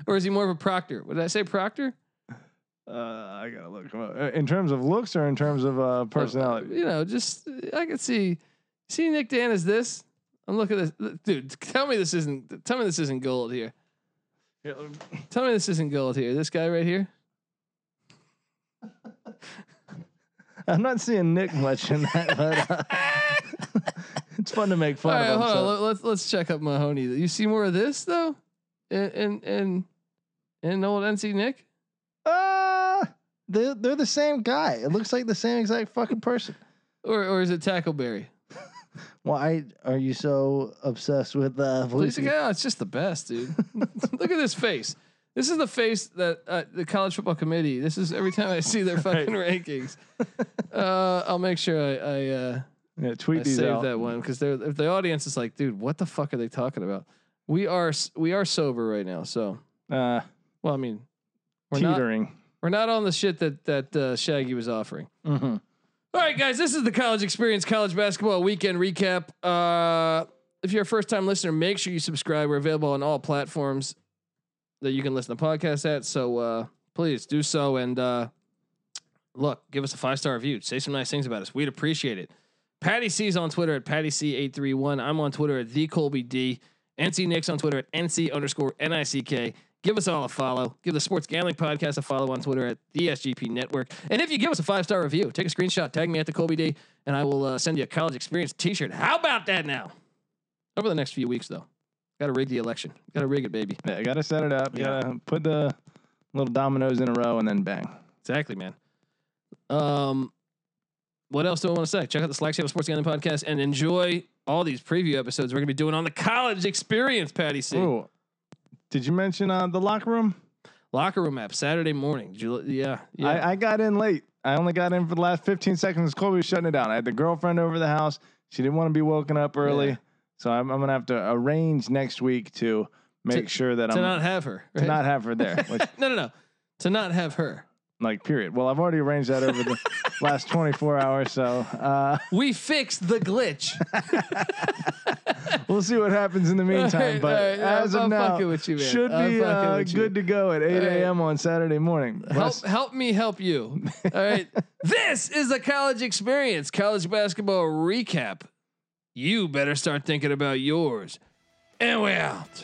Speaker 1: Or is he more of a proctor? What did I say, proctor?
Speaker 2: Uh, I gotta look him up. Uh, In terms of looks or in terms of
Speaker 1: *laughs*
Speaker 2: uh, personality?
Speaker 1: You know, just I could see see Nick Dan is this. I'm looking at this dude. Tell me this isn't. Tell me this isn't gold here.
Speaker 2: Yeah, let me-
Speaker 1: Tell me this isn't gold here. This guy right here.
Speaker 2: I'm not seeing Nick much in that, but uh, *laughs* it's fun to make
Speaker 1: All
Speaker 2: fun
Speaker 1: right,
Speaker 2: of
Speaker 1: hold on.
Speaker 2: him. so-
Speaker 1: Let- Let's let's check up Mahoney. You see more of this though, and and and, and old NC Nick.
Speaker 2: Uh, they're, they're the same guy. It looks like the same exact fucking person.
Speaker 1: Or, or is it Tackleberry?
Speaker 3: Why are you so obsessed with uh,
Speaker 1: Police
Speaker 3: police?
Speaker 1: Academy? It's just the best, dude. *laughs* Look at this face. This is the face that uh, the college football committee. This is every time I see their fucking rankings. Uh, I'll make sure I, I, uh,
Speaker 2: Yeah,
Speaker 1: I
Speaker 2: tweet these
Speaker 1: save
Speaker 2: out.
Speaker 1: that one because they're if the audience is like, dude, what the fuck are they talking about? We are s- we are sober right now, so
Speaker 2: Uh,
Speaker 1: well, I mean, we're not
Speaker 2: teetering.
Speaker 1: we're not on the shit that that uh, Shaggy was offering.
Speaker 2: hmm
Speaker 1: All right, guys, this is the college experience, college basketball weekend recap. Uh, if you're a first time listener, make sure you subscribe. We're available on all platforms that you can listen to podcasts at. So uh, please do so. And uh, look, give us a five star review. Say some nice things about us. We'd appreciate it. Patty C's on Twitter at Patty C831. I'm on Twitter at the Colby D. NC Nick's on Twitter at NC underscore NICK. Give us all a follow. Give the Sports Gambling Podcast a follow on Twitter at the SGP Network. And if you give us a five star review, take a screenshot, tag me at the Colby D, and I will uh, send you a college experience t shirt. How about that now? Over the next few weeks, though. Got to rig the election. Got to rig it, baby.
Speaker 2: Yeah, gotta set it up. Gotta put the little dominoes in a row and then bang.
Speaker 1: Exactly, man. Um, what else do I want to say? Check out the Slack Channel Sports Gambling Podcast and enjoy all these preview episodes we're gonna be doing on the college experience, Patty C.
Speaker 2: Ooh. Did you mention uh, the locker room?
Speaker 1: Locker room app Saturday morning. Jul- yeah, yeah.
Speaker 2: I, I got in late. I only got in for the last 15 seconds. Colby was shutting it down. I had the girlfriend over the house. She didn't want to be woken up early.
Speaker 1: Yeah.
Speaker 2: So I'm, I'm going to have to arrange next week to make sure that
Speaker 1: to
Speaker 2: I'm
Speaker 1: not have her.
Speaker 2: um, to
Speaker 1: right?
Speaker 2: not have her there.
Speaker 1: *laughs*
Speaker 2: Which,
Speaker 1: no, no, no. To not have her.
Speaker 2: like, period. Well, I've already arranged
Speaker 1: *laughs*
Speaker 2: that over the last 24 hours. So uh,
Speaker 1: We fixed the
Speaker 2: *laughs*
Speaker 1: glitch.
Speaker 2: we'll see what happens in the meantime.
Speaker 1: right,
Speaker 2: but
Speaker 1: all right,
Speaker 2: as
Speaker 1: I'm-
Speaker 2: of
Speaker 1: I'm
Speaker 2: now,
Speaker 1: fucking with you, man.
Speaker 2: should
Speaker 1: I'm
Speaker 2: be
Speaker 1: fucking
Speaker 2: uh,
Speaker 1: with you.
Speaker 2: good to go at 8
Speaker 1: right.
Speaker 2: a.m. on Saturday morning.
Speaker 1: help,
Speaker 2: Bless-
Speaker 1: help me help you. All
Speaker 2: *laughs*
Speaker 1: right. this is the college experience, college basketball recap. You better start thinking about yours. And we're out.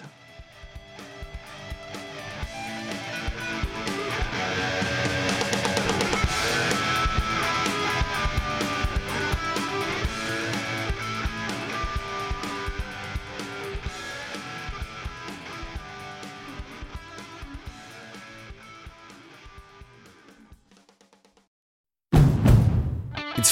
Speaker 4: It's